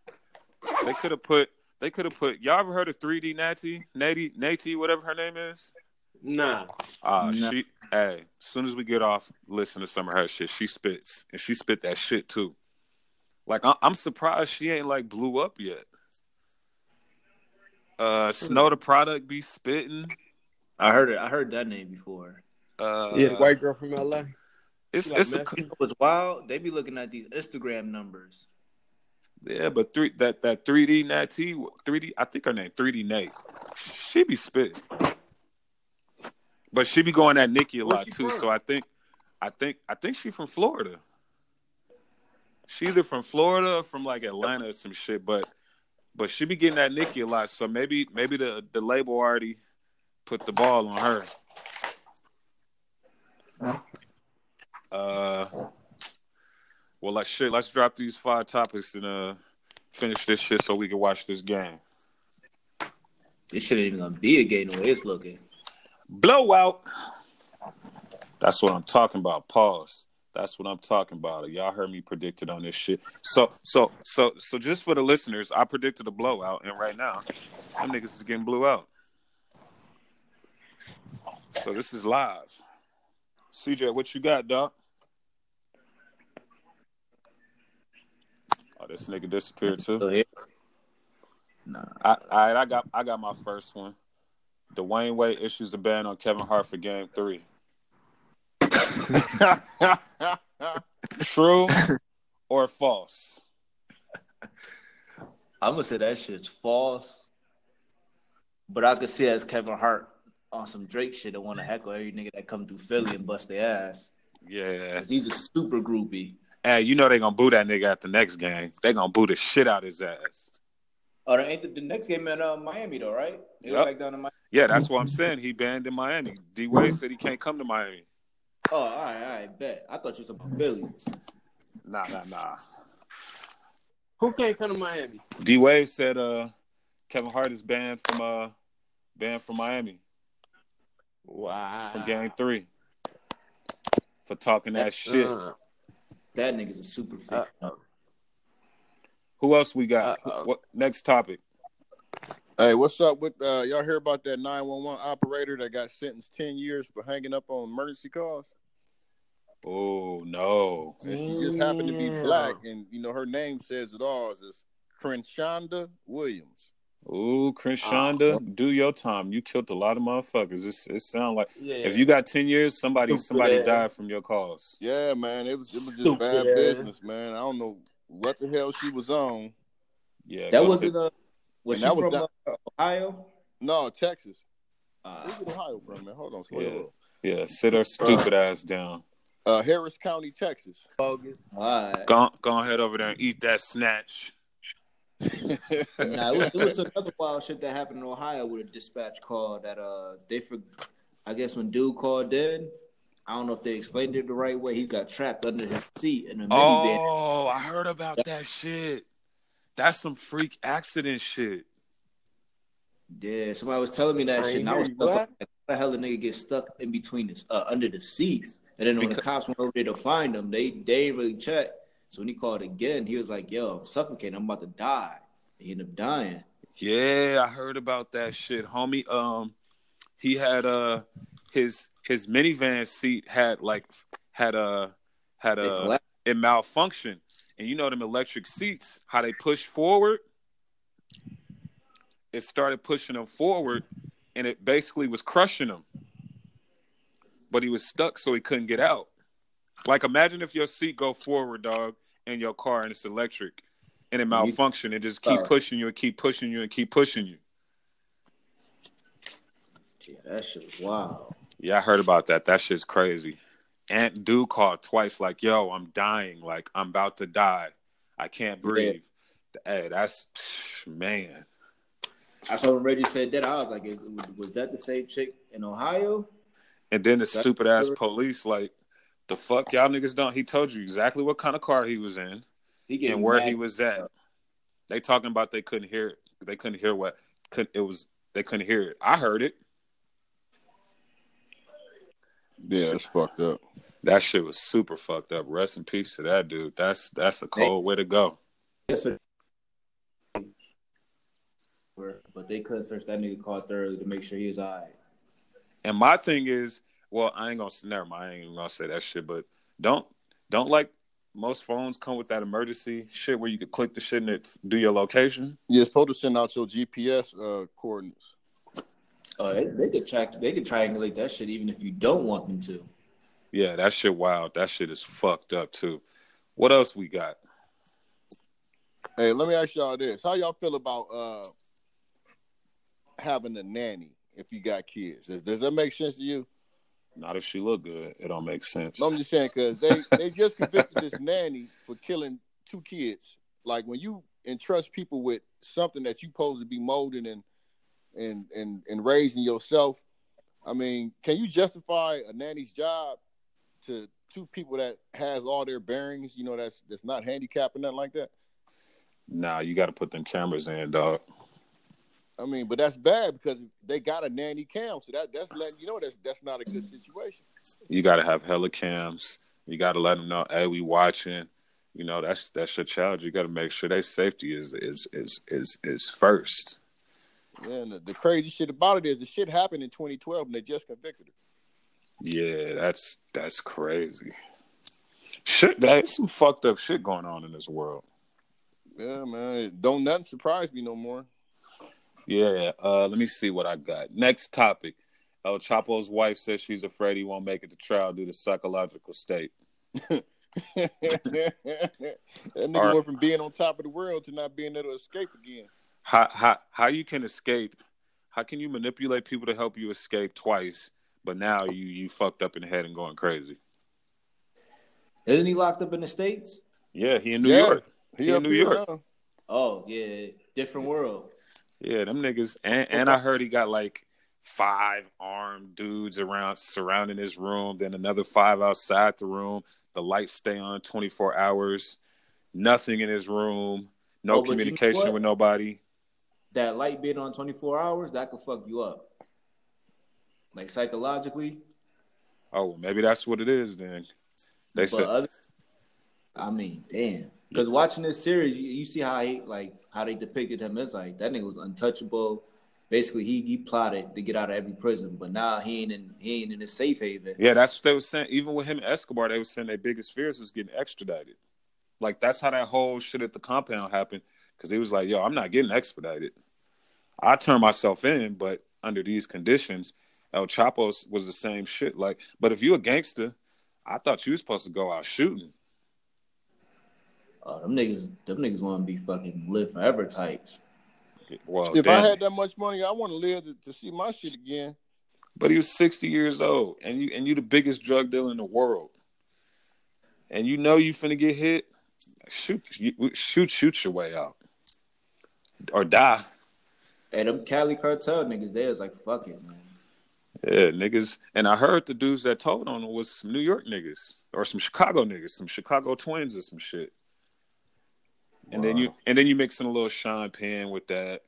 Speaker 2: They could have put. They could have put. Y'all ever heard of 3D Natty, Natty, Natty, whatever her name is?
Speaker 5: Nah.
Speaker 2: Uh,
Speaker 6: No.
Speaker 2: she. Hey, as soon as we get off, listen to some of her shit. She spits, and she spit that shit too. Like I, I'm surprised she ain't like blew up yet. Uh, Snow the product be spitting.
Speaker 6: I heard it. I heard that name before.
Speaker 2: Uh,
Speaker 5: yeah, the white girl from LA.
Speaker 2: It's
Speaker 5: Like
Speaker 2: it's a,
Speaker 5: Messi.
Speaker 6: What's wild? They be looking at these Instagram numbers.
Speaker 2: yeah, but three that that three D Nat T three D I think her name three D Nate. She be spitting, but she be going at Nikki a
Speaker 4: Where
Speaker 2: lot
Speaker 4: she
Speaker 2: too.
Speaker 4: from?
Speaker 2: So I think, I think, I think she from Florida. She either from Florida or from like Atlanta or some shit, but but she be getting at Nikki a lot. So maybe maybe the the label already put the ball on her. Uh, well, like shit. Let's drop these five topics and uh finish this shit so we can watch this game.
Speaker 6: This shit ain't even gonna be a game the way it's looking.
Speaker 2: Blowout. That's what I'm talking about. Pause. That's what I'm talking about. Y'all heard me predicted on this shit. So, so, so, so, just for the listeners, I predicted a blowout, and right now, them niggas is getting blew out. So this is live. CJ, what you got, dog? Oh, this nigga disappeared too.
Speaker 6: So here, nah.
Speaker 2: I, all right, I got I got my first one. Dwayne Wade issues a ban on Kevin Hart for Game Three. True or false?
Speaker 6: I'm gonna say that shit's false. But I could see as Kevin Hart on some Drake shit and want to heckle every nigga that come through Philly and bust their ass.
Speaker 2: Yeah.
Speaker 6: 'Cause he's a super groupie.
Speaker 2: Hey, you know they gonna boo that nigga at the next game. They gonna boo the shit out his ass.
Speaker 6: Oh, there ain't the, the next game in uh, Miami though, right? They
Speaker 2: Yup.
Speaker 6: go back down to Miami.
Speaker 2: Yeah, that's what I'm saying. He banned in Miami. D Wade said he can't come to Miami.
Speaker 6: Oh, all right, all right, bet. I thought you was about Philly.
Speaker 2: Nah, nah, nah.
Speaker 5: Who can't come to Miami?
Speaker 2: D Wade said uh Kevin Hart is banned from uh banned from Miami
Speaker 5: Wow.
Speaker 2: from game three for talking that shit.
Speaker 5: Uh,
Speaker 6: That nigga's a super fan.
Speaker 2: Who else we got?
Speaker 7: Uh-oh.
Speaker 2: What next topic?
Speaker 4: Hey, what's up with uh, y'all? Hear about that nine one one operator that got sentenced ten years for hanging up on emergency calls?
Speaker 2: Oh no.
Speaker 4: And she just happened to be
Speaker 7: Damn.
Speaker 4: black, and you know her name says it all. Is Crenshonda Williams?
Speaker 2: Ooh, Chris Shonda, do your time. You killed a lot of motherfuckers. It's, it sounds like
Speaker 7: Yeah.
Speaker 2: if you got ten years, somebody
Speaker 6: Stupid
Speaker 2: somebody
Speaker 6: ass.
Speaker 2: died from your cause.
Speaker 4: Yeah, man, it was it was just
Speaker 6: Stupid
Speaker 4: bad
Speaker 6: ass.
Speaker 4: business, man. I don't know what the hell she was on.
Speaker 2: Yeah,
Speaker 6: That
Speaker 2: go
Speaker 6: wasn't
Speaker 2: sit-
Speaker 6: uh,
Speaker 4: And
Speaker 6: was she
Speaker 4: that was
Speaker 6: from
Speaker 4: not-
Speaker 6: uh, Ohio?
Speaker 4: No, Texas.
Speaker 6: Uh,
Speaker 4: Where's Ohio from, man? Hold on, slow
Speaker 2: Yeah.
Speaker 4: your roll.
Speaker 2: yeah. Sit her stupid ass down.
Speaker 4: Uh, Harris County, Texas.
Speaker 5: bogus.
Speaker 6: all right.
Speaker 2: Go go ahead over there and eat that snatch.
Speaker 6: Nah, it was, it was another wild shit that happened in Ohio with a dispatch call that uh they for I guess when dude called in, I don't know if they explained it the right way. He got trapped under his seat in a minivan.
Speaker 2: Oh, I heard about that shit. That's some freak accident shit.
Speaker 6: Yeah, somebody was telling me
Speaker 5: I
Speaker 6: that
Speaker 5: ain't
Speaker 6: shit, and I
Speaker 5: hear
Speaker 6: was
Speaker 5: you,
Speaker 6: stuck. up,
Speaker 5: what?
Speaker 6: Like, how the hell a nigga get stuck in between this uh, under the seats? And then when the
Speaker 2: Because-
Speaker 6: cops went over there to find him, they they didn't really check. So when he called again, he was like, "Yo, I'm suffocating. I'm about to die." He ended up dying.
Speaker 2: Yeah, I heard about that shit, homie. Um, he had uh his his minivan seat had like had a had
Speaker 5: Uh.
Speaker 6: They
Speaker 2: a
Speaker 6: collapsed.
Speaker 2: it malfunctioned, and you know them electric seats how they push forward. It started pushing him forward, and it basically was crushing him. But he was stuck, so he couldn't get out. Like imagine if your seat go forward, dog, in your car, and it's electric, and it malfunction, and just keep
Speaker 6: Uh.
Speaker 2: pushing you and keep pushing you and keep pushing you.
Speaker 6: Yeah, that shit was wild.
Speaker 2: Yeah, I heard about that. That shit's crazy. Aunt Dude called twice, like, yo, I'm dying. Like, I'm about to die. I can't breathe. Hey, that's, man.
Speaker 6: I saw when Reggie said that, I was like, is, was, was that the same chick in Ohio?
Speaker 2: And then the stupid ass
Speaker 6: true.
Speaker 2: police, like, the fuck y'all niggas don't. He told you exactly what kind of car he was in
Speaker 6: He getting
Speaker 2: and where
Speaker 6: mad.
Speaker 2: he was at. They talking about they couldn't hear it. They couldn't hear what could it was. They couldn't hear it. I heard it.
Speaker 4: Yeah, that's fucked up.
Speaker 2: That shit was super fucked up. Rest in peace to that dude. That's that's a cold way to go.
Speaker 6: Yes, sir. But they couldn't search that nigga car thoroughly to make sure he was all right.
Speaker 2: And my thing is, well, I ain't gonna never mind. I ain't even gonna say that shit. But don't don't like most phones come with that emergency shit where you could click the shit and it do your location.
Speaker 4: You're supposed to send out your GPS uh, coordinates.
Speaker 6: Oh, they, they could track, they could triangulate that shit even if you don't want them to.
Speaker 2: Yeah, that shit wild. That shit is fucked up too. What else we got?
Speaker 4: Hey, let me ask y'all this: How y'all feel about uh, having a nanny if you got kids? Does- Does that make sense to you?
Speaker 2: Not if she look good. It don't make sense.
Speaker 4: No, I'm just saying because they they just convicted this nanny for killing two kids. Like when you entrust people with something that you supposed to be molding and and and and raising yourself, I mean, can you justify a nanny's job to two people that has all their bearings? You know, that's that's not handicapped or nothing like that.
Speaker 2: Nah, you got to put them cameras in, dog.
Speaker 4: I mean, but that's bad because they got a nanny cam, so that that's letting you know that's that's not a good situation.
Speaker 2: You got to have hella cams. You got to let them know, hey, we watching. You know, that's that's your child. You got to make sure their safety is is is is is first.
Speaker 4: Yeah, and the, the crazy shit about it is the shit happened in 2012 and they just convicted her.
Speaker 2: Yeah, that's that's crazy. Shit, there's some fucked up shit going on in this world.
Speaker 4: Yeah, man. it Don't nothing surprise me no more.
Speaker 2: Yeah, uh, let me see what I got. Next topic. El Chapo's wife says she's afraid he won't make it to trial due to psychological state.
Speaker 4: that nigga
Speaker 2: All right.
Speaker 4: went from being on top of the world to not being able to escape again.
Speaker 2: How how how you can escape? How can you manipulate people to help you escape twice? But now you you fucked up in the head and going crazy.
Speaker 6: Isn't he locked up in the states?
Speaker 2: Yeah, he in New
Speaker 4: Yeah.
Speaker 2: York.
Speaker 4: He,
Speaker 2: He in
Speaker 4: up
Speaker 2: New
Speaker 4: here
Speaker 2: York.
Speaker 4: now.
Speaker 6: Oh yeah, different world.
Speaker 2: Yeah, them niggas. And, and I heard he got like five armed dudes around surrounding his room, then another five outside the room. The lights stay on 24 hours. Nothing in his room. No
Speaker 6: Oh, but you know
Speaker 2: communication
Speaker 6: what?
Speaker 2: with nobody.
Speaker 6: That light being on twenty four hours, that could fuck you up. Like psychologically,
Speaker 2: Oh, well, maybe that's what it is then. They
Speaker 6: but
Speaker 2: said
Speaker 6: other, I mean, damn. Because watching this series, you, you see how he like how they depicted him as like that nigga was untouchable. Basically, he he plotted to get out of every prison, but now he ain't in he ain't in a safe haven.
Speaker 2: Yeah, that's what they were saying. Even with him and Escobar, they were saying their biggest fears was getting extradited. Like that's how that whole shit at the compound happened. Because he was like, "Yo, I'm not getting expedited. I turn myself in, but under these conditions." El Chapo was the same shit. Like, but if you a gangster, I thought you was supposed to go out shooting.
Speaker 6: Uh, them niggas, them niggas want to be fucking live forever types.
Speaker 2: Well,
Speaker 4: if I
Speaker 2: damn.
Speaker 4: had that much money, I want to live to, to see my shit again.
Speaker 2: but he was 60 years old, and you and you the biggest drug dealer in the world, and you know you finna get hit. Shoot, you- shoot, shoot your way out, or die.
Speaker 6: And them Cali cartel niggas, they was like, fuck it, man.
Speaker 2: Yeah, niggas. And I heard the dudes that told on him was some New York niggas or some Chicago niggas, some Chicago twins or some shit. And then you and then you mix in a little Sean Penn with that.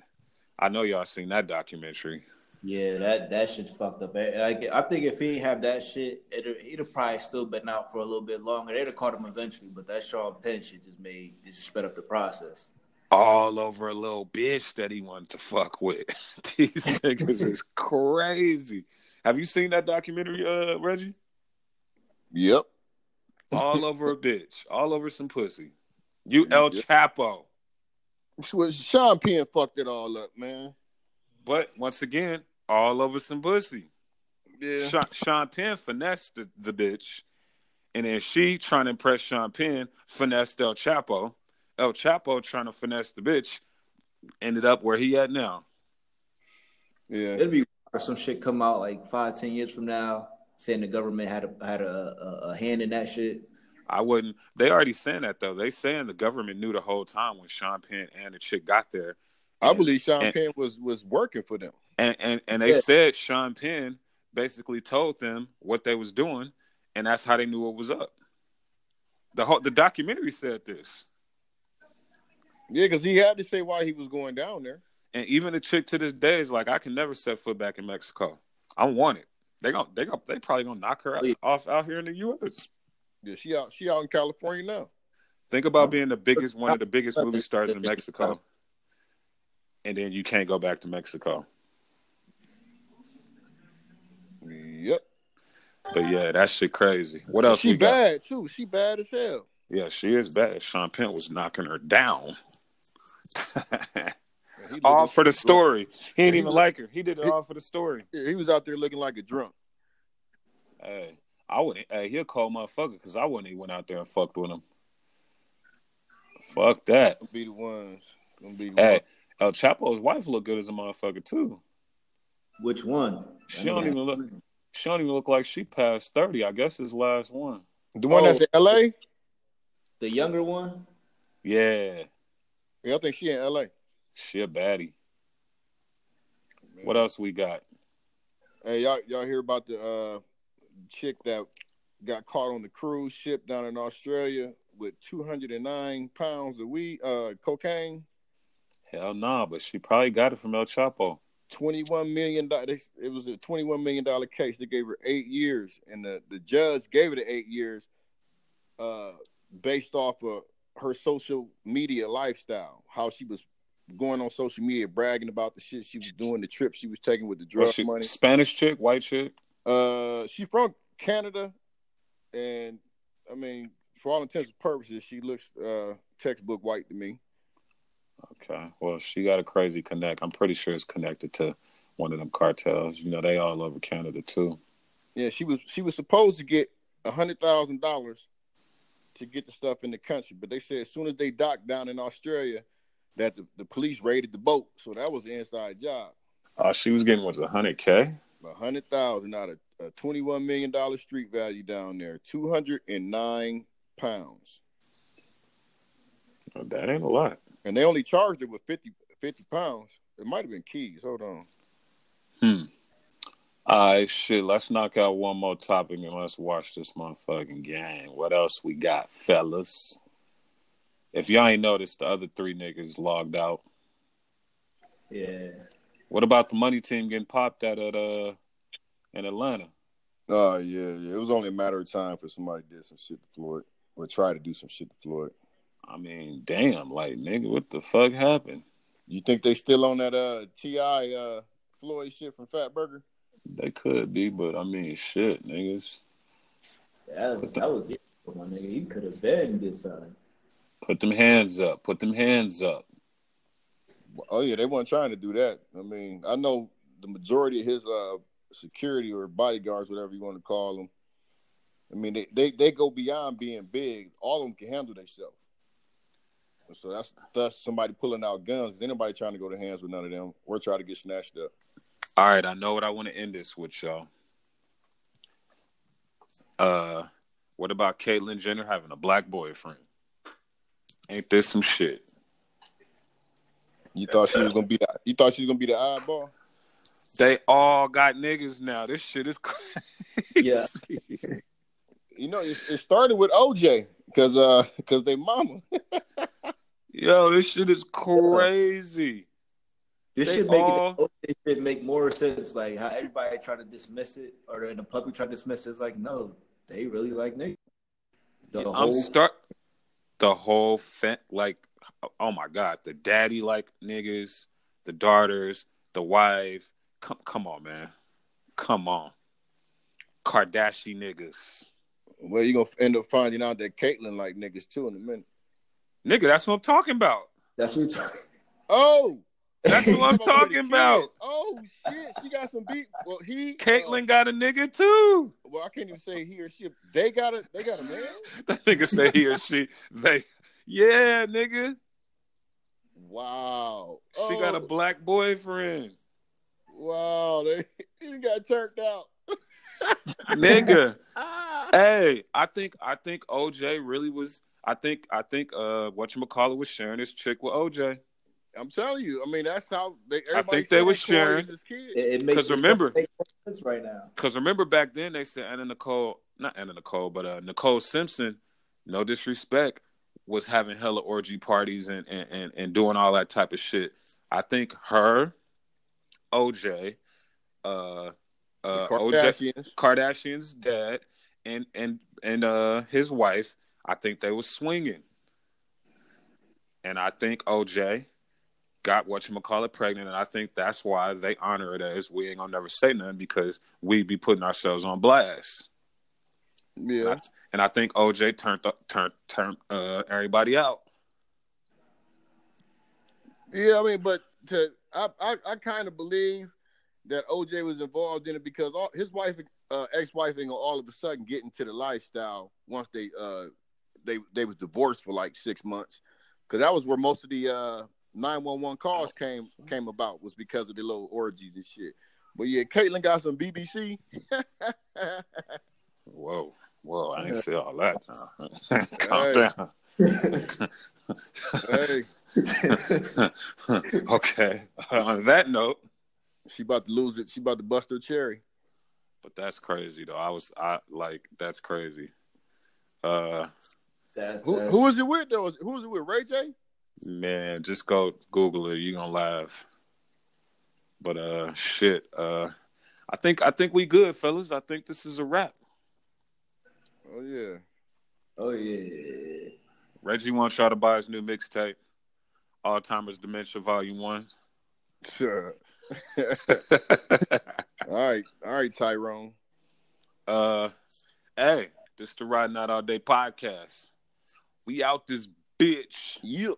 Speaker 2: I know y'all seen that documentary.
Speaker 6: Yeah, that that shit fucked up. Eh, Like, I think if he didn't have that shit, it'd, he'd have probably still been out for a little bit longer. They'd have caught him eventually, but that Sean Penn shit just made it just sped up the process.
Speaker 2: All over a little bitch that he wanted to fuck with. These niggas is crazy. Have you seen that documentary, uh, Reggie?
Speaker 4: Yep.
Speaker 2: All over a bitch. All over some pussy. You El Chapo.
Speaker 4: Well, Sean Penn fucked it all up, man.
Speaker 2: But once again, all over some pussy.
Speaker 4: Yeah.
Speaker 2: Sean, Sean Penn finessed the, the bitch, and then she trying to impress Sean Penn, finessed El Chapo. El Chapo trying to finesse the bitch, ended up where he at now.
Speaker 4: Yeah.
Speaker 6: It'd be or some shit come out like five, ten years from now, saying the government had a had a, a, a hand in that shit.
Speaker 2: I wouldn't. They already saying that though. They saying the government knew the whole time when Sean Penn and the chick got there,
Speaker 4: I believe Sean
Speaker 2: And-
Speaker 4: Penn was was working for them.
Speaker 2: and and and they
Speaker 6: Yeah.
Speaker 2: said Sean Penn basically told them what they was doing, and that's how they knew it was up. The whole the documentary said this.
Speaker 4: Yeah, because he had to say why he was going down there.
Speaker 2: And even the chick to this day is like, I can never set foot back in Mexico. I want it. They gon' they gon' they probably gonna knock her out,
Speaker 6: Yeah.
Speaker 2: off out here in the U.S.
Speaker 4: Yeah, she out she out in California now.
Speaker 2: Think about being the biggest one of the biggest movie stars in Mexico, and then you can't go back to Mexico.
Speaker 4: Yep.
Speaker 2: But yeah, that shit crazy. What else
Speaker 4: Oh, she
Speaker 2: we got?
Speaker 4: bad too. She bad as hell.
Speaker 2: Yeah, she is bad. Sean Penn was knocking her down.
Speaker 4: And He
Speaker 2: all
Speaker 4: looking-
Speaker 2: for the story. He didn't even like her. He did it all for the story.
Speaker 4: Yeah, He was out there looking like a drunk.
Speaker 2: Hey, I wouldn't. Hey, he'll call motherfucker because I wouldn't even went out there and fucked with him. Fuck that.
Speaker 4: Gonna be the ones. Gonna be the
Speaker 2: Hey,
Speaker 4: ones.
Speaker 2: El Chapo's wife look good as a motherfucker too.
Speaker 6: Which one?
Speaker 2: She don't even look. She don't even look like she passed thirty. I guess his last one.
Speaker 4: The one that's in LA?
Speaker 6: The younger one.
Speaker 2: Yeah,
Speaker 4: Yeah, I think she in LA.
Speaker 2: she a baddie. What else we got?
Speaker 4: Hey, y'all y'all hear about the uh chick that got caught on the cruise ship down in Australia with two hundred and nine pounds of weed uh cocaine?
Speaker 2: Hell nah, but she probably got it from El Chapo.
Speaker 4: 21 million dollars it was a 21 million dollar case they gave her eight years and the, the judge gave her the eight years uh based off of her social media lifestyle how she was going on social media bragging about the shit she was doing the trip she was taking with the drug
Speaker 2: Was she
Speaker 4: money
Speaker 2: Spanish chick, white chick?
Speaker 4: uh she from canada and i mean for all intents and purposes she looks uh textbook white to me
Speaker 2: Okay. Well, she got a crazy connect. I'm pretty sure it's connected to one of them cartels. You know, they all over Canada too.
Speaker 4: Yeah, she was she was supposed to get a hundred thousand dollars to get the stuff in the country, but they said as soon as they docked down in Australia, that the, the police raided the boat, so that was an inside job.
Speaker 2: Uh, she was getting what's hundred k.
Speaker 4: A hundred thousand out of a twenty-one million dollar street value down there, two hundred and nine pounds,
Speaker 2: That ain't a lot.
Speaker 4: and they only charged her with 50, 50 pounds. It might have been keys. Hold on.
Speaker 2: All right, shit. Let's knock out one more topic and let's watch this motherfucking game. What else we got, fellas? If y'all ain't noticed, the other three niggas logged out.
Speaker 6: Yeah.
Speaker 2: What about the money team getting popped out at uh in Atlanta?
Speaker 4: Uh, Oh yeah, yeah, it was only a matter of time for somebody did some shit to Floyd. or try to do some shit to Floyd.
Speaker 2: I mean, damn, like nigga, what the fuck happened?
Speaker 4: You think they still on that uh Ti uh Floyd shit from Fat Burger?
Speaker 2: They could be, but I mean, shit, niggas,
Speaker 6: That was, that was it, my nigga. You could have been good side.
Speaker 2: put them hands up, put them hands up.
Speaker 4: Oh yeah, they weren't trying to do that. I mean, I know the majority of his uh security or bodyguards, whatever you want to call them. I mean, they they, they go beyond being big. All of them can handle themselves. So that's thus somebody pulling out guns. Anybody trying to go to hands with none of them or try to get snatched up.
Speaker 2: All right, I know what I want to end this with, y'all. Uh, what about Caitlyn Jenner having a black boyfriend? Ain't this some shit?
Speaker 4: You thought she was gonna be the you thought she was gonna be the eyeball.
Speaker 2: They all got niggas now. This shit is crazy.
Speaker 6: Yeah.
Speaker 4: You know, it, it started with OJ because uh because they mama.
Speaker 2: Yo, this shit is crazy.
Speaker 6: This
Speaker 2: They
Speaker 6: should make
Speaker 2: all-
Speaker 6: it, it should make more sense. Like how everybody try to dismiss it, or in the public try to dismiss it. It's like no, they really like niggas. The
Speaker 2: I'm
Speaker 6: whole
Speaker 2: start the whole fa- like oh my god, the daddy like niggas, the daughters, the wife. Come come on, man. Come on. Kardashian niggas.
Speaker 4: Well, you gonna end up finding out that Caitlyn like niggas too in a minute.
Speaker 2: Nigga, that's what I'm talking about.
Speaker 6: that's what you're talking.
Speaker 4: Oh,
Speaker 2: That's what I'm
Speaker 4: Smoking with the
Speaker 2: talking about.
Speaker 4: kids. Oh shit, she got some beat. Well, he
Speaker 2: Caitlyn
Speaker 4: uh,
Speaker 2: got a nigga too.
Speaker 4: well, I can't even say he or she. They got a they got a man.
Speaker 2: That nigga say he or she. They yeah, nigga.
Speaker 4: Wow.
Speaker 2: She got a
Speaker 4: Oh,
Speaker 2: black boyfriend.
Speaker 4: wow. They he got turned out.
Speaker 2: nigga.
Speaker 4: Ah.
Speaker 2: Hey, I think I think OJ really was. I think I think uh, what you call it was sharing this chick with OJ.
Speaker 4: I'm telling you. I mean, that's how they.
Speaker 2: think they was sharing.
Speaker 6: It, it makes
Speaker 2: 'Cause
Speaker 6: it
Speaker 2: remember-
Speaker 6: make more sense right now.
Speaker 2: Cause remember back then they said Anna Nicole, not Anna Nicole, but uh, Nicole Simpson. No disrespect, was having hella orgy parties and and, and and doing all that type of shit. I think her, OJ, uh, uh, OJ,
Speaker 4: Kardashians.
Speaker 2: Kardashian's dad and and and uh his wife, I think they was swinging. And I think OJ got what you call it pregnant, and I think that's why they honor it as we ain't gonna never say nothing because we be putting ourselves on blast.
Speaker 4: Yeah.
Speaker 2: And I think OJ turned up, turned turned uh, everybody out.
Speaker 4: Yeah, I mean, but to I I, I kind of believe that OJ was involved in it because all, his wife, uh, ex-wife, ain't gonna all of a sudden get into the lifestyle once they uh they they was divorced for like six months because that was where most of the uh nine one one calls came came about was because of the little orgies and shit. But yeah, Caitlyn got some BBC.
Speaker 2: Whoa, whoa! I ain't say all that. Now.
Speaker 4: Hey.
Speaker 2: Calm
Speaker 4: hey,
Speaker 2: down. okay. On that note,
Speaker 4: she about to lose it. She about to bust her cherry.
Speaker 2: But that's crazy though. I was I like that's crazy. Uh
Speaker 6: That's,
Speaker 4: Who
Speaker 6: that's-
Speaker 4: who was it with though? Who was it with? Ray J.
Speaker 2: man, just go Google it, you're gonna laugh. But uh shit, uh I think I think we good, fellas. I think this is a wrap.
Speaker 4: Oh yeah.
Speaker 6: oh yeah.
Speaker 2: Reggie wants y'all to buy his new mixtape, Alzheimer's Dementia Volume One.
Speaker 4: Sure. All right, all right, Tyrone.
Speaker 2: uh hey, this the Riding Out All Day podcast. We out this bitch.
Speaker 4: You